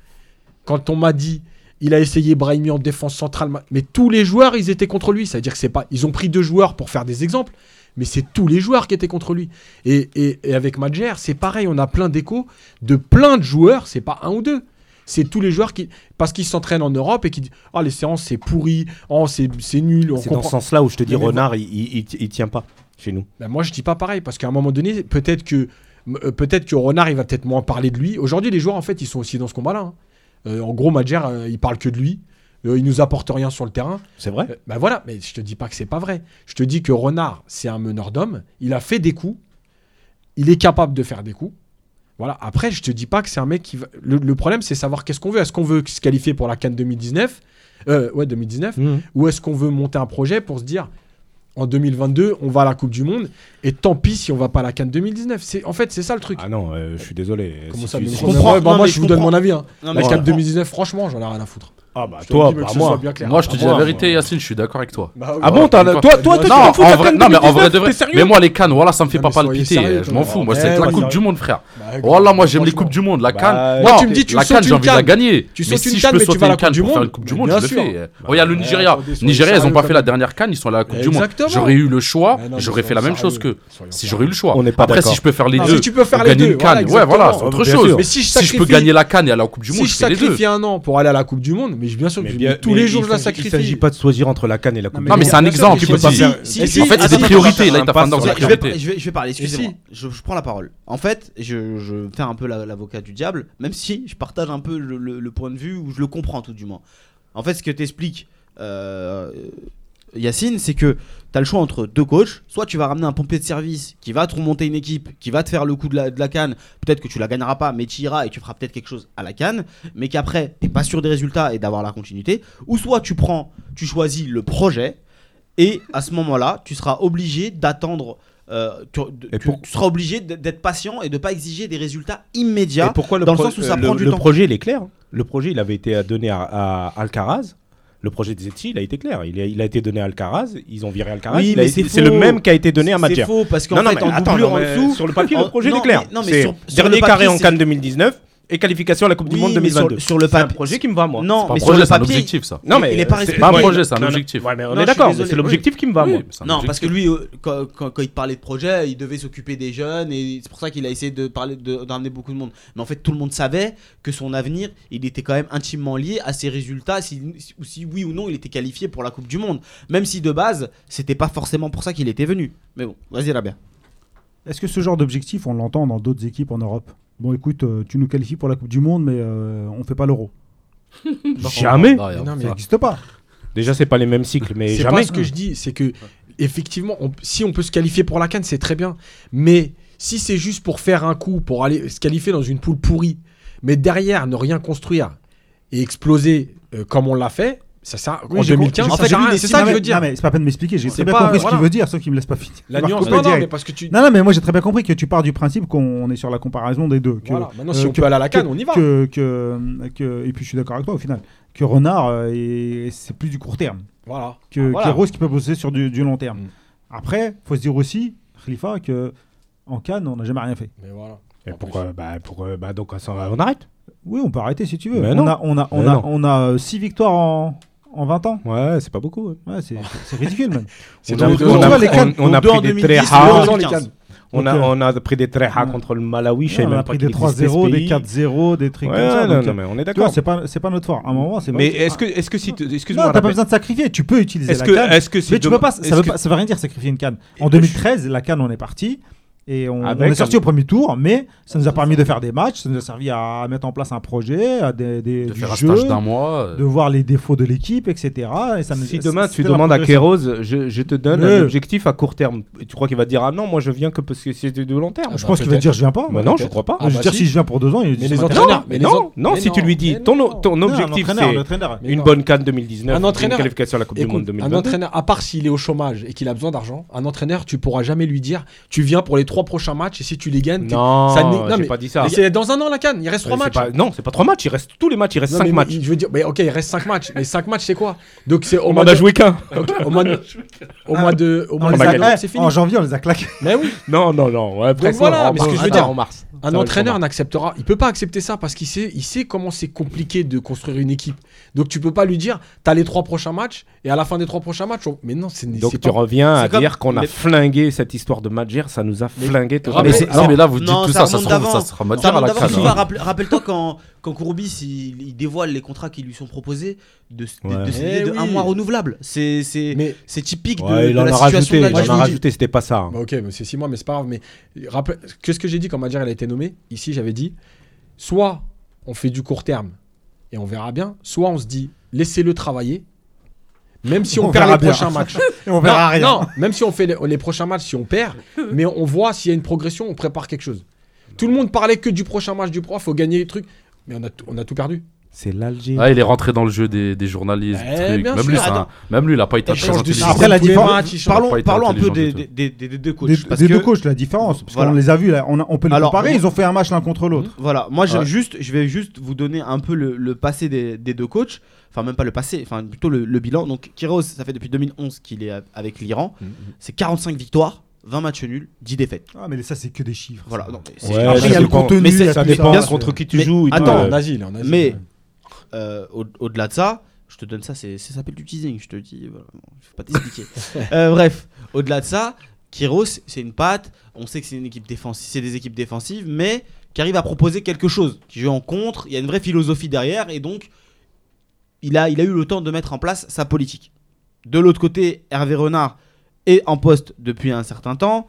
Speaker 6: quand on m'a dit il a essayé Brahimi en défense centrale, ma- mais tous les joueurs ils étaient contre lui. Ça veut dire que c'est pas, ils ont pris deux joueurs pour faire des exemples, mais c'est tous les joueurs qui étaient contre lui. Et, et- et avec Madjer, c'est pareil, on a plein d'échos de plein de joueurs, c'est pas un ou deux. C'est tous les joueurs qui. Parce qu'ils s'entraînent en Europe et qui disent Ah, les séances, c'est pourri. Oh, c'est c'est nul. On
Speaker 5: C'est dans
Speaker 6: comprend.
Speaker 5: ce sens-là où je te dis
Speaker 6: Non, mais
Speaker 5: Renard, il, il, il- il tient pas chez nous.
Speaker 6: Bah, moi, je dis pas pareil parce qu'à un moment donné, peut-être que m- euh, peut-être que Renard, il va peut-être moins parler de lui. Aujourd'hui, les joueurs, en fait, ils sont aussi dans ce combat-là. hein. Euh, en gros, Madjer, euh, il parle que de lui. Euh, il nous apporte rien sur le terrain.
Speaker 5: C'est vrai.
Speaker 6: Euh, bah voilà, mais je te dis pas que c'est pas vrai. Je te dis que Renard, c'est un meneur d'homme. Il a fait des coups. Il est capable de faire des coups. Voilà. Après, je te dis pas que c'est un mec qui va. Le, le problème, c'est savoir qu'est-ce qu'on veut. Est-ce qu'on veut se qualifier pour la Cannes 2019 euh, ouais, 2019 Ou est-ce qu'on veut monter un projet pour se dire en 2022, on va à la Coupe du Monde et tant pis si on va pas à la Cannes 2019 C'est- En fait, c'est ça le truc.
Speaker 5: Ah non, euh, je suis désolé.
Speaker 6: Comment
Speaker 5: Si
Speaker 6: ça
Speaker 5: tu-
Speaker 6: mais
Speaker 5: si-
Speaker 6: on aimerait-
Speaker 1: comprends.
Speaker 6: bah,
Speaker 1: Non,
Speaker 6: Moi,
Speaker 1: mais
Speaker 6: je
Speaker 1: je
Speaker 6: vous donne mon avis. hein.
Speaker 1: Non,
Speaker 6: La
Speaker 1: mais-
Speaker 6: Cannes 2019, franchement, j'en ai rien à foutre.
Speaker 5: Ah bah
Speaker 6: Je te le
Speaker 5: toi,
Speaker 6: dis, mais
Speaker 5: bah,
Speaker 6: que ce soit
Speaker 5: moi.
Speaker 6: bien clair.
Speaker 4: Moi, je te dis la
Speaker 5: moi,
Speaker 4: vérité, Yacine, je suis d'accord avec toi.
Speaker 6: Bah,
Speaker 5: Ah
Speaker 6: ouais.
Speaker 5: bon, t'en- toi, toi, toi,
Speaker 6: Non,
Speaker 5: tu t'en fous de
Speaker 4: en
Speaker 5: la
Speaker 4: vrai,
Speaker 5: Cannes
Speaker 4: non, mais en vrai
Speaker 5: 2019,
Speaker 4: de vrai.
Speaker 5: t'es sérieux
Speaker 4: Mais moi, les Cannes, voilà, ça me fait
Speaker 6: Non,
Speaker 4: pas
Speaker 6: mais soyez
Speaker 4: palpiter.
Speaker 6: sérieux,
Speaker 4: je m'en
Speaker 6: toi.
Speaker 4: fous. Moi,
Speaker 6: Ouais,
Speaker 4: c'est la
Speaker 6: ouais,
Speaker 4: Coupe
Speaker 6: ouais.
Speaker 4: du Monde, frère.
Speaker 6: Bah,
Speaker 4: Voilà, moi, j'aime les
Speaker 6: franchement.
Speaker 4: Coupes du Monde. La
Speaker 5: Bah,
Speaker 4: Cannes,
Speaker 5: euh,
Speaker 4: moi,
Speaker 6: tu me dis, tu
Speaker 4: la
Speaker 6: sautes
Speaker 4: Cannes,
Speaker 6: une
Speaker 4: j'ai envie de la
Speaker 6: Cannes.
Speaker 4: gagner.
Speaker 6: Tu
Speaker 4: Mais
Speaker 6: sautes
Speaker 4: si
Speaker 6: une
Speaker 4: je
Speaker 6: Cannes,
Speaker 4: peux
Speaker 6: mais tu
Speaker 4: sauter
Speaker 6: vas à la
Speaker 4: une Cannes
Speaker 6: Coupe du
Speaker 4: pour
Speaker 6: Monde.
Speaker 4: faire une Coupe du
Speaker 6: Mais
Speaker 4: Monde,
Speaker 6: bien
Speaker 4: je le
Speaker 6: sûr.
Speaker 4: fais. Regarde le
Speaker 6: ouais,
Speaker 4: Nigeria.
Speaker 6: attendez, soyez
Speaker 4: Nigeria, ils ont
Speaker 6: sérieux,
Speaker 4: pas fait la
Speaker 6: quand
Speaker 4: dernière Cannes, ils sont allés à la Coupe du Monde.
Speaker 6: Exactement.
Speaker 4: J'aurais eu le choix,
Speaker 6: Ah non, mais
Speaker 4: j'aurais fait
Speaker 6: soyons
Speaker 4: la même chose
Speaker 6: sérieux.
Speaker 4: que.
Speaker 6: Soyons
Speaker 4: Si
Speaker 6: sérieux.
Speaker 4: j'aurais eu le choix.
Speaker 5: On n'est pas
Speaker 4: Après, si
Speaker 5: d'accord.
Speaker 4: je peux faire les
Speaker 6: Ah,
Speaker 4: deux.
Speaker 6: si tu peux faire
Speaker 4: ou
Speaker 6: les
Speaker 4: gagner
Speaker 6: deux,
Speaker 4: une
Speaker 6: voilà,
Speaker 4: Cannes, ouais, voilà, c'est
Speaker 6: exactement.
Speaker 4: autre
Speaker 5: Bien
Speaker 4: chose.
Speaker 5: sûr.
Speaker 6: Mais si je
Speaker 4: Si
Speaker 6: sacrifie,
Speaker 4: je peux gagner la Cannes et à la Coupe du
Speaker 6: si
Speaker 4: Monde,
Speaker 6: je
Speaker 4: je fais les deux.
Speaker 6: sacrifie un an pour aller à la Coupe du Monde, mais je- bien sûr,
Speaker 5: Mais
Speaker 6: je-
Speaker 5: bien-
Speaker 6: tous
Speaker 5: mais
Speaker 6: les jours
Speaker 5: il
Speaker 6: je la
Speaker 5: s'agit-
Speaker 6: sacrifie.
Speaker 5: Il s'agit pas de choisir entre la Canne et la Coupe du
Speaker 4: Non, mais
Speaker 5: Monde.
Speaker 4: c'est un
Speaker 3: bien sûr,
Speaker 4: exemple,
Speaker 3: mais
Speaker 4: tu peux
Speaker 3: si-
Speaker 4: pas
Speaker 3: si-
Speaker 4: dire.
Speaker 3: si-
Speaker 5: Mais
Speaker 3: si-
Speaker 5: en
Speaker 4: fait, c'est des
Speaker 3: attends,
Speaker 4: priorités,
Speaker 3: attends,
Speaker 4: là, il t'a
Speaker 3: attends,
Speaker 4: fait un
Speaker 3: attends,
Speaker 4: ordre.
Speaker 1: Je vais,
Speaker 4: priorité.
Speaker 1: je vais- je vais parler,
Speaker 6: si.
Speaker 1: excusez-moi. Je, je prends la parole. En fait, je, je vais faire un peu la- l'avocat du diable, même si je partage un peu le, le- le point de vue, ou je le comprends tout du moins. En fait, ce que t'expliques, euh, Yacine, c'est que t'as le choix entre deux coachs. Soit tu vas ramener un pompier de service qui va te remonter une équipe, qui va te faire le coup de la, de la canne. Peut-être que tu la gagneras pas, mais tu iras et tu feras peut-être quelque chose à la canne, mais qu'après, t'es pas sûr des résultats et d'avoir la continuité. Ou soit tu prends, tu choisis le projet. Et à ce moment-là, tu seras obligé d'attendre. euh, tu,
Speaker 5: Et
Speaker 1: tu-
Speaker 5: pour-
Speaker 1: tu seras obligé d- d'être patient et de pas exiger des résultats immédiats.
Speaker 5: Et pourquoi le,
Speaker 1: dans le
Speaker 5: pro-
Speaker 1: sens où ça
Speaker 5: euh,
Speaker 1: prend du
Speaker 5: le
Speaker 1: temps.
Speaker 5: projet, il est clair. hein. Le projet, il avait été donné à, à Alcaraz. Le projet de Zetchi, il a été clair. Il a, il a été donné à Alcaraz. Ils ont viré Alcaraz.
Speaker 1: Oui,
Speaker 5: Il a
Speaker 1: mais
Speaker 5: été-
Speaker 1: c'est
Speaker 5: c'est
Speaker 1: faux.
Speaker 5: le même qui a été donné à
Speaker 1: C'est
Speaker 5: Madjer.
Speaker 1: faux parce qu'en
Speaker 5: Non, non,
Speaker 1: fait,
Speaker 5: mais
Speaker 1: en
Speaker 5: attends,
Speaker 1: doublure
Speaker 5: non,
Speaker 1: en
Speaker 5: mais
Speaker 1: dessous.
Speaker 5: Sur le papier,
Speaker 1: en-
Speaker 5: le projet, il
Speaker 1: non,
Speaker 5: est clair.
Speaker 1: mais- non, mais
Speaker 5: C'est
Speaker 1: sur- sur
Speaker 5: dernier
Speaker 1: le papier,
Speaker 5: carré en
Speaker 1: c'est-
Speaker 5: Cannes 2019 et qualification à la Coupe du
Speaker 1: Oui,
Speaker 5: Monde
Speaker 1: mais sur-
Speaker 5: 2022.
Speaker 1: sur le
Speaker 5: C'est un
Speaker 1: papier-
Speaker 5: projet qui me va, moi.
Speaker 1: Non,
Speaker 4: Pas un
Speaker 1: mais sur
Speaker 4: projet,
Speaker 1: le
Speaker 4: c'est un
Speaker 1: papier.
Speaker 4: objectif, ça.
Speaker 5: Non, mais
Speaker 1: il est pas
Speaker 5: c'est
Speaker 1: respecté.
Speaker 4: Pas un
Speaker 5: oui,
Speaker 4: projet, c'est un
Speaker 5: non, non.
Speaker 4: objectif.
Speaker 5: Ouais, mais on
Speaker 1: Non, je
Speaker 5: est
Speaker 1: suis
Speaker 5: d'accord,
Speaker 1: désolé.
Speaker 5: c'est l'objectif qui me va,
Speaker 4: Oui,
Speaker 5: moi.
Speaker 4: mais c'est un
Speaker 1: Non,
Speaker 4: objectif.
Speaker 1: parce que lui, euh, quand, quand- quand il parlait de projet, il devait s'occuper des jeunes et c'est pour ça qu'il a essayé de parler de- d'amener beaucoup de monde. Mais en fait, tout le monde savait que son avenir, il était quand même intimement lié à ses résultats, si, si- ou si oui ou non il était qualifié pour la Coupe du Monde. Même si de base, c'était pas forcément pour ça qu'il était venu. Mais bon, vas-y, Rabia.
Speaker 3: Est-ce que ce genre d'objectif, on l'entend dans d'autres équipes en Europe Bon, écoute, euh, tu nous qualifies pour la Coupe du Monde, mais euh, on fait pas l'euro.
Speaker 5: Jamais.
Speaker 4: Non, et en
Speaker 6: Non, mais
Speaker 3: Ça n'existe pas.
Speaker 5: Déjà, c'est pas les mêmes cycles, mais
Speaker 6: C'est
Speaker 5: jamais.
Speaker 6: pas ce que je dis, c'est que effectivement, on- si on peut se qualifier pour la Cannes, c'est très bien. Mais si c'est juste pour faire un coup, pour aller se qualifier dans une poule pourrie, mais derrière ne rien construire et exploser euh, comme on l'a fait, ça sert
Speaker 3: Oui,
Speaker 6: en
Speaker 3: j'ai
Speaker 6: 2015.
Speaker 3: compris.
Speaker 6: ça sert à
Speaker 3: lui,
Speaker 6: rien.
Speaker 3: il
Speaker 6: c'est
Speaker 3: estime-
Speaker 6: ça
Speaker 3: non,
Speaker 6: que je
Speaker 3: mais-
Speaker 6: veux dire.
Speaker 3: Non, mais c'est pas la peine de m'expliquer. J'ai
Speaker 6: C'est
Speaker 3: très bien
Speaker 6: pas-
Speaker 3: compris ce
Speaker 6: voilà.
Speaker 3: qu'il veut dire, sauf qu'il me laisse pas finir.
Speaker 6: La
Speaker 3: Il va
Speaker 6: nuance,
Speaker 3: couper
Speaker 6: non, non,
Speaker 3: direct.
Speaker 6: mais parce que tu.
Speaker 3: Non, non, mais moi j'ai très bien compris que tu pars du principe qu'on est sur la comparaison des deux. Que,
Speaker 6: Voilà, maintenant, si
Speaker 3: euh,
Speaker 6: on
Speaker 3: que-
Speaker 6: peut aller à la
Speaker 3: que-
Speaker 6: Cannes, on y va.
Speaker 3: Que, que- que- et puis je suis d'accord avec toi au final. Que Renard, euh, est- c'est plus du court terme.
Speaker 6: Voilà.
Speaker 5: Ah,
Speaker 3: Que,
Speaker 6: Voilà.
Speaker 3: que Rose qui peut poser sur du, du long terme.
Speaker 6: Mm.
Speaker 3: Après, faut se dire aussi, Khalifa, que en Cannes, on n'a jamais rien fait.
Speaker 6: Mais voilà.
Speaker 5: Et
Speaker 6: En
Speaker 5: pourquoi bah, pourquoi- bah, donc, on arrête.
Speaker 3: Oui, on peut arrêter si tu veux.
Speaker 5: Mais
Speaker 3: on,
Speaker 5: non.
Speaker 3: a, on, a, on,
Speaker 5: Mais
Speaker 3: a,
Speaker 5: non.
Speaker 3: on a euh, six victoires en, en 20 ans.
Speaker 5: Ouais, c'est pas beaucoup. hein.
Speaker 3: Ouais, c'est c'est ridicule même.
Speaker 5: C'est
Speaker 6: On
Speaker 5: donc-
Speaker 6: a-
Speaker 5: on
Speaker 3: on
Speaker 5: a
Speaker 3: a les Cannes-
Speaker 5: pris- on a
Speaker 1: deux en
Speaker 5: pris des
Speaker 1: 2010,
Speaker 5: très
Speaker 3: Ah,
Speaker 1: deux en
Speaker 5: hauts.
Speaker 6: Deux ans, les
Speaker 1: 2015.
Speaker 6: Cannes.
Speaker 5: On a,
Speaker 3: Donc, euh,
Speaker 5: on a pris des très hauts
Speaker 3: ouais.
Speaker 5: contre le Malawi. je savais
Speaker 3: on
Speaker 5: même
Speaker 3: a
Speaker 5: pas
Speaker 3: pris des
Speaker 5: qu'il existait ce
Speaker 3: 3-0, des
Speaker 5: pays.
Speaker 3: 4-0, des trucs
Speaker 5: Ouais,
Speaker 3: comme ça.
Speaker 5: non,
Speaker 3: donc,
Speaker 5: non,
Speaker 3: euh,
Speaker 5: mais on
Speaker 3: tu vois,
Speaker 5: est d'accord.
Speaker 3: c'est pas, c'est pas notre fort. À un moment, c'est
Speaker 5: Mais
Speaker 3: bon,
Speaker 5: est-ce
Speaker 3: ah,
Speaker 5: que, est-ce que si, tu- excuse-moi,
Speaker 3: Non, t'as pas
Speaker 5: Raphaël.
Speaker 3: besoin de sacrifier. Tu peux utiliser
Speaker 5: Est-ce
Speaker 3: la
Speaker 5: que,
Speaker 3: canne.
Speaker 5: est-ce que si
Speaker 3: Mais tu
Speaker 5: demain-
Speaker 3: peux pas, ça,
Speaker 5: est-ce
Speaker 3: veut
Speaker 5: que-
Speaker 3: pas- ça veut rien dire sacrifier une canne.
Speaker 5: Et
Speaker 3: En
Speaker 5: je-
Speaker 3: 2013, la canne, on est parti. Et on,
Speaker 5: Avec
Speaker 3: on est sorti
Speaker 5: un-
Speaker 3: au premier tour, mais ça nous a permis de faire des matchs, ça nous a servi à mettre en place un projet, à des, des-
Speaker 4: De
Speaker 3: du
Speaker 4: faire un
Speaker 3: jeu,
Speaker 4: stage d'un mois. euh,
Speaker 3: de voir les défauts de l'équipe, etc. Et ça nous-
Speaker 5: si
Speaker 3: c'est-
Speaker 5: demain tu
Speaker 3: c'était la
Speaker 5: demandes à
Speaker 3: progression.
Speaker 5: Kéros, je, je te donne
Speaker 3: Mais-
Speaker 5: un objectif à court terme, Et tu crois qu'il va dire ah non, moi je viens que parce que c'est de long terme
Speaker 6: Ah,
Speaker 3: Je
Speaker 6: bah,
Speaker 3: pense qu'il va
Speaker 6: peut-être.
Speaker 3: dire je viens pas.
Speaker 5: Bah non, je
Speaker 6: peut-être.
Speaker 5: crois pas.
Speaker 6: Ah,
Speaker 3: je veux
Speaker 6: bah,
Speaker 3: dire,
Speaker 6: si.
Speaker 3: si je viens pour deux ans, il
Speaker 6: Mais les
Speaker 3: entraîneurs
Speaker 6: entraîneurs,
Speaker 5: mais
Speaker 6: mais
Speaker 5: non,
Speaker 6: les
Speaker 5: non,
Speaker 6: en- mais
Speaker 5: si tu
Speaker 6: non,
Speaker 5: lui dis
Speaker 6: mais
Speaker 5: ton,
Speaker 6: non.
Speaker 5: ton
Speaker 3: Non, un
Speaker 5: objectif
Speaker 3: entraîneur, un
Speaker 5: c'est
Speaker 3: entraîneur.
Speaker 6: Mais
Speaker 5: une
Speaker 6: non.
Speaker 5: bonne canne 2019,
Speaker 6: Un entraîneur-
Speaker 5: une qualification à la Coupe du
Speaker 6: Écoute,
Speaker 5: Monde
Speaker 6: un
Speaker 5: 2022.
Speaker 6: entraîneur, à part s'il est au chômage et qu'il a besoin d'argent, un entraîneur, tu pourras jamais lui dire tu viens pour les trois prochains matchs et si tu les gagnes, t'es-
Speaker 5: Non,
Speaker 6: ça n'est- non,
Speaker 5: j'ai
Speaker 6: mais-
Speaker 5: pas dit ça.
Speaker 6: Mais c'est dans un an la canne, il reste trois
Speaker 5: Mais c'est
Speaker 6: matchs.
Speaker 5: pas- non, c'est pas trois matchs, il reste tous les matchs, il reste
Speaker 6: Non,
Speaker 5: cinq
Speaker 6: mais
Speaker 5: matchs.
Speaker 6: Je veux dire, mais ok, il reste 5 matchs. Mais 5 matchs, c'est quoi Donc c'est au
Speaker 5: On
Speaker 6: mois
Speaker 5: en a
Speaker 6: de-
Speaker 5: joué qu'un.
Speaker 6: ok, au mois de, au mois de, au
Speaker 3: On
Speaker 6: mois
Speaker 3: les
Speaker 6: de-
Speaker 5: va
Speaker 3: a-
Speaker 5: gagner.
Speaker 3: ouais,
Speaker 6: c'est fini.
Speaker 3: En janvier, on les a claqués.
Speaker 6: Mais oui,
Speaker 5: Non, non, non. ouais, après
Speaker 6: Donc
Speaker 5: ça,
Speaker 6: voilà,
Speaker 5: en
Speaker 6: mais ce que
Speaker 5: mars.
Speaker 6: je veux dire-
Speaker 5: Attends, en mars. Ça
Speaker 6: un
Speaker 5: va être
Speaker 6: entraîneur
Speaker 5: en mars.
Speaker 6: n'acceptera, il peut pas accepter ça parce qu'il sait, il sait comment c'est compliqué de construire une équipe. Donc tu peux pas lui dire, t'as les trois prochains matchs et à la fin des trois prochains matchs, on- mais non, c'est c'est
Speaker 5: Donc tu
Speaker 6: pas.
Speaker 5: reviens à
Speaker 1: c'est comme-
Speaker 5: dire qu'on a
Speaker 1: mais-
Speaker 5: flingué cette histoire de Madjer, ça nous a flingué
Speaker 4: Ah, mais,
Speaker 1: Mais
Speaker 4: c'est-
Speaker 1: c'est-
Speaker 4: non, mais là, vous dites
Speaker 1: non,
Speaker 4: tout
Speaker 1: ça
Speaker 4: ça, ça se
Speaker 1: remonte
Speaker 4: trouve,
Speaker 1: d'avant.
Speaker 4: ça sera matière
Speaker 1: Attends,
Speaker 4: à la
Speaker 1: d'abord,
Speaker 4: canne.
Speaker 1: tu vois,
Speaker 4: hein.
Speaker 1: rappel- Rappelle-toi quand, quand Courbis il, il dévoile les contrats qui lui sont proposés de, de,
Speaker 5: Ouais.
Speaker 1: de signer
Speaker 6: Eh
Speaker 1: de
Speaker 6: oui.
Speaker 1: un mois renouvelable. C'est c'est-
Speaker 6: Mais
Speaker 1: c'est typique de,
Speaker 5: Ouais,
Speaker 1: de
Speaker 5: il en
Speaker 1: la
Speaker 5: a
Speaker 1: situation
Speaker 5: rajouté,
Speaker 1: de
Speaker 5: il
Speaker 1: la
Speaker 5: en
Speaker 6: Moi, je
Speaker 5: a
Speaker 6: vous dis-
Speaker 5: rajouté, c'était pas ça. hein.
Speaker 6: Bah ok, mais c'est 6 mois, mais c'est pas grave. Mais rappel- qu'est-ce que j'ai dit quand Madjer elle a été nommée Ici, j'avais dit soit on fait du court terme et on verra bien, soit on se dit laissez-le travailler, même si on,
Speaker 3: On
Speaker 6: perd
Speaker 3: verra
Speaker 6: les
Speaker 3: bien.
Speaker 6: prochains matchs.
Speaker 3: Et on
Speaker 6: non,
Speaker 3: verra rien.
Speaker 6: non, même si on fait les, les prochains matchs, si on perd, mais on voit s'il y a une progression, on prépare quelque chose. Tout le monde parlait que du prochain match du prof, faut gagner les trucs, mais on a, tout- on a tout perdu.
Speaker 5: C'est l'Algérie.
Speaker 4: Ah, il est rentré dans le jeu des, des journalistes.
Speaker 6: Eh,
Speaker 4: trucs.
Speaker 6: bien
Speaker 4: Même,
Speaker 6: sûr,
Speaker 4: lui, c'est un-
Speaker 6: attends.
Speaker 4: même lui, il n'a pas été
Speaker 6: Il
Speaker 4: très
Speaker 6: change de
Speaker 4: intelligent.
Speaker 6: système.
Speaker 1: Après, la
Speaker 6: Vous pouvez
Speaker 1: différence.
Speaker 6: pas- tu changes
Speaker 1: Parlons,
Speaker 4: pas, il était
Speaker 1: parlons un peu
Speaker 4: intelligent
Speaker 1: des,
Speaker 4: du
Speaker 1: des, des- des deux coachs.
Speaker 3: Des,
Speaker 1: parce
Speaker 3: des
Speaker 1: que-
Speaker 3: deux coachs, la différence. Parce
Speaker 1: Voilà.
Speaker 3: qu'on les a vus, là, on, a- on peut les
Speaker 1: Alors,
Speaker 3: comparer.
Speaker 1: on-
Speaker 3: Ils ont fait un match l'un contre l'autre.
Speaker 1: Voilà, moi je,
Speaker 4: Ouais.
Speaker 1: juste, je vais juste vous donner un peu le, le passé des, des deux coachs, enfin même pas le passé, enfin plutôt le, le bilan. Donc Kiros, ça fait depuis 2011 qu'il est a- avec l'Iran,
Speaker 4: Mhm.
Speaker 1: c'est 45 victoires, 20 matchs nuls, 10 défaites.
Speaker 3: Ah, mais ça, c'est que des chiffres.
Speaker 1: Voilà,
Speaker 3: ça.
Speaker 1: donc c'est-
Speaker 5: Ouais,
Speaker 3: Après, il y a le
Speaker 5: dépend-
Speaker 3: contenu.
Speaker 1: mais
Speaker 3: il y a
Speaker 1: ça
Speaker 3: tout
Speaker 1: dépend
Speaker 3: ça,
Speaker 1: bien
Speaker 5: contre
Speaker 3: c'est-
Speaker 5: qui tu
Speaker 1: Mais
Speaker 5: joues et tout.
Speaker 1: attends,
Speaker 6: en Asie, il est en Asie.
Speaker 1: mais-
Speaker 6: ouais.
Speaker 1: euh, au- au-delà de ça, je te donne ça, c'est ça s'appelle du teasing, je te le dis, voilà, bon, je vais pas t'expliquer. Euh, bref, au-delà de ça, Kiros, c'est une patte, on sait que c'est une équipe défensive, c'est des équipes défensives, mais qui arrivent à proposer quelque chose, qui joue en contre, il y a une vraie philosophie derrière, et donc il a, il a eu le temps de mettre en place sa politique. De l'autre côté, Hervé Renard est en poste depuis un certain temps.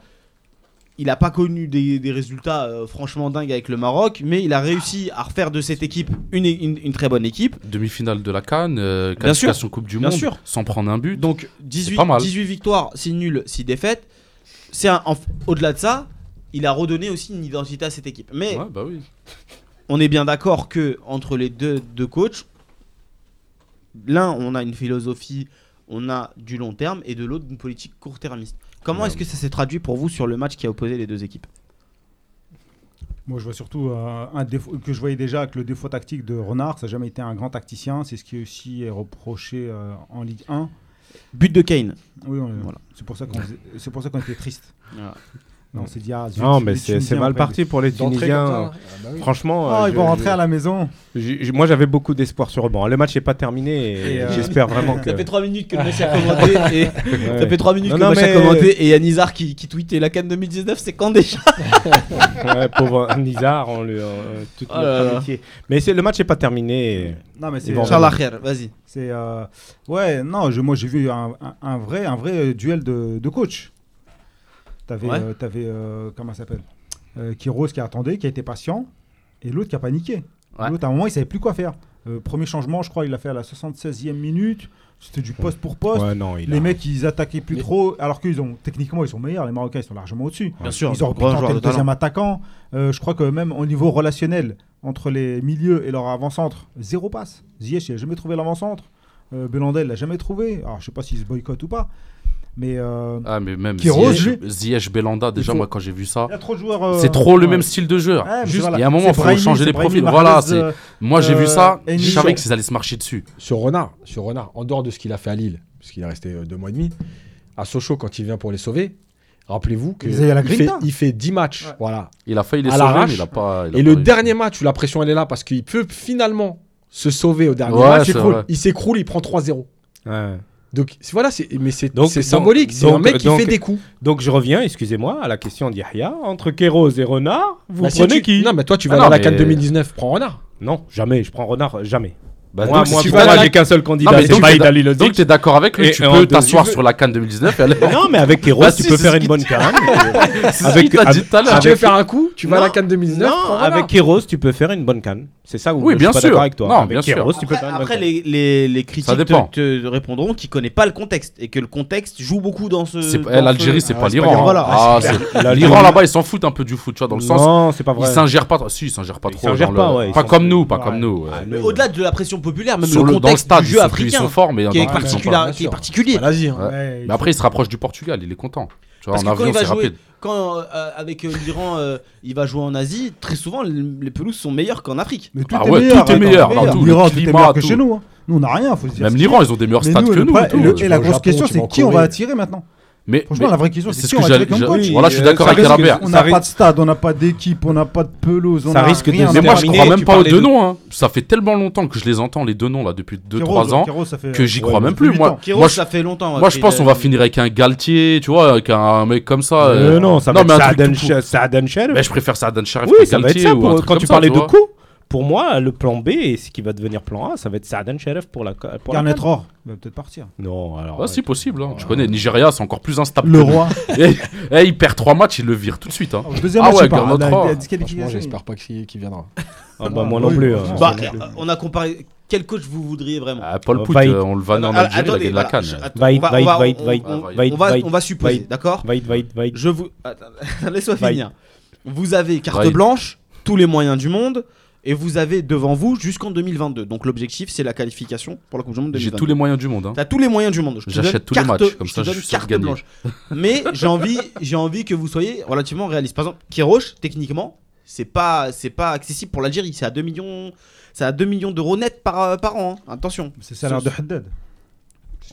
Speaker 1: Il n'a pas connu des, des résultats euh, franchement dingues avec le Maroc, mais il a réussi à refaire de cette équipe une- une- une très bonne équipe.
Speaker 4: Demi-finale de la Cannes, euh,
Speaker 1: Bien sûr.
Speaker 4: qualification Coupe du
Speaker 1: Bien
Speaker 4: Monde,
Speaker 1: sûr.
Speaker 4: sans prendre un but.
Speaker 1: Donc 18,
Speaker 4: pas mal.
Speaker 1: 18 victoires, 6 nuls, 6 défaites. C'est un- en- au-delà de ça, il a redonné aussi une identité à cette équipe. Mais
Speaker 4: Ouais, bah oui.
Speaker 1: on est bien d'accord que entre les deux, deux coachs, l'un on a une philosophie, on a du long terme, et de l'autre une politique court-termiste. Comment
Speaker 4: Ouais.
Speaker 1: est-ce que ça s'est traduit pour vous sur le match qui a opposé les deux équipes
Speaker 3: Moi, je vois surtout euh, un défaut que je voyais déjà avec le défaut tactique de Renard. Ça n'a jamais été un grand tacticien. C'est ce qui aussi est reproché euh, en Ligue 1.
Speaker 1: But de Kane.
Speaker 3: Oui, on-
Speaker 1: Voilà.
Speaker 3: c'est pour ça qu'on faisait- c'est pour ça qu'on était triste.
Speaker 4: Ah.
Speaker 3: Non, on s'est dit, ah, zut,
Speaker 5: Non, mais
Speaker 3: les
Speaker 5: c'est
Speaker 3: Tunisiens
Speaker 5: c'est mal
Speaker 3: après,
Speaker 5: parti pour les
Speaker 6: D'entrée comme
Speaker 5: Tunisiens.
Speaker 6: ça, ah bah oui.
Speaker 3: les-
Speaker 5: Franchement,
Speaker 3: Oh,
Speaker 5: euh,
Speaker 3: ils
Speaker 5: je-
Speaker 3: vont
Speaker 5: je-
Speaker 3: rentrer à la maison.
Speaker 5: j'ai- j'ai- moi j'avais beaucoup d'espoir sur eux. Bon, le match n'est pas terminé et,
Speaker 3: Et, euh,
Speaker 5: j'espère vraiment que.
Speaker 1: Ça fait 3 minutes que le match a commenté et
Speaker 5: Ouais.
Speaker 1: ça fait trois minutes
Speaker 5: Non,
Speaker 1: que
Speaker 5: non,
Speaker 1: le match a
Speaker 5: mais-
Speaker 1: commenté et Yanizar qui, qui tweetait la Cannes 2019, c'est quand déjà
Speaker 5: Ouais, pauvre Nizar, on lui, euh, toute
Speaker 1: Oh là
Speaker 5: notre
Speaker 1: là.
Speaker 5: amitié. Mais c'est- le match n'est pas terminé. et-
Speaker 3: Non, mais c'est
Speaker 5: vont
Speaker 1: Charles Acher, vas-y.
Speaker 3: C'est euh, ouais, non, je, moi j'ai vu un, un- un vrai, un vrai euh, duel de, de coach. T'avais,
Speaker 1: Ouais.
Speaker 3: euh, t'avais euh, comment ça s'appelle Euh, Kiros qui attendait, qui a été patient, et l'autre qui a paniqué.
Speaker 1: Ouais.
Speaker 3: L'autre à un moment il savait plus quoi faire. Euh, premier changement, je crois, il l'a fait à la 76e minute. C'était du poste pour poste.
Speaker 5: Ouais, non, il
Speaker 3: Oh, les
Speaker 5: a-
Speaker 3: mecs ils attaquaient plus
Speaker 6: Mais-
Speaker 3: trop, alors qu'ils ont techniquement ils sont meilleurs. Les Marocains ils sont largement au-dessus.
Speaker 1: Bien sûr,
Speaker 3: Ils ont pu
Speaker 1: grand
Speaker 3: tenter
Speaker 1: joueur de
Speaker 3: le
Speaker 1: talent.
Speaker 3: deuxième attaquant. Euh, je crois que même au niveau relationnel, entre les milieux et leur avant-centre, zéro passe. Ziyech, il n'a jamais trouvé l'avant-centre. Euh, Belanda, il l'a jamais trouvé. Alors, je sais pas s'il se boycotte ou pas. Mais euh,
Speaker 4: Ah, mais même
Speaker 3: Qui rose,
Speaker 4: Ziyech, Ziyech Belanda, déjà,
Speaker 3: faut-
Speaker 4: moi, quand j'ai vu ça,
Speaker 3: il y a trop de joueurs. euh,
Speaker 4: c'est trop le
Speaker 3: ouais.
Speaker 4: même style de jeu.
Speaker 3: Ouais, mais c'est-
Speaker 4: Juste,
Speaker 3: voilà.
Speaker 4: il y a un moment,
Speaker 3: C'est
Speaker 4: il faut
Speaker 3: Brahimi,
Speaker 4: changer
Speaker 3: c'est
Speaker 4: les
Speaker 3: Brahimi,
Speaker 4: profils.
Speaker 3: Mahrez,
Speaker 4: Voilà, c'est.
Speaker 3: euh,
Speaker 4: Moi, j'ai
Speaker 3: euh,
Speaker 4: vu ça,
Speaker 3: Eni-
Speaker 4: je savais qu'ils allaient se marcher dessus.
Speaker 6: Sur Renard, sur Renard, en dehors de ce qu'il a fait à Lille, puisqu'il est resté euh, deux mois et demi, à Sochaux, quand il vient pour les sauver, rappelez-vous qu'il
Speaker 3: Ils avaient la
Speaker 6: fait,
Speaker 3: grinta.
Speaker 6: il fait 10 matchs.
Speaker 3: Ouais.
Speaker 6: Voilà.
Speaker 4: Il a failli les
Speaker 6: À
Speaker 4: sauver,
Speaker 6: l'arrache.
Speaker 4: mais il a pas. il a
Speaker 6: Et
Speaker 4: pas
Speaker 6: le
Speaker 4: réussi.
Speaker 6: dernier match où la pression elle est là parce qu'il peut finalement se sauver au dernier
Speaker 4: Ouais,
Speaker 6: match,
Speaker 4: c'est
Speaker 6: il s'écroule.
Speaker 4: vrai.
Speaker 6: il s'écroule, il prend 3-0.
Speaker 5: Ouais.
Speaker 6: Donc c'est- voilà, c'est- mais c'est
Speaker 5: Donc,
Speaker 6: c'est
Speaker 5: donc,
Speaker 6: symbolique. C'est
Speaker 5: donc,
Speaker 6: un mec qui
Speaker 5: donc,
Speaker 6: fait des coups.
Speaker 5: Donc je reviens, excusez-moi, à la question d'Yahya. Entre Kéros et Renard, vous
Speaker 6: Bah, si
Speaker 5: prenez
Speaker 6: tu-
Speaker 5: qui
Speaker 6: Non, mais toi tu
Speaker 4: Ah
Speaker 6: vas
Speaker 4: non,
Speaker 6: dans la
Speaker 4: mais-
Speaker 6: CAN 2019, prends Renard.
Speaker 5: Non, jamais, je prends Renard, jamais.
Speaker 4: Bah,
Speaker 5: moi,
Speaker 4: donc, si
Speaker 5: moi,
Speaker 4: tu
Speaker 5: pour
Speaker 4: vas
Speaker 5: moi,
Speaker 4: là-
Speaker 5: j'ai qu'un seul
Speaker 4: Non,
Speaker 5: candidat,
Speaker 4: mais
Speaker 5: c'est
Speaker 4: donc,
Speaker 5: Baïd
Speaker 4: t'as-
Speaker 5: Ali Lozic.
Speaker 4: Donc, t'es d'accord avec lui,
Speaker 5: Et
Speaker 4: tu
Speaker 5: un
Speaker 4: peux
Speaker 5: deuxième-
Speaker 4: t'asseoir sur la Cannes 2019 et aller.
Speaker 5: Non, mais avec Kéros,
Speaker 4: Bah,
Speaker 5: tu
Speaker 4: si,
Speaker 5: peux
Speaker 4: c'est
Speaker 5: faire
Speaker 4: ce
Speaker 5: une
Speaker 4: qu'il
Speaker 5: bonne canne.
Speaker 4: C'est ce qu'il t'a dit tout à
Speaker 6: Si
Speaker 4: l'heure.
Speaker 6: tu veux faire un coup, tu vas à la CAN 2019.
Speaker 5: Non, ah,
Speaker 6: prends Renard.
Speaker 5: avec Kéros, tu peux faire une bonne canne. C'est ça où
Speaker 4: Oui,
Speaker 5: je
Speaker 4: bien
Speaker 5: suis pas
Speaker 4: sûr.
Speaker 5: d'accord avec toi.
Speaker 4: Non,
Speaker 5: avec
Speaker 4: bien sûr.
Speaker 5: Kéros, tu peux
Speaker 1: Après,
Speaker 5: faire une bonne
Speaker 1: après,
Speaker 5: canne.
Speaker 1: les, les, les critiques
Speaker 4: Ça dépend.
Speaker 1: te, te répondront qu'ils connaissent pas le contexte et que le contexte joue beaucoup dans ce.
Speaker 4: C'est
Speaker 1: dans
Speaker 4: pas-
Speaker 1: ce-
Speaker 4: L'Algérie, c'est
Speaker 3: Ah,
Speaker 4: pas
Speaker 3: c'est pas l'Iran.
Speaker 4: l'Iran. hein. Ah, c'est-
Speaker 5: L'Algérie-
Speaker 4: L'Iran là-bas, ils s'en foutent un peu du foot, tu vois, dans le sens.
Speaker 5: Non, c'est pas
Speaker 4: Ils
Speaker 5: vrai.
Speaker 4: s'ingèrent pas trop. Si, ils s'ingèrent pas
Speaker 5: Ils
Speaker 4: trop. dans
Speaker 5: s'ingèrent
Speaker 4: le-
Speaker 5: pas, ouais, ils sont-
Speaker 4: comme nous, pas comme
Speaker 3: Ouais.
Speaker 4: nous. ouais.
Speaker 1: Mais Au-delà de la pression populaire, même
Speaker 4: Sur
Speaker 1: le
Speaker 4: le- dans le
Speaker 1: contexte
Speaker 4: stade,
Speaker 1: du
Speaker 4: ils
Speaker 1: jeu
Speaker 4: sont- ils sont
Speaker 1: africain
Speaker 4: forts, mais dans
Speaker 1: qui est,
Speaker 4: le camp, ils sont
Speaker 1: particulier-
Speaker 4: pas.
Speaker 6: bien
Speaker 1: qui est
Speaker 6: sûr.
Speaker 1: particulier.
Speaker 6: Bah, l'Asie, hein.
Speaker 4: Ouais.
Speaker 3: Ouais, ils
Speaker 4: Mais après, il se rapproche du Portugal, il est content. Tu vois,
Speaker 1: Parce
Speaker 4: en
Speaker 1: que quand
Speaker 4: avion,
Speaker 1: il va
Speaker 4: c'est
Speaker 1: jouer,
Speaker 4: rapide.
Speaker 1: quand euh, avec euh, l'Iran, euh, il va jouer en Asie. Très souvent, les les pelouses sont meilleures qu'en Afrique.
Speaker 3: Mais tout
Speaker 4: Ah
Speaker 3: est
Speaker 4: ouais,
Speaker 3: meilleur.
Speaker 4: tout est
Speaker 3: attends,
Speaker 4: meilleur, dans tout, le
Speaker 3: L'Iran, tout est
Speaker 4: climat,
Speaker 3: meilleur que
Speaker 4: tout.
Speaker 3: chez nous. hein. Nous, on n'a rien, faut se dire.
Speaker 4: Même
Speaker 3: ce
Speaker 4: l'Iran,
Speaker 3: qu'il
Speaker 4: ils ont des meilleurs
Speaker 3: y a. Mais
Speaker 4: stats
Speaker 3: nous,
Speaker 4: que
Speaker 3: le
Speaker 4: nous. hein,
Speaker 3: problème-
Speaker 4: tout.
Speaker 3: le-
Speaker 6: tu
Speaker 3: Et
Speaker 6: vas
Speaker 3: la
Speaker 6: au
Speaker 3: grosse
Speaker 6: Japon,
Speaker 3: question,
Speaker 6: tu vas
Speaker 3: c'est
Speaker 6: en
Speaker 3: qui on
Speaker 6: Corée.
Speaker 3: va attirer maintenant
Speaker 4: Mais
Speaker 3: Franchement,
Speaker 4: mais-
Speaker 3: la vraie question,
Speaker 4: c'est
Speaker 3: c'est qui
Speaker 4: ce que
Speaker 3: on va
Speaker 4: j'allais-
Speaker 3: attirer comme
Speaker 4: j'a-
Speaker 3: coach
Speaker 4: Voilà, je suis
Speaker 5: Oui,
Speaker 4: d'accord
Speaker 5: ça
Speaker 4: avec
Speaker 5: risque de-
Speaker 4: Herbert.
Speaker 3: On
Speaker 5: Ça
Speaker 3: n'a
Speaker 5: ri-
Speaker 3: pas de stade, on n'a pas d'équipe, on n'a pas de pelouse. on
Speaker 5: Ça
Speaker 3: n'a
Speaker 5: risque de
Speaker 3: rien.
Speaker 5: se
Speaker 4: Mais moi, je
Speaker 5: terminé,
Speaker 4: crois
Speaker 5: tu
Speaker 4: même pas aux
Speaker 5: parlais
Speaker 4: deux
Speaker 5: de-
Speaker 4: noms. hein. Ça fait tellement longtemps que je les entends, les deux noms, là, depuis
Speaker 3: Kéros,
Speaker 4: 2-3 ans.
Speaker 3: Kéros, ça fait,
Speaker 4: que j'y
Speaker 3: ouais,
Speaker 4: crois même
Speaker 3: depuis
Speaker 4: plus,
Speaker 3: huit
Speaker 4: moi.
Speaker 3: ans.
Speaker 1: Kéros,
Speaker 4: Moi, je-
Speaker 1: ça fait longtemps.
Speaker 4: Moi,
Speaker 1: ouais,
Speaker 4: je
Speaker 1: qu'il
Speaker 4: pense
Speaker 1: est-
Speaker 4: qu'on va finir avec un Galtier, tu vois, avec un mec comme ça.
Speaker 5: Euh,
Speaker 4: euh,
Speaker 5: Non, ça
Speaker 4: non,
Speaker 5: va
Speaker 4: mais un
Speaker 5: être
Speaker 4: truc
Speaker 5: Saaden
Speaker 4: tout court.
Speaker 5: Ch- Saaden Sharif.
Speaker 4: Mais je préfère Sardan Sharif
Speaker 5: Oui,
Speaker 4: que
Speaker 5: ça va être
Speaker 4: Galtier
Speaker 5: ça.
Speaker 4: ou un
Speaker 5: Pour,
Speaker 4: truc
Speaker 5: quand
Speaker 4: comme
Speaker 5: tu
Speaker 4: ça,
Speaker 5: parlais de
Speaker 4: vois.
Speaker 5: coups, pour moi, le plan B et ce qui va devenir plan A, ça va être Saadan Sharif pour la. Pour la
Speaker 3: Garnet
Speaker 5: canne.
Speaker 3: Rohr, il va peut-être partir.
Speaker 5: Non, alors. euh,
Speaker 4: Ah, si possible, hein. tu connais, Nigeria c'est encore plus instable.
Speaker 3: Le
Speaker 4: que nous.
Speaker 3: roi.
Speaker 4: Eh, eh, il perd 3 matchs, il le vire tout de suite. Hein.
Speaker 3: Au deuxième
Speaker 4: Ah
Speaker 3: match,
Speaker 4: ouais,
Speaker 3: il part.
Speaker 4: Garnet
Speaker 3: La- la
Speaker 4: Rohr.
Speaker 6: Franchement,
Speaker 3: disqualification,
Speaker 6: j'espère pas qu'il qu'il viendra.
Speaker 5: Ah, bah, moi non plus.
Speaker 3: Oui,
Speaker 5: hein.
Speaker 3: oui.
Speaker 1: Bah, euh, on a comparé. Quel coach vous voudriez vraiment
Speaker 4: Ah, Paul
Speaker 5: Euh,
Speaker 4: Pout,
Speaker 5: Vaïd.
Speaker 4: euh, on le vanne en
Speaker 1: Ah,
Speaker 4: Algérie, il a
Speaker 1: attendez,
Speaker 4: gagné la
Speaker 1: voilà,
Speaker 4: canne.
Speaker 1: je- attends,
Speaker 5: Vaïd,
Speaker 1: on va-
Speaker 5: Vaïd,
Speaker 1: on va-
Speaker 5: Vaïd,
Speaker 1: on-
Speaker 5: Vaïd,
Speaker 1: on-
Speaker 5: Vaïd,
Speaker 1: on va-
Speaker 5: Vaïd,
Speaker 1: On va supposer,
Speaker 5: Vaïd.
Speaker 1: d'accord
Speaker 5: Vaïd, vaïd, vaïd.
Speaker 1: Je vous. Attends, Laisse-moi
Speaker 5: Bye.
Speaker 1: finir. Vous avez carte
Speaker 4: Bye.
Speaker 1: blanche, tous les moyens du monde, Et vous avez devant vous jusqu'en 2022. Donc l'objectif, c'est la qualification pour la Coupe du Monde 2022.
Speaker 4: J'ai tous les moyens du monde. hein.
Speaker 1: T'as tous les moyens du monde. Je te
Speaker 4: J'achète
Speaker 1: donne
Speaker 4: tous les
Speaker 1: carte-
Speaker 4: matchs, comme
Speaker 1: je te
Speaker 4: ça, je
Speaker 1: donne
Speaker 4: suis sûr de
Speaker 1: carte
Speaker 4: gagner.
Speaker 1: blanche. Mais j'ai envie, j'ai envie que vous soyez relativement réaliste. Par exemple, Kiroche, techniquement, c'est pas, c'est pas accessible pour l'Algérie. C'est à 2 millions, c'est à 2 millions d'euros net par, euh, par an. hein. Attention.
Speaker 3: C'est ça l'air de Haddad.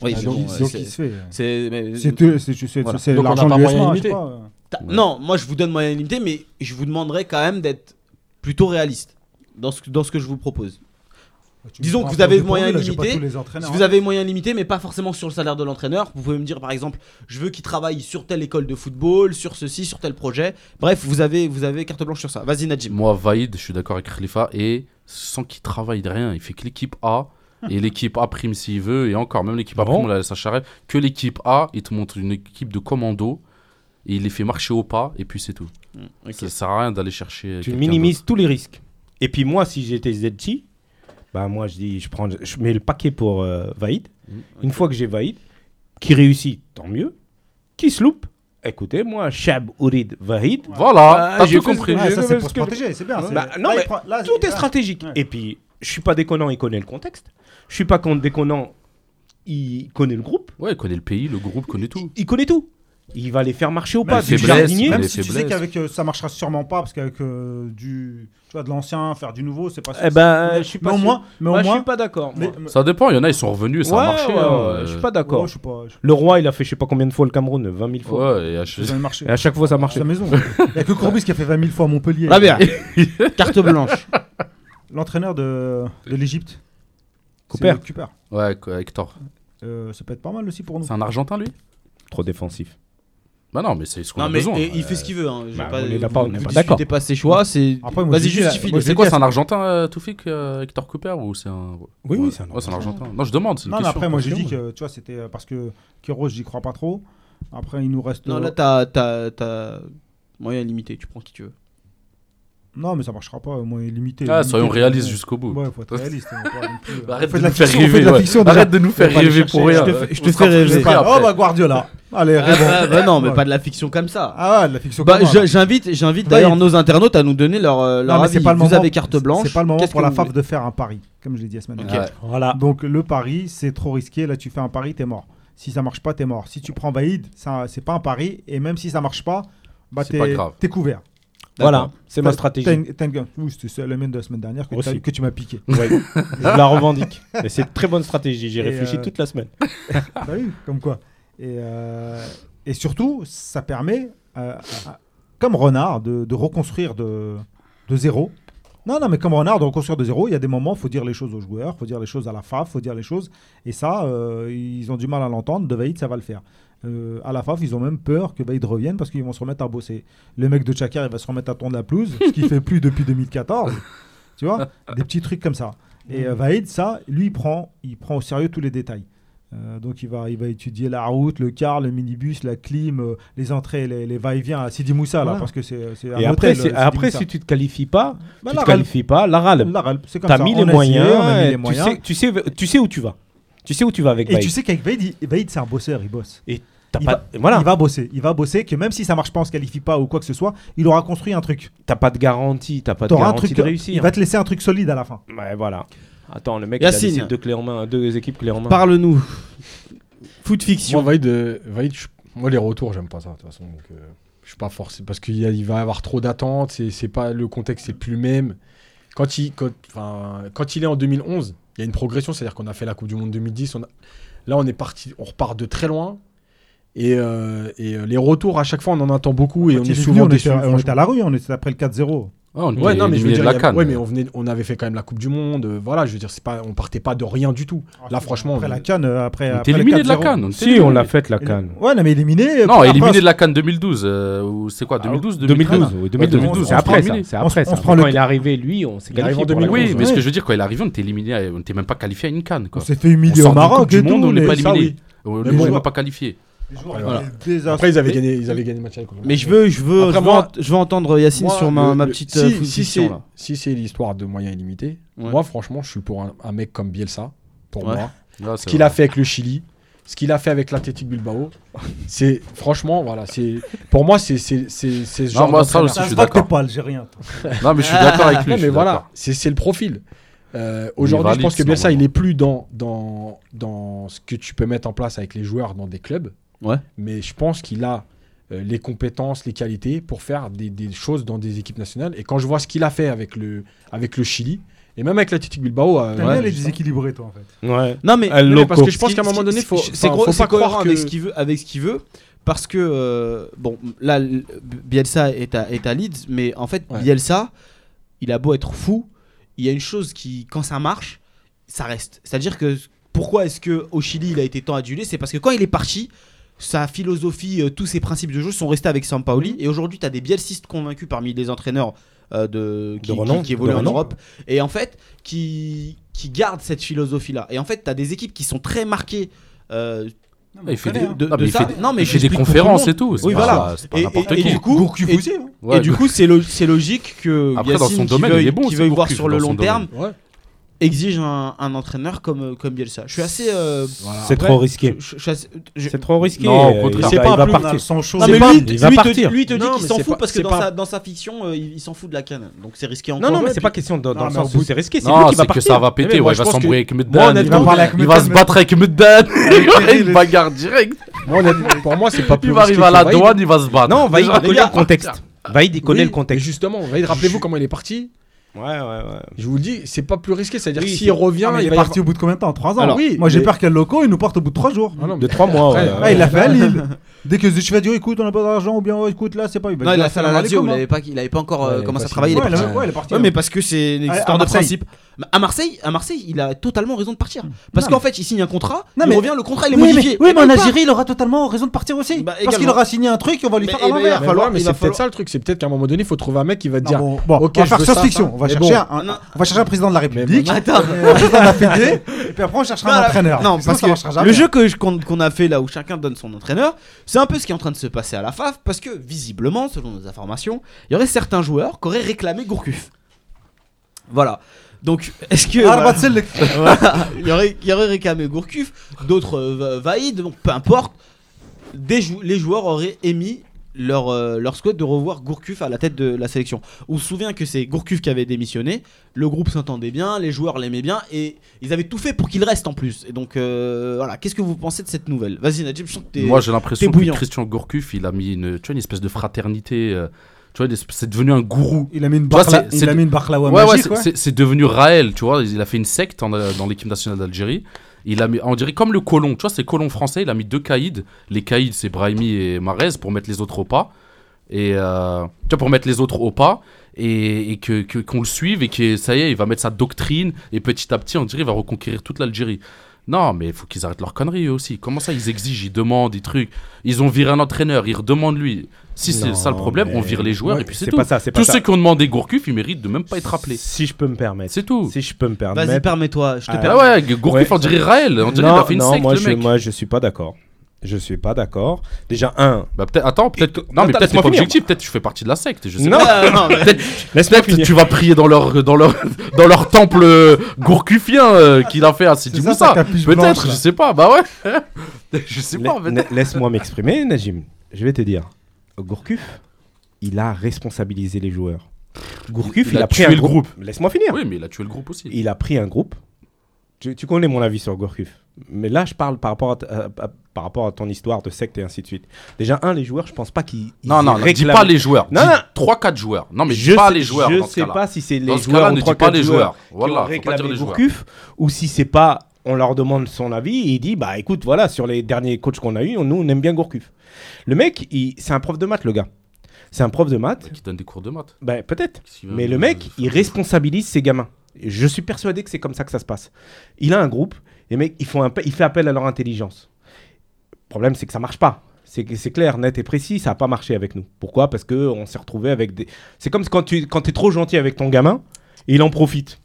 Speaker 1: Oui,
Speaker 3: Ah,
Speaker 1: mais
Speaker 3: donc,
Speaker 1: bon,
Speaker 3: donc
Speaker 1: c'est-
Speaker 3: il se fait.
Speaker 1: c'est- mais-
Speaker 3: C'est tout- c'est- c'est-
Speaker 1: Voilà.
Speaker 3: c'est
Speaker 6: Donc, on
Speaker 3: l'argent
Speaker 6: n'a
Speaker 3: de
Speaker 6: pas moyen
Speaker 3: l'USMA, je
Speaker 6: illimité.
Speaker 3: sais pas.
Speaker 1: Ta-
Speaker 4: Ouais.
Speaker 1: Non, moi je vous donne moyen limité, mais je vous demanderais quand même d'être plutôt réaliste dans ce, que- dans ce que je vous propose. Disons que vous avez le moyen illimité. Si vous avez moyen limité, mais pas forcément sur le salaire de l'entraîneur, vous pouvez me dire par exemple, je veux qu'il travaille sur telle école de football, sur ceci, sur tel projet. Bref, vous avez, vous avez carte blanche sur ça. Vas-y Najim.
Speaker 4: Moi, Vaïd, je suis d'accord avec Khalifa et sans qu'il travaille de rien, il fait que l'équipe A et l'équipe A prime s'il veut et encore même l'équipe A prime, on la laisse à Charef, que l'équipe A, il te montre une équipe de commando et il les fait marcher au pas et puis c'est tout. Ça sert à rien d'aller chercher. euh,
Speaker 5: Tu
Speaker 4: quelqu'un
Speaker 5: minimises tous les risques. Et puis moi, si j'étais ZG, bah moi je dis, je prends, je mets le paquet pour euh, Vaïd.
Speaker 4: Mm,
Speaker 5: Une fois que j'ai Vaïd, qui réussit, tant mieux. Qui se loupe, écoutez, moi, Chab, Ourid, Vaïd.
Speaker 4: d'autre. Voilà,
Speaker 5: Ah,
Speaker 4: t'as
Speaker 5: j'ai
Speaker 4: tout
Speaker 5: compris.
Speaker 4: compris.
Speaker 5: Ouais,
Speaker 3: ça c'est pour
Speaker 5: parce
Speaker 3: se
Speaker 5: que-
Speaker 3: protéger, c'est bien. c'est-
Speaker 5: Bah, non,
Speaker 3: là, il
Speaker 5: mais
Speaker 3: prend- là,
Speaker 5: Tout
Speaker 3: c'est-
Speaker 5: est
Speaker 3: là,
Speaker 5: stratégique.
Speaker 3: Ouais.
Speaker 5: Et puis, je suis pas déconnant, il connaît le contexte. Je suis pas con- déconnant, il connaît le groupe.
Speaker 4: Ouais, il connaît le pays, le groupe, connaît tout.
Speaker 5: Il connaît tout. Il va les faire marcher au
Speaker 3: Même
Speaker 5: pas.
Speaker 3: si
Speaker 5: Du
Speaker 3: tu-
Speaker 5: jardinier,
Speaker 4: même
Speaker 3: Même
Speaker 4: les
Speaker 3: si tu sais
Speaker 4: faiblesses.
Speaker 3: qu'avec euh, ça marchera sûrement pas parce qu'avec euh, du tu vois de l'ancien faire du nouveau c'est pas sûr.
Speaker 5: Eh ben, je suis pas
Speaker 3: mais au
Speaker 5: sûr.
Speaker 3: moins mais
Speaker 5: Moi,
Speaker 3: au
Speaker 5: je suis
Speaker 3: moins
Speaker 5: pas d'accord.
Speaker 3: mais-
Speaker 5: moi.
Speaker 3: mais-
Speaker 4: Ça dépend, il y en a, ils sont revenus et ça
Speaker 5: Ouais,
Speaker 4: a marché.
Speaker 5: ouais,
Speaker 4: hein,
Speaker 5: ouais,
Speaker 4: euh,
Speaker 5: Je suis pas d'accord.
Speaker 3: ouais, je suis pas je-
Speaker 5: Le roi, il a fait je sais pas combien de fois le Cameroun, 20 000 fois.
Speaker 4: Ouais, et à-
Speaker 3: je vais le marché.
Speaker 5: Et à chaque fois, ça marchait.
Speaker 3: Sa maison. Il y a que Courbis qui a fait 20 000 fois à Montpellier.
Speaker 1: Rabia, carte blanche.
Speaker 3: L'entraîneur de, de l'Egypte.
Speaker 5: Cooper.
Speaker 3: Cooper.
Speaker 4: ouais, quoi, Hector.
Speaker 3: Euh, ça peut être pas mal aussi pour nous.
Speaker 4: C'est un Argentin, lui
Speaker 5: Trop défensif.
Speaker 4: Bah non, mais c'est ce qu'on
Speaker 1: Non
Speaker 4: a
Speaker 1: mais
Speaker 4: besoin.
Speaker 1: et- il fait ce qu'il veut. Hein. J'ai
Speaker 5: bah,
Speaker 1: pas,
Speaker 5: on est là-bas,
Speaker 1: vous
Speaker 5: on est pas
Speaker 1: discutez
Speaker 5: d'accord.
Speaker 1: pas ses choix. C'est
Speaker 3: Après, moi,
Speaker 1: vas-y
Speaker 3: je dis,
Speaker 1: justifie-le.
Speaker 3: moi, je
Speaker 4: C'est quoi,
Speaker 3: déteste.
Speaker 4: c'est un Argentin, euh, Toufik, euh, Hector Cooper ou c'est un
Speaker 5: Oui,
Speaker 4: Ouais.
Speaker 5: oui, c'est un
Speaker 4: Ouais, c'est un
Speaker 5: Argentin.
Speaker 4: Argentin. Non, je demande. c'est une
Speaker 3: Non, mais
Speaker 4: question.
Speaker 3: après, moi, j'ai dit
Speaker 4: Attention,
Speaker 3: que tu vois, c'était euh, parce que Kiros, j'y crois pas trop. Après, il nous reste.
Speaker 1: Non
Speaker 3: euh,
Speaker 1: là t'as t'as t'as moyen limité. Tu prends qui tu veux.
Speaker 3: non, mais ça marchera pas. Moi, limité.
Speaker 4: Ah,
Speaker 3: limité,
Speaker 4: soyons réalistes
Speaker 3: ouais.
Speaker 4: jusqu'au bout.
Speaker 3: Ouais, faut être réaliste. on va pas non plus, euh,
Speaker 4: Arrête
Speaker 3: on fait
Speaker 4: de
Speaker 3: la
Speaker 4: nous faire
Speaker 3: fiction, on fait
Speaker 4: rêver.
Speaker 3: de la
Speaker 4: ouais.
Speaker 3: fiction, déjà.
Speaker 4: Arrête de nous faire
Speaker 3: Faut pas
Speaker 4: rêver
Speaker 3: aller
Speaker 4: pour
Speaker 3: chercher.
Speaker 4: rien.
Speaker 3: Je te fais- je
Speaker 4: On
Speaker 3: te
Speaker 4: sera
Speaker 3: fais rêver.
Speaker 4: frustrés après.
Speaker 3: Oh, bah, Guardiola. Allez,
Speaker 1: Ah,
Speaker 3: rêvons.
Speaker 1: bah, bah, non mais
Speaker 3: Ouais.
Speaker 1: pas de la fiction comme ça.
Speaker 3: Ah, ouais, de la fiction.
Speaker 1: Bah,
Speaker 3: comme moi,
Speaker 1: je-
Speaker 3: là.
Speaker 1: j'invite, j'invite d'ailleurs
Speaker 3: Vaïd.
Speaker 1: nos internautes à nous donner leur, euh, leur
Speaker 3: Non, mais
Speaker 1: avis.
Speaker 3: c'est pas le
Speaker 1: vous
Speaker 3: moment.
Speaker 1: avez carte blanche.
Speaker 3: C'est pas le moment
Speaker 1: Qu'est-ce
Speaker 3: pour
Speaker 1: que
Speaker 3: la
Speaker 1: vous
Speaker 3: FAF
Speaker 1: voulez
Speaker 3: de faire un pari, comme je l'ai dit la semaine dernière.
Speaker 4: Ouais.
Speaker 5: Voilà.
Speaker 3: Donc le pari, c'est trop risqué. Là, tu fais un pari, t'es mort. Si ça marche pas, t'es mort. Si tu prends Vaïd, ça- c'est pas un pari. Et même si ça marche pas, bah,
Speaker 4: C'est pas
Speaker 3: t'es
Speaker 4: grave.
Speaker 3: t'es couvert.
Speaker 5: Voilà, c'est ma
Speaker 3: T'as- t'as
Speaker 5: stratégie.
Speaker 3: une- t'as une- Oui, c'était celle- la mienne de la semaine dernière que,
Speaker 5: Aussi.
Speaker 3: t'as- que tu m'as piqué.
Speaker 5: Ouais. Je la revendique. Et c'est une très bonne stratégie. J'ai
Speaker 3: Et,
Speaker 5: réfléchi
Speaker 3: euh,
Speaker 5: toute la semaine.
Speaker 3: T'as vu Bah Comme quoi. Et, euh, et surtout, ça permet, euh, à- comme Renard, de, de reconstruire de, de zéro. Non, non, mais comme Renard, de reconstruire de zéro, il y a des moments, faut dire les choses aux joueurs, faut dire les choses à la FAF, faut dire les choses. Et ça, euh, ils ont du mal à l'entendre. De Vaïd, ça va le faire. Euh, à la FAF, ils ont même peur que Vaïd revienne parce qu'ils vont se remettre à bosser. Le mec de Chakar, il va se remettre à tourner la pelouse, ce qu'il fait plus depuis 2014. Tu vois Des petits trucs comme ça. Et euh, Vaïd, ça, lui, il prend, il prend au sérieux tous les détails. Euh, donc il va, il va étudier la route, le car, le minibus, la clim, euh, les entrées, les, les va-et-vient à Sidi Moussa, là,
Speaker 5: Voilà.
Speaker 3: parce que c'est c'est un
Speaker 5: Et après,
Speaker 3: hôtel,
Speaker 5: c'est-
Speaker 3: euh, Sidi
Speaker 5: après
Speaker 3: Moussa.
Speaker 5: si tu te qualifies pas,
Speaker 3: Bah,
Speaker 5: tu
Speaker 3: la
Speaker 5: te
Speaker 3: râle.
Speaker 5: qualifies pas, la râle.
Speaker 3: La râle, c'est comme
Speaker 5: T'as
Speaker 3: ça.
Speaker 5: mis
Speaker 3: On
Speaker 5: les
Speaker 3: a essayé,
Speaker 5: moyens.
Speaker 3: on a mis les
Speaker 5: et Tu
Speaker 3: moyens.
Speaker 5: sais, tu sais, tu sais où tu vas. Tu sais où tu vas avec
Speaker 3: Et
Speaker 5: Baïk.
Speaker 3: tu sais qu'avec Vaïd, il- Vaïd, c'est un bosseur, il bosse.
Speaker 5: T'as
Speaker 3: il
Speaker 5: pas, voilà,
Speaker 3: Il va bosser, il va bosser, que même si ça marche pas, on se qualifie pas ou quoi que ce soit, il aura construit un truc.
Speaker 5: t'as pas de garantie, t'as pas de
Speaker 3: T'auras un
Speaker 5: garantie
Speaker 3: truc,
Speaker 5: de
Speaker 3: il
Speaker 5: réussir.
Speaker 3: va te laisser un truc solide à la fin.
Speaker 5: Ouais, voilà. Attends, le mec
Speaker 1: Yacine.
Speaker 5: il a laissé deux clés en main, deux équipes clés en main.
Speaker 1: Parle-nous.
Speaker 6: Moi,
Speaker 1: Foot fiction.
Speaker 6: Vaïd, euh, Vaïd, je- moi, les retours, j'aime pas ça, de toute façon. Donc, euh, je suis pas forcé. Parce qu'il y a- il va y avoir trop d'attentes. c'est- c'est pas Le contexte, c'est plus le même. Quand il, quand, enfin, quand il est en 2011, il y a une progression. C'est-à-dire qu'on a fait la Coupe du Monde 2010. On a- là, on est parti, on repart de très loin. Et, euh, et, euh, les retours, à chaque fois, on en entend beaucoup. Et
Speaker 3: Quand
Speaker 6: on
Speaker 3: il
Speaker 6: est
Speaker 3: venu,
Speaker 6: souvent
Speaker 3: on était-
Speaker 6: déçus.
Speaker 3: on était
Speaker 6: franchement.
Speaker 3: à la rue, on était après le 4-0.
Speaker 4: Ouais, Ah, on
Speaker 6: Ouais,
Speaker 4: était
Speaker 6: non, mais je veux dire,
Speaker 4: éliminé de
Speaker 6: il
Speaker 4: la
Speaker 6: y a-
Speaker 4: canne.
Speaker 6: ouais, mais on, venait, on avait fait quand même la Coupe du Monde. euh, voilà, je veux dire, c'est pas, on partait pas de rien du tout. là, franchement,
Speaker 3: Après
Speaker 6: on-
Speaker 3: la canne, euh, après.
Speaker 4: On
Speaker 3: après
Speaker 4: était
Speaker 3: le
Speaker 4: éliminé de la
Speaker 3: 4-0.
Speaker 4: canne. était
Speaker 5: Si,
Speaker 4: éliminé.
Speaker 5: on l'a faite la canne.
Speaker 3: Ouais, non, mais éliminé.
Speaker 4: Non,
Speaker 3: après,
Speaker 4: éliminé
Speaker 3: après,
Speaker 4: de la canne 2012. euh, ou c'est quoi 2012
Speaker 5: 2012, oui, 2012.
Speaker 4: 2012,
Speaker 5: c'est
Speaker 4: on se prend
Speaker 5: après ça.
Speaker 4: éliminé.
Speaker 5: C'est
Speaker 3: On
Speaker 5: après
Speaker 3: se-
Speaker 5: ça.
Speaker 3: on se prend le
Speaker 5: quand
Speaker 3: temps.
Speaker 5: il est arrivé, lui, on s'est
Speaker 6: Il arrive
Speaker 5: qualifié
Speaker 6: en
Speaker 5: pour la
Speaker 6: 2011,
Speaker 4: Oui,
Speaker 5: course.
Speaker 4: mais ce
Speaker 3: Ouais.
Speaker 4: que je veux dire, quand il est arrivé, on était éliminé. à- On était même pas qualifié à une canne.
Speaker 3: On
Speaker 4: Quoi. Euh,
Speaker 3: s'est fait
Speaker 4: On
Speaker 3: humilier
Speaker 4: sort
Speaker 3: au
Speaker 4: du Coupe
Speaker 3: Maroc
Speaker 4: du
Speaker 3: et tout.
Speaker 4: monde, on n'est
Speaker 3: les-
Speaker 4: pas
Speaker 3: ça, oui.
Speaker 4: éliminé. Le
Speaker 3: Mais
Speaker 4: monde n'est
Speaker 3: moi-
Speaker 4: pas qualifié.
Speaker 3: Les joueurs
Speaker 6: Voilà.
Speaker 3: étaient désastreux.
Speaker 6: Après, ils avaient gagné, ils avaient gagné le match avec
Speaker 1: Mais je veux, je veux,
Speaker 6: Après,
Speaker 1: je, veux
Speaker 6: moi-
Speaker 1: ent- je veux entendre Yacine
Speaker 6: Moi,
Speaker 1: sur ma,
Speaker 6: le-
Speaker 1: ma
Speaker 6: le-
Speaker 1: petite euh,
Speaker 6: si,
Speaker 1: foot
Speaker 6: si
Speaker 1: fiction,
Speaker 6: c'est
Speaker 1: là.
Speaker 6: si c'est l'histoire de moyens illimités
Speaker 1: Ouais.
Speaker 6: moi franchement je suis pour un, un mec comme Bielsa pour
Speaker 1: Ouais.
Speaker 6: moi
Speaker 4: Là,
Speaker 6: ce
Speaker 4: Ah, c'est
Speaker 6: qu'il
Speaker 4: vrai.
Speaker 6: a fait avec le Chili ce qu'il a fait avec l'Athletic Bilbao, c'est franchement, voilà, c'est pour moi, c'est c'est- c'est- c'est ce
Speaker 4: Non,
Speaker 6: genre
Speaker 4: moi, ça,
Speaker 6: d'entraîneur.
Speaker 4: je
Speaker 3: Ça
Speaker 4: suis
Speaker 3: se voit que t'es
Speaker 4: d'accord.
Speaker 3: pas algérien. toi.
Speaker 4: Non, mais je suis d'accord avec lui.
Speaker 6: Ouais,
Speaker 4: je
Speaker 6: mais
Speaker 4: suis
Speaker 6: voilà,
Speaker 4: d'accord.
Speaker 6: c'est c'est le profil. Euh, Aujourd'hui, je
Speaker 4: valide,
Speaker 6: pense que Bielsa,
Speaker 4: normalement.
Speaker 6: il est plus dans, dans, dans ce que tu peux mettre en place avec les joueurs dans des clubs.
Speaker 1: Ouais.
Speaker 6: Mais je pense qu'il a euh, les compétences, les qualités pour faire des, des choses dans des équipes nationales. Et quand je vois ce qu'il a fait avec le, avec le Chili, et même avec l'Athletic Bilbao, euh,
Speaker 3: T'aimes
Speaker 6: ouais,
Speaker 3: bien les
Speaker 6: juste-
Speaker 3: déséquilibrés, toi, en fait.
Speaker 5: Ouais.
Speaker 1: Non mais
Speaker 5: El
Speaker 6: mais
Speaker 5: Loco.
Speaker 6: parce que je pense
Speaker 1: Ce
Speaker 6: qu'à un
Speaker 1: qui-
Speaker 6: moment donné,
Speaker 1: ce
Speaker 6: faut,
Speaker 1: qui- c'est
Speaker 6: enfin,
Speaker 1: gros-
Speaker 6: faut
Speaker 1: c'est
Speaker 6: pas
Speaker 1: cohérent
Speaker 6: croire que
Speaker 1: avec ce qu'il veut, avec ce qu'il veut, parce que euh, bon, là, l- Bielsa est à, est à Leeds, mais en fait,
Speaker 6: Ouais.
Speaker 1: Bielsa, il a beau être fou, il y a une chose qui, quand ça marche, ça reste. C'est-à-dire que pourquoi est-ce que au Chili il a été tant adulé, c'est parce que quand il est parti. Sa philosophie, euh, tous ses principes de jeu sont restés avec
Speaker 4: Mhm.
Speaker 1: Sampaoli. Et aujourd'hui, tu as des bielsistes convaincus parmi les entraîneurs euh, de, qui,
Speaker 5: De renom,
Speaker 1: qui- qui évoluent
Speaker 5: de
Speaker 1: en
Speaker 5: renom.
Speaker 1: Europe. Et en fait, qui, qui gardent cette philosophie-là. Et en fait, tu as des équipes qui sont très marquées euh,
Speaker 4: mais il fait
Speaker 1: de,
Speaker 4: des-
Speaker 1: de-
Speaker 4: Non,
Speaker 1: de
Speaker 4: Ah, mais il
Speaker 1: ça.
Speaker 4: fait-
Speaker 1: non, mais
Speaker 4: il fait des
Speaker 1: j'explique pour
Speaker 4: conférences
Speaker 1: tout
Speaker 4: et tout. c'est
Speaker 1: Oui,
Speaker 4: pas-
Speaker 1: voilà.
Speaker 4: C'est
Speaker 1: le
Speaker 4: pas
Speaker 1: monde.
Speaker 4: n'importe
Speaker 1: Et, et- et
Speaker 4: qui.
Speaker 1: du coup,
Speaker 3: Gourcuff aussi, hein.
Speaker 1: et du coup, c'est lo- c'est logique que
Speaker 4: Après, dans
Speaker 1: Yacine,
Speaker 4: son
Speaker 1: qui
Speaker 4: domaine,
Speaker 1: veuille,
Speaker 4: il est bon,
Speaker 1: qui
Speaker 4: c'est
Speaker 1: veuille
Speaker 4: pour
Speaker 1: voir
Speaker 4: qu'il
Speaker 1: sur
Speaker 4: joue
Speaker 1: le
Speaker 4: dans
Speaker 1: long
Speaker 4: son domaine.
Speaker 1: terme,
Speaker 6: Ouais.
Speaker 1: exige un, un entraîneur comme, comme Bielsa. Je suis assez. euh,
Speaker 6: Voilà.
Speaker 5: C'est
Speaker 1: après,
Speaker 5: trop risqué.
Speaker 1: je- je- je suis assez- je-
Speaker 5: C'est trop risqué.
Speaker 4: Non, au
Speaker 5: euh,
Speaker 4: contraire.
Speaker 5: il
Speaker 4: C'est
Speaker 5: va-
Speaker 1: pas
Speaker 5: il
Speaker 1: un
Speaker 5: va
Speaker 1: plus,
Speaker 3: On a
Speaker 5: partir.
Speaker 3: le sang chaud.
Speaker 1: Non, mais
Speaker 5: C'est
Speaker 1: lui,
Speaker 5: pas-
Speaker 1: lui,
Speaker 5: il va
Speaker 1: te-
Speaker 5: partir.
Speaker 1: lui, te dit
Speaker 6: Non,
Speaker 1: qu'il
Speaker 6: mais
Speaker 1: s'en
Speaker 6: c'est
Speaker 1: fout
Speaker 6: pas-
Speaker 1: parce que
Speaker 6: c'est
Speaker 1: dans,
Speaker 6: pas-
Speaker 1: sa, dans sa fiction, euh, il, il s'en fout de la canne. Donc c'est risqué encore.
Speaker 5: Non, non,
Speaker 3: Ouais,
Speaker 5: mais c'est
Speaker 3: puis-
Speaker 5: pas question de-
Speaker 3: Non,
Speaker 5: dans le
Speaker 3: mais
Speaker 5: sens
Speaker 3: au
Speaker 5: où
Speaker 3: bout-
Speaker 5: c'est risqué. C'est lui
Speaker 4: Non,
Speaker 5: qui va
Speaker 4: c'est que
Speaker 5: partir.
Speaker 4: ça va
Speaker 6: Mais
Speaker 4: péter. ouais,
Speaker 6: moi,
Speaker 4: Il
Speaker 6: je
Speaker 4: va
Speaker 6: pense
Speaker 4: s'embrouiller avec
Speaker 6: Moi,
Speaker 4: Meddan.
Speaker 6: honnêtement,
Speaker 4: Il
Speaker 3: va parler
Speaker 4: va-
Speaker 3: avec
Speaker 4: il va se
Speaker 3: Meddan.
Speaker 4: battre avec Meddan. Il y aura une bagarre directe.
Speaker 6: Moi, honnêtement, pour moi, c'est pas plus
Speaker 4: Il va
Speaker 6: risqué
Speaker 4: arriver à
Speaker 6: que
Speaker 4: la
Speaker 6: Vaïd.
Speaker 4: douane, il va se battre.
Speaker 5: Non, Vaïd,
Speaker 4: Déjà,
Speaker 5: il connaît le contexte. Vaïd, il connaît
Speaker 6: Oui,
Speaker 5: le contexte.
Speaker 6: mais Justement, Vaïd, rappelez-vous comment il est parti.
Speaker 5: Ouais, ouais, ouais.
Speaker 6: Je vous le dis, c'est pas plus risqué. C'est-à-dire
Speaker 5: Oui,
Speaker 6: s'il
Speaker 5: c'est-
Speaker 6: revient,
Speaker 3: Ah,
Speaker 6: il,
Speaker 3: mais il
Speaker 6: va
Speaker 3: est
Speaker 6: y
Speaker 3: parti au bout de combien de temps 3 ans
Speaker 6: Alors,
Speaker 3: oui, Moi j'ai
Speaker 6: mais-
Speaker 3: peur qu'El Loco il nous porte au bout de 3 jours.
Speaker 6: avoir- Ah non, mais-
Speaker 5: De trois mois, ouais.
Speaker 6: Après,
Speaker 5: ouais.
Speaker 3: Ouais, il
Speaker 1: Ah,
Speaker 3: l'a fait à Lille. Dès que Zuchu va dire écoute, on n'a pas d'argent ou bien ouais, écoute, là c'est pas.
Speaker 1: Non, il a fait à la Lazio, il avait pas, il avait pas encore euh,
Speaker 6: Ouais, il
Speaker 1: commencé
Speaker 6: est
Speaker 1: à
Speaker 6: pas
Speaker 1: travailler. il est
Speaker 6: signé.
Speaker 1: parti.
Speaker 6: parti.
Speaker 3: hein. Ouais, il est parti. hein.
Speaker 1: Ouais, mais parce que c'est une
Speaker 3: À- à
Speaker 1: histoire de
Speaker 3: Marseille.
Speaker 1: principe. Mais À Marseille, à Marseille, il a totalement raison de partir. Parce
Speaker 3: Non,
Speaker 1: qu'en fait, il signe un contrat,
Speaker 3: Non,
Speaker 1: il
Speaker 3: mais-
Speaker 1: revient, le contrat il est
Speaker 3: Oui, mais-
Speaker 1: modifié.
Speaker 3: Oui, mais en
Speaker 1: Il part.
Speaker 3: Algérie, il aura totalement raison de partir aussi.
Speaker 1: Bah,
Speaker 3: parce qu'il
Speaker 1: également.
Speaker 3: aura signé un truc et on va lui
Speaker 1: Mais-
Speaker 3: faire
Speaker 1: eh
Speaker 3: à
Speaker 1: ben,
Speaker 3: l'envers.
Speaker 1: il va falloir-
Speaker 6: mais
Speaker 1: il
Speaker 6: c'est
Speaker 1: va
Speaker 6: peut-être
Speaker 1: falloir-
Speaker 6: ça le truc. C'est peut-être qu'à un moment donné, il faut trouver un mec qui va te
Speaker 3: Non,
Speaker 6: dire.
Speaker 3: bon, bon,
Speaker 6: ok,
Speaker 3: on va
Speaker 6: je
Speaker 3: faire
Speaker 6: veux ça,
Speaker 3: science-fiction.
Speaker 6: ça.
Speaker 3: On va
Speaker 6: Mais
Speaker 3: chercher
Speaker 6: bon.
Speaker 3: un, un- on va chercher un président de la
Speaker 6: bon.
Speaker 3: République,
Speaker 1: Attends.
Speaker 3: un président de la Fédé, et puis après on cherchera un
Speaker 1: Voilà.
Speaker 3: entraîneur.
Speaker 1: Bah, Non,
Speaker 3: Sinon,
Speaker 1: parce
Speaker 3: ça marchera
Speaker 1: que
Speaker 3: jamais.
Speaker 1: le jeu que je- qu'on qu'on a fait là où chacun donne son entraîneur, c'est un peu ce qui est en train de se passer à la FAF parce que visiblement, selon nos informations, il y aurait certains joueurs qui auraient réclamé Gourcuff. Voilà. Donc, est-ce que
Speaker 3: Ah, bah, tu sais, le-
Speaker 1: Voilà. il, y aurait, il y aurait réclamé Gourcuff, d'autres euh, Vaïd, donc peu importe. Des jou- les joueurs auraient émis leur, euh, leur souhait de revoir Gourcuff à la tête de la sélection. On se souvient que c'est Gourcuff qui avait démissionné, le groupe s'entendait bien, les joueurs l'aimaient bien et ils avaient tout fait pour qu'il reste en plus. Et donc euh, voilà, qu'est-ce que vous pensez de cette nouvelle Vas-y Najib, je sens que t'es.
Speaker 4: Moi, j'ai l'impression
Speaker 1: t'es
Speaker 4: que
Speaker 1: bouillant.
Speaker 4: Christian Gourcuff, il a mis une, tu vois, une espèce de fraternité. euh, Tu vois, une espèce- c'est devenu un gourou.
Speaker 3: il a mis une
Speaker 4: Tu vois,
Speaker 3: barla-
Speaker 4: c'est-
Speaker 3: il
Speaker 4: c'est-
Speaker 3: a mis une Barlawa
Speaker 4: Ouais, ouais,
Speaker 3: magique.
Speaker 4: c'est-
Speaker 3: ouais.
Speaker 4: c'est- c'est devenu Raël, tu vois. Il a fait une secte en, euh, dans l'équipe nationale d'Algérie. Il a mis, on dirait comme le colon, tu vois, c'est colon français. Il a mis deux caïds. Les caïds, c'est Brahimi et Marez pour mettre les autres au pas. Et euh, tu vois, pour mettre les autres au pas et, et que que- qu'on le suive et que ça y est, il va mettre sa doctrine et petit à petit, on dirait, il va reconquérir toute l'Algérie. Non, mais il faut qu'ils arrêtent leurs conneries eux aussi. Comment ça, ils exigent, ils demandent des trucs. Ils ont viré un entraîneur, ils redemandent lui. Si c'est
Speaker 5: Non,
Speaker 4: ça le problème,
Speaker 5: mais-
Speaker 4: on vire les joueurs
Speaker 5: Ouais,
Speaker 4: et puis c'est
Speaker 5: c'est
Speaker 4: tout.
Speaker 5: pas ça, c'est pas
Speaker 4: Tous
Speaker 5: ça.
Speaker 4: ceux qui ont demandé Gourcuff, ils méritent de même pas être rappelés.
Speaker 5: Si je peux me permettre.
Speaker 4: C'est tout.
Speaker 5: Si je peux me permettre.
Speaker 1: Vas-y, permets-toi, je te
Speaker 5: Ah,
Speaker 1: permets.
Speaker 4: Ah ouais, Gourcuff,
Speaker 5: Ouais.
Speaker 4: on dirait Raël. On dirait
Speaker 5: non,
Speaker 4: qu'il a fait une
Speaker 5: non,
Speaker 4: secte,
Speaker 5: moi,
Speaker 4: le
Speaker 5: je,
Speaker 4: mec.
Speaker 5: moi je suis pas d'accord. Je suis pas d'accord. Déjà, un.
Speaker 4: Bah, peut-être- attends, peut-être.
Speaker 5: Et-
Speaker 4: Non, mais
Speaker 5: Attends,
Speaker 4: peut-être c'est
Speaker 5: laisse-moi
Speaker 4: pas
Speaker 5: finir.
Speaker 4: objectif. Peut-être tu fais partie de la secte. Je sais
Speaker 5: hein. Non,
Speaker 4: pas.
Speaker 1: Ah, non, mais-
Speaker 5: laisse-moi
Speaker 4: Peut-être
Speaker 5: finir.
Speaker 4: tu vas prier dans leur, dans leur, dans leur temple euh, gourcuffien euh, qu'il a fait à Sidi
Speaker 3: C'est ça,
Speaker 4: Moussa.
Speaker 3: ta capuche blanche,
Speaker 4: Peut-être,
Speaker 3: là.
Speaker 4: je sais pas. Bah ouais. je sais pas, en
Speaker 5: La-
Speaker 4: fait.
Speaker 5: na- Laisse-moi m'exprimer, Najim. Je vais te dire. Gourcuff, il a responsabilisé les joueurs. Gourcuff,
Speaker 4: il
Speaker 5: il,
Speaker 4: a
Speaker 5: a, pris
Speaker 4: tué
Speaker 5: un
Speaker 4: le
Speaker 5: groupe. Laisse-moi finir.
Speaker 4: Oui, mais il a tué le groupe aussi.
Speaker 5: Il a pris un groupe. Tu, tu connais mon avis sur Gourcuff. Mais là, je parle par rapport à, t- à- à- par rapport à ton histoire de secte et ainsi de suite. Déjà, un, les joueurs, je pense pas qu'ils. ils
Speaker 4: Non, non, ne dis
Speaker 5: réclament.
Speaker 4: pas les joueurs.
Speaker 5: Non,
Speaker 4: dis
Speaker 5: non.
Speaker 4: 3-4 joueurs. Non, mais
Speaker 5: je
Speaker 4: dis pas
Speaker 5: sais-
Speaker 4: les joueurs.
Speaker 5: Je
Speaker 4: dans ce
Speaker 5: sais
Speaker 4: cas-là.
Speaker 5: pas si c'est les
Speaker 4: Dans ce
Speaker 5: joueurs
Speaker 4: cas-là,
Speaker 5: ou
Speaker 4: ne dis
Speaker 5: trois
Speaker 4: pas
Speaker 5: quatre
Speaker 4: les joueurs.
Speaker 5: joueurs qui
Speaker 4: Voilà,
Speaker 5: ont
Speaker 4: faut pas dire
Speaker 5: réclamé
Speaker 4: les joueurs.
Speaker 5: Gourcuff ou si c'est pas on leur demande son avis et il dit bah écoute voilà sur les derniers coachs qu'on a eu nous on aime bien Gourcuff. Le mec il- c'est un prof de maths le gars. C'est un prof de maths.
Speaker 4: Bah, Qui donne des cours de maths.
Speaker 5: Ben peut-être.
Speaker 4: Qu'est-ce qu'il va
Speaker 5: Mais
Speaker 4: nous-
Speaker 5: le mec, il responsabilise ses gamins. Et Je suis persuadé que c'est comme ça que ça se passe. Il a un groupe, les mecs, ils font un, il fait appel à leur intelligence. Le problème, c'est que ça marche pas. C'est que- c'est clair, net et précis, ça n'a pas marché avec nous. Pourquoi Parce que on s'est retrouvé avec des. C'est comme quand tu quand es trop gentil avec ton gamin, il en profite.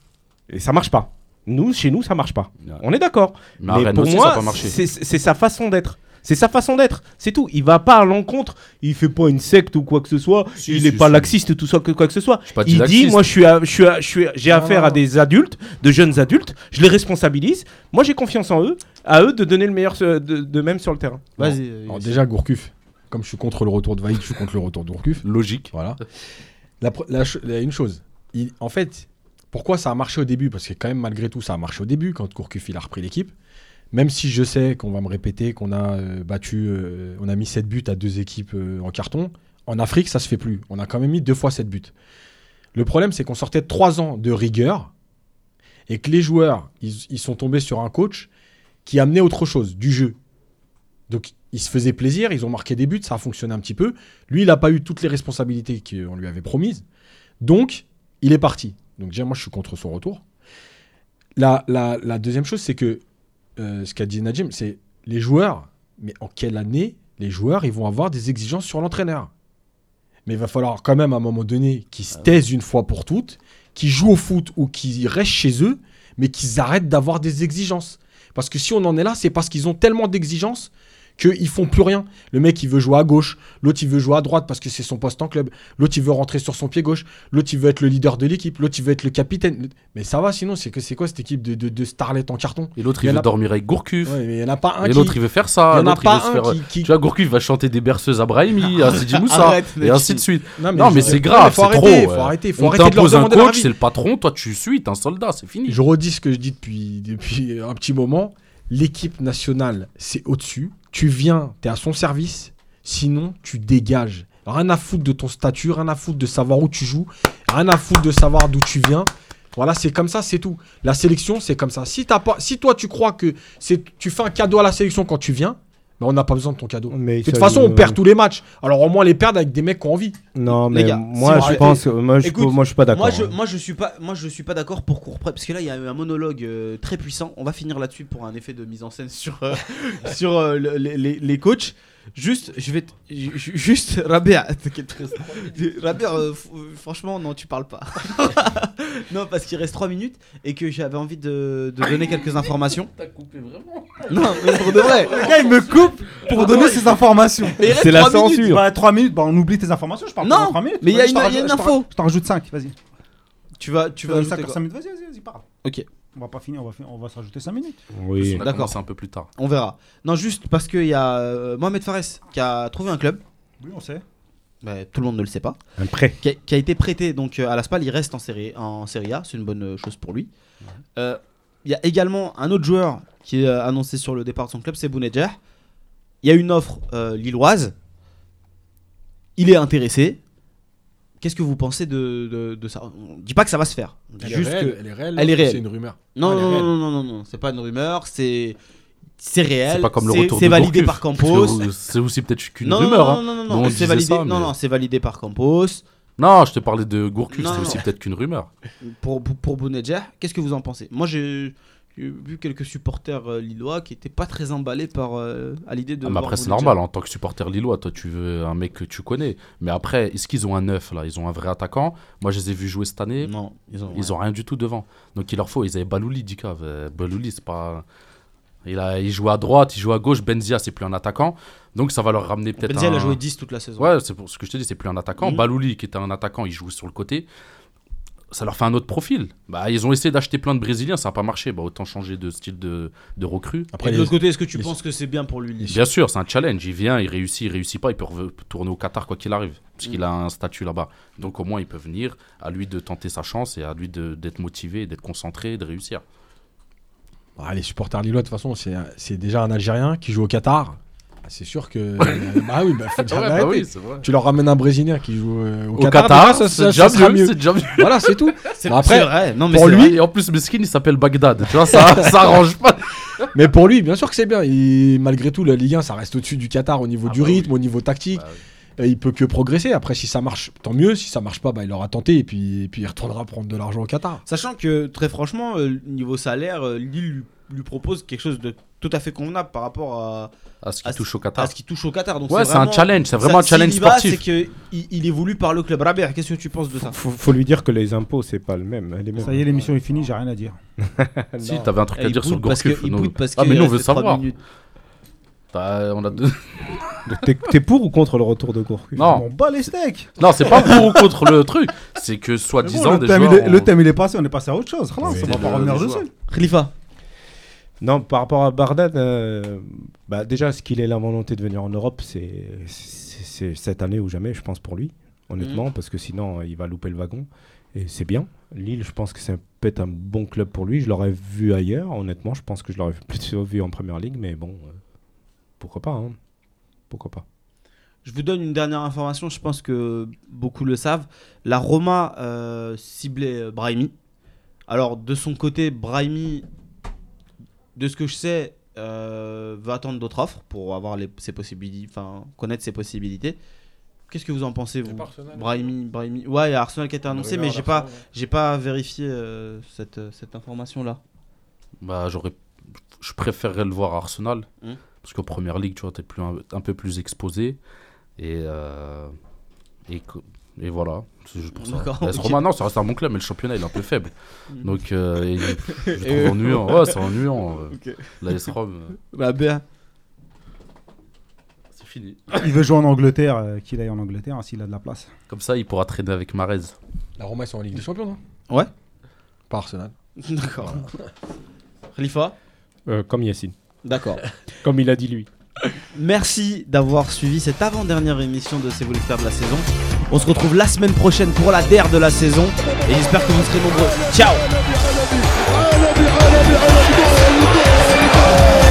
Speaker 5: Et ça marche pas. Nous, chez nous, ça marche pas.
Speaker 4: Ouais.
Speaker 5: On est d'accord.
Speaker 4: Mais à Rennes
Speaker 5: pour
Speaker 4: aussi, ça
Speaker 5: moi,
Speaker 4: a pas marché.
Speaker 5: c'est c'est sa façon d'être. C'est sa façon d'être, c'est tout. Il va pas à l'encontre, il fait pas une secte ou quoi que ce soit,
Speaker 4: Si,
Speaker 5: il
Speaker 4: si,
Speaker 5: est pas
Speaker 4: si.
Speaker 5: laxiste, tout ça, que- quoi que ce soit.
Speaker 4: suis pas
Speaker 5: il dit,
Speaker 4: laxiste.
Speaker 5: moi je suis, à- je suis, à- je suis- j'ai
Speaker 6: Non,
Speaker 5: affaire
Speaker 6: non,
Speaker 5: à
Speaker 6: non.
Speaker 5: des adultes, de jeunes adultes, je les responsabilise, moi j'ai confiance en eux, à eux de donner le meilleur euh, de, de même sur le terrain.
Speaker 6: Alors
Speaker 1: Vas-y. Youssef.
Speaker 6: Oh, déjà, Gourcuff, comme je suis contre le retour de Vaïd, je suis contre le retour de Gourcuff.
Speaker 4: Logique.
Speaker 6: Voilà. La, pro- la cho- la- une chose, il- en fait, pourquoi ça a marché au début Parce que quand même, malgré tout, ça a marché au début quand Gourcuff il a repris l'équipe. Même si je sais qu'on va me répéter qu'on a euh, battu, euh, on a mis 7 buts à deux équipes euh, en carton, en Afrique, ça se fait plus. On a quand même mis deux fois 7 buts. Le problème, c'est qu'on sortait de 3 ans de rigueur et que les joueurs, ils, ils sont tombés sur un coach qui amenait autre chose, du jeu. Donc, ils se faisaient plaisir, ils ont marqué des buts, ça a fonctionné un petit peu. Lui, il n'a pas eu toutes les responsabilités qu'on lui avait promises. Donc, il est parti. Donc, déjà, moi, je suis contre son retour. La, la- la deuxième chose, c'est que euh, ce qu'a dit Najim, c'est les joueurs. Mais en quelle année les joueurs ils vont avoir des exigences sur l'entraîneur Mais il va falloir quand même à un moment donné qu'ils se taisent une fois pour toutes, qu'ils jouent au foot ou qu'ils restent chez eux, mais qu'ils arrêtent d'avoir des exigences. Parce que si on en est là, c'est parce qu'ils ont tellement d'exigences qu'ils font plus rien. Le mec, il veut jouer à gauche, l'autre il veut jouer à droite parce que c'est son poste en club, l'autre il veut rentrer sur son pied gauche, l'autre il veut être le leader de l'équipe, l'autre il veut être le capitaine. Mais ça va sinon, c'est que c'est quoi cette équipe de, de, de starlets en carton
Speaker 4: Et l'autre,
Speaker 6: Il y
Speaker 4: il
Speaker 6: en
Speaker 4: veut
Speaker 6: a-
Speaker 4: dormir avec Gourcuff.
Speaker 6: Ouais, mais il n'y en a pas un
Speaker 4: Et
Speaker 6: qui.
Speaker 4: l'autre, il veut faire
Speaker 6: il
Speaker 4: ça.
Speaker 6: y en a
Speaker 4: L'autre, il veut
Speaker 6: pas
Speaker 4: se
Speaker 6: un
Speaker 4: faire.
Speaker 6: qui. qui-
Speaker 4: Tu vois, Gourcuff va chanter des berceuses à Brahimi, à Sidi Moussa,
Speaker 1: Arrête,
Speaker 4: et
Speaker 1: mec.
Speaker 4: ainsi de suite.
Speaker 6: mais
Speaker 4: Non, mais
Speaker 6: je-
Speaker 4: c'est grave,
Speaker 6: faut
Speaker 4: c'est
Speaker 6: arrêter,
Speaker 4: trop.
Speaker 6: Faut
Speaker 4: ouais.
Speaker 6: arrêter, faut
Speaker 4: On
Speaker 6: arrêter de leur
Speaker 4: t'impose un
Speaker 6: demander leur
Speaker 4: coach,
Speaker 6: avis.
Speaker 4: c'est le patron, toi tu suis, t'es un soldat, c'est fini.
Speaker 6: Je redis ce que je dis depuis, depuis un petit moment. L'équipe nationale, c'est au-dessus. Tu viens, tu es à son service. Sinon, tu dégages. Rien à foutre de ton statut, rien à foutre de savoir où tu joues, rien à foutre de savoir d'où tu viens. Voilà, c'est comme ça, c'est tout. La sélection, c'est comme ça. Si, t'as pas, si toi, tu crois que c'est, tu fais un cadeau à la sélection quand tu viens, ben, on n'a pas besoin de ton cadeau.
Speaker 5: Mais
Speaker 6: De toute façon, on perd tous les matchs. Alors, au moins, les perdre avec des mecs qui ont envie.
Speaker 5: Non,
Speaker 1: Les
Speaker 5: mais
Speaker 1: gars,
Speaker 5: moi,
Speaker 1: si vous
Speaker 5: je
Speaker 1: arrêtez-
Speaker 5: pense, moi, je,
Speaker 1: Écoute,
Speaker 5: moi, je suis pas d'accord.
Speaker 1: Moi je,
Speaker 5: hein.
Speaker 1: moi je suis pas moi je suis pas d'accord pour court prep parce que là il y a eu un monologue euh, très puissant. On va finir là-dessus pour un effet de mise en scène sur euh, sur euh, le- les, les- les coachs. Juste je vais te- ju- ju- juste Rabia t'inquiète pas. Rabia euh, f- euh, franchement non tu parles pas. non parce qu'il reste 3 minutes et que j'avais envie de, de donner quelques informations.
Speaker 4: T'as coupé vraiment
Speaker 1: Non mais pour de vrai.
Speaker 3: Le gars, il me coupe pour donner ses informations.
Speaker 1: Mais il reste
Speaker 5: C'est la
Speaker 1: trois minutes.
Speaker 5: censure.
Speaker 3: Bah, 3 minutes, bah, on oublie tes informations, je parle
Speaker 1: Non,
Speaker 3: pendant trois minutes.
Speaker 1: mais il y a
Speaker 3: Vas-y, je
Speaker 1: une-
Speaker 3: t'en
Speaker 1: il y a une
Speaker 3: rajoute- je t'en-
Speaker 1: info.
Speaker 3: Je t'en rajoute 5, vas-y.
Speaker 1: Tu vas tu
Speaker 3: Tu
Speaker 1: vas
Speaker 3: vas ça
Speaker 1: ajouter
Speaker 3: pour
Speaker 1: quoi
Speaker 3: 5 minutes, vas-y, vas-y, vas-y, parle.
Speaker 1: Ok.
Speaker 3: On va pas finir, on va, fin- on va se rajouter 5 minutes.
Speaker 5: Oui.
Speaker 1: D'accord.
Speaker 4: D'accord. C'est un peu plus tard.
Speaker 1: On verra. Non juste parce qu'il y a euh, Mohamed Fares qui a trouvé un club.
Speaker 3: Oui, on sait.
Speaker 1: Bah, tout le monde ne le sait pas.
Speaker 5: Un prêt.
Speaker 1: qui a, qui a été prêté donc euh, à la Spal, il reste en série, en série A, c'est une bonne euh, chose pour lui. Euh, Il y a également un autre joueur qui est euh, annoncé sur le départ de son club, c'est Bounedjah. Il y a une offre euh, lilloise, il est intéressé. Qu'est-ce que vous pensez de, de- de ça On dit pas que ça va se faire. On dit juste que-
Speaker 6: elle est réelle. hein,
Speaker 1: elle est réelle.
Speaker 6: C'est une rumeur.
Speaker 1: Non,
Speaker 6: Elle est
Speaker 1: non, non,
Speaker 6: réelle.
Speaker 1: non, non, non, non, c'est pas une rumeur, c'est c'est réel.
Speaker 4: C'est pas comme le
Speaker 1: c'est-
Speaker 4: retour de
Speaker 1: C'est validé
Speaker 4: Gourcuff,
Speaker 1: par
Speaker 4: parce
Speaker 1: Campos.
Speaker 4: que C'est aussi peut-être qu'une
Speaker 1: Non, non,
Speaker 4: rumeur. hein.
Speaker 1: non, non, non,
Speaker 4: Nous,
Speaker 1: non,
Speaker 4: on
Speaker 1: c'est
Speaker 4: disait
Speaker 1: validé,
Speaker 4: ça,
Speaker 1: non,
Speaker 4: mais-
Speaker 1: non, c'est validé par Campos.
Speaker 4: Non, je te parlais de Gourcuff,
Speaker 1: Non,
Speaker 4: c'est
Speaker 1: non.
Speaker 4: aussi peut-être qu'une rumeur.
Speaker 1: pour, pour, pour Bounedjah, qu'est-ce que vous en pensez Moi, j'ai j'ai vu quelques supporters euh, lillois qui étaient pas très emballés par, euh, à l'idée de.
Speaker 4: Ah, mais
Speaker 1: voir
Speaker 4: après, c'est
Speaker 1: Bounedjah.
Speaker 4: normal, en tant que supporter lillois, toi, tu veux un mec que tu connais. Mais après, est-ce qu'ils ont un neuf là Ils ont un vrai attaquant. Moi, je les ai vus jouer cette année.
Speaker 1: Non, ils ont.
Speaker 4: hein. Ils ont rien du tout devant. Donc, il leur faut. Ils avaient Balouli, Dicave. Euh, Balouli, c'est pas. Il, a, il joue à droite, il joue à gauche. Benzia, c'est plus un attaquant. Donc, ça va leur ramener peut-être.
Speaker 1: Benzia, il a
Speaker 4: un-
Speaker 1: joué 10 toute la saison.
Speaker 4: Ouais, c'est pour ce que je te dis, c'est plus un attaquant.
Speaker 1: Mhm.
Speaker 4: Balouli, qui était un attaquant, il joue sur le côté. Ça leur fait un autre profil. Bah, ils ont essayé d'acheter plein de Brésiliens, ça n'a pas marché. Bah, autant changer de style de, de recrue.
Speaker 1: Et
Speaker 6: Après,
Speaker 1: de
Speaker 6: les-
Speaker 1: l'autre côté, est-ce que tu
Speaker 6: ils-
Speaker 1: penses que c'est bien pour lui Lille
Speaker 4: Bien sûr, c'est un challenge. Il vient, il réussit, il réussit pas, il peut re- tourner au Qatar quoi qu'il arrive, parce qu'il a un statut là-bas. Donc au moins, il peut venir. À lui de tenter sa chance et à lui de- d'être motivé, d'être concentré, et de réussir.
Speaker 6: Ah, les supporters lillois, de toute façon, c'est c'est déjà un Algérien qui joue au Qatar. Ah, c'est sûr que. bah oui, bah, faut dire la vérité.
Speaker 4: c'est vrai.
Speaker 6: Tu leur ramènes un Brésilien qui joue euh, au,
Speaker 4: Au Qatar,
Speaker 6: déjà, ça-
Speaker 4: c'est
Speaker 6: ça-
Speaker 4: déjà
Speaker 6: ça sera
Speaker 4: mieux.
Speaker 6: mieux.
Speaker 4: C'est déjà mieux.
Speaker 6: Voilà, c'est tout.
Speaker 1: C'est
Speaker 6: Mais après,
Speaker 1: c'est vrai. Non, mais
Speaker 6: pour
Speaker 1: c'est
Speaker 6: lui-
Speaker 1: vrai.
Speaker 4: Et en plus, Meskin, il s'appelle Bagdad. Tu vois, ça, ça arrange pas.
Speaker 6: Mais pour lui, bien sûr que c'est bien. Il- malgré tout, la Ligue 1, ça reste au-dessus du Qatar au niveau
Speaker 4: Ah
Speaker 6: du
Speaker 4: bah oui.
Speaker 6: rythme, au niveau tactique.
Speaker 4: Bah
Speaker 6: Euh, Il peut que progresser. Après, si ça marche, tant mieux. Si ça marche pas, bah, il aura tenté et puis, et puis il retournera prendre de l'argent au Qatar.
Speaker 1: Sachant que très franchement, euh, niveau salaire, euh, Lille lui, lui propose quelque chose de tout à fait convenable par rapport à,
Speaker 4: À ce
Speaker 1: Ah,
Speaker 4: qui touche au
Speaker 1: à
Speaker 4: Qatar.
Speaker 1: ce qui touche au Qatar. Donc
Speaker 4: Ouais, c'est un
Speaker 1: vraiment-
Speaker 4: challenge. C'est vraiment un
Speaker 1: ça-
Speaker 4: challenge
Speaker 1: s'il y va,
Speaker 4: sportif.
Speaker 1: C'est qu'il il est voulu par le club. Rabert, qu'est-ce que tu penses de ça
Speaker 5: Faut, faut lui dire que les impôts, c'est pas le même. Les mêmes.
Speaker 3: Ça y est, l'émission est finie, j'ai rien à dire.
Speaker 4: Si, t'avais un truc
Speaker 1: Eh,
Speaker 4: à
Speaker 1: il
Speaker 4: dire sur
Speaker 1: boude parce que-
Speaker 4: Gourcuff.
Speaker 1: il
Speaker 4: non.
Speaker 1: boude parce
Speaker 4: Ah, mais
Speaker 1: qu'il
Speaker 4: nous, on veut
Speaker 1: reste trois
Speaker 4: savoir.
Speaker 1: minutes.
Speaker 4: Bah, on a deux-
Speaker 5: T'es t'es pour ou contre le retour de Gourcuff
Speaker 1: Oh.
Speaker 4: Non.
Speaker 3: On bat les steaks
Speaker 4: Non, c'est pas pour ou contre le truc. C'est que
Speaker 3: Mais
Speaker 4: soi-disant,
Speaker 3: bon,
Speaker 4: des
Speaker 3: le, thème,
Speaker 4: joueurs
Speaker 3: il est,
Speaker 4: ont-
Speaker 3: le thème, il est passé, on est passé à autre chose. Voilà,
Speaker 6: Oui.
Speaker 3: on va
Speaker 4: C'était
Speaker 3: pas
Speaker 4: le-
Speaker 3: revenir
Speaker 4: le
Speaker 3: dessus.
Speaker 4: joueur.
Speaker 1: Khalifa.
Speaker 5: Non, par rapport à Bardan, euh, bah déjà, ce qu'il ait la volonté de venir en Europe, c'est c'est- c'est cette année ou jamais, je pense, pour lui, honnêtement, parce que sinon, il va louper le wagon. Et c'est bien. Lille, je pense que c'est un- peut-être un bon club pour lui. Je l'aurais vu ailleurs, honnêtement. Je pense que je l'aurais plutôt vu en première ligue, mais bon, euh, pourquoi pas. hein. Pourquoi pas.
Speaker 1: Je vous donne une dernière information, je pense que beaucoup le savent. La Roma euh, ciblait euh, Brahimi. Alors, de son côté, Brahimi, de ce que je sais, euh, va attendre d'autres offres pour avoir les, ses possibilités, enfin, connaître ses possibilités. Qu'est-ce que vous en pensez, vous
Speaker 6: pas Arsenal,
Speaker 1: Brahimi, Brahimi. Ouais, il y a Arsenal qui a été annoncé, mais j'ai pas, j'ai pas vérifié euh, cette, cette information-là.
Speaker 4: Bah, j'aurais. Je préférerais le voir à Arsenal.
Speaker 1: Hmm.
Speaker 4: Parce qu'en première ligue, tu vois, t'es plus un, un peu plus exposé. Et. euh, et, co- et voilà. C'est juste pour ça.
Speaker 1: D'accord,
Speaker 4: Parce
Speaker 1: ok.
Speaker 4: Roma, non, ça reste un bon club, mais le championnat, il est un peu faible.
Speaker 1: Hmm.
Speaker 4: Donc, euh, et je je trouve ennuyant. Ouais, c'est ennuyant. euh,
Speaker 1: Ok.
Speaker 4: La S-Rom, euh,
Speaker 1: Bah, bien.
Speaker 4: c'est fini.
Speaker 3: Il veut jouer en Angleterre, euh, qu'il aille en Angleterre, hein, s'il a de la place.
Speaker 4: Comme ça, il pourra traîner avec Marez.
Speaker 6: La Roma, ils sont en Ligue des Champions, non
Speaker 1: Ouais.
Speaker 6: Pas Arsenal.
Speaker 1: D'accord. Khalifa
Speaker 5: Euh, comme Yacine.
Speaker 1: D'accord.
Speaker 5: Comme il a dit lui.
Speaker 1: Merci d'avoir suivi cette avant-dernière émission de C'est vous l'expert de la saison. On se retrouve la semaine prochaine pour la DER de la saison. Et j'espère que vous serez nombreux. Ciao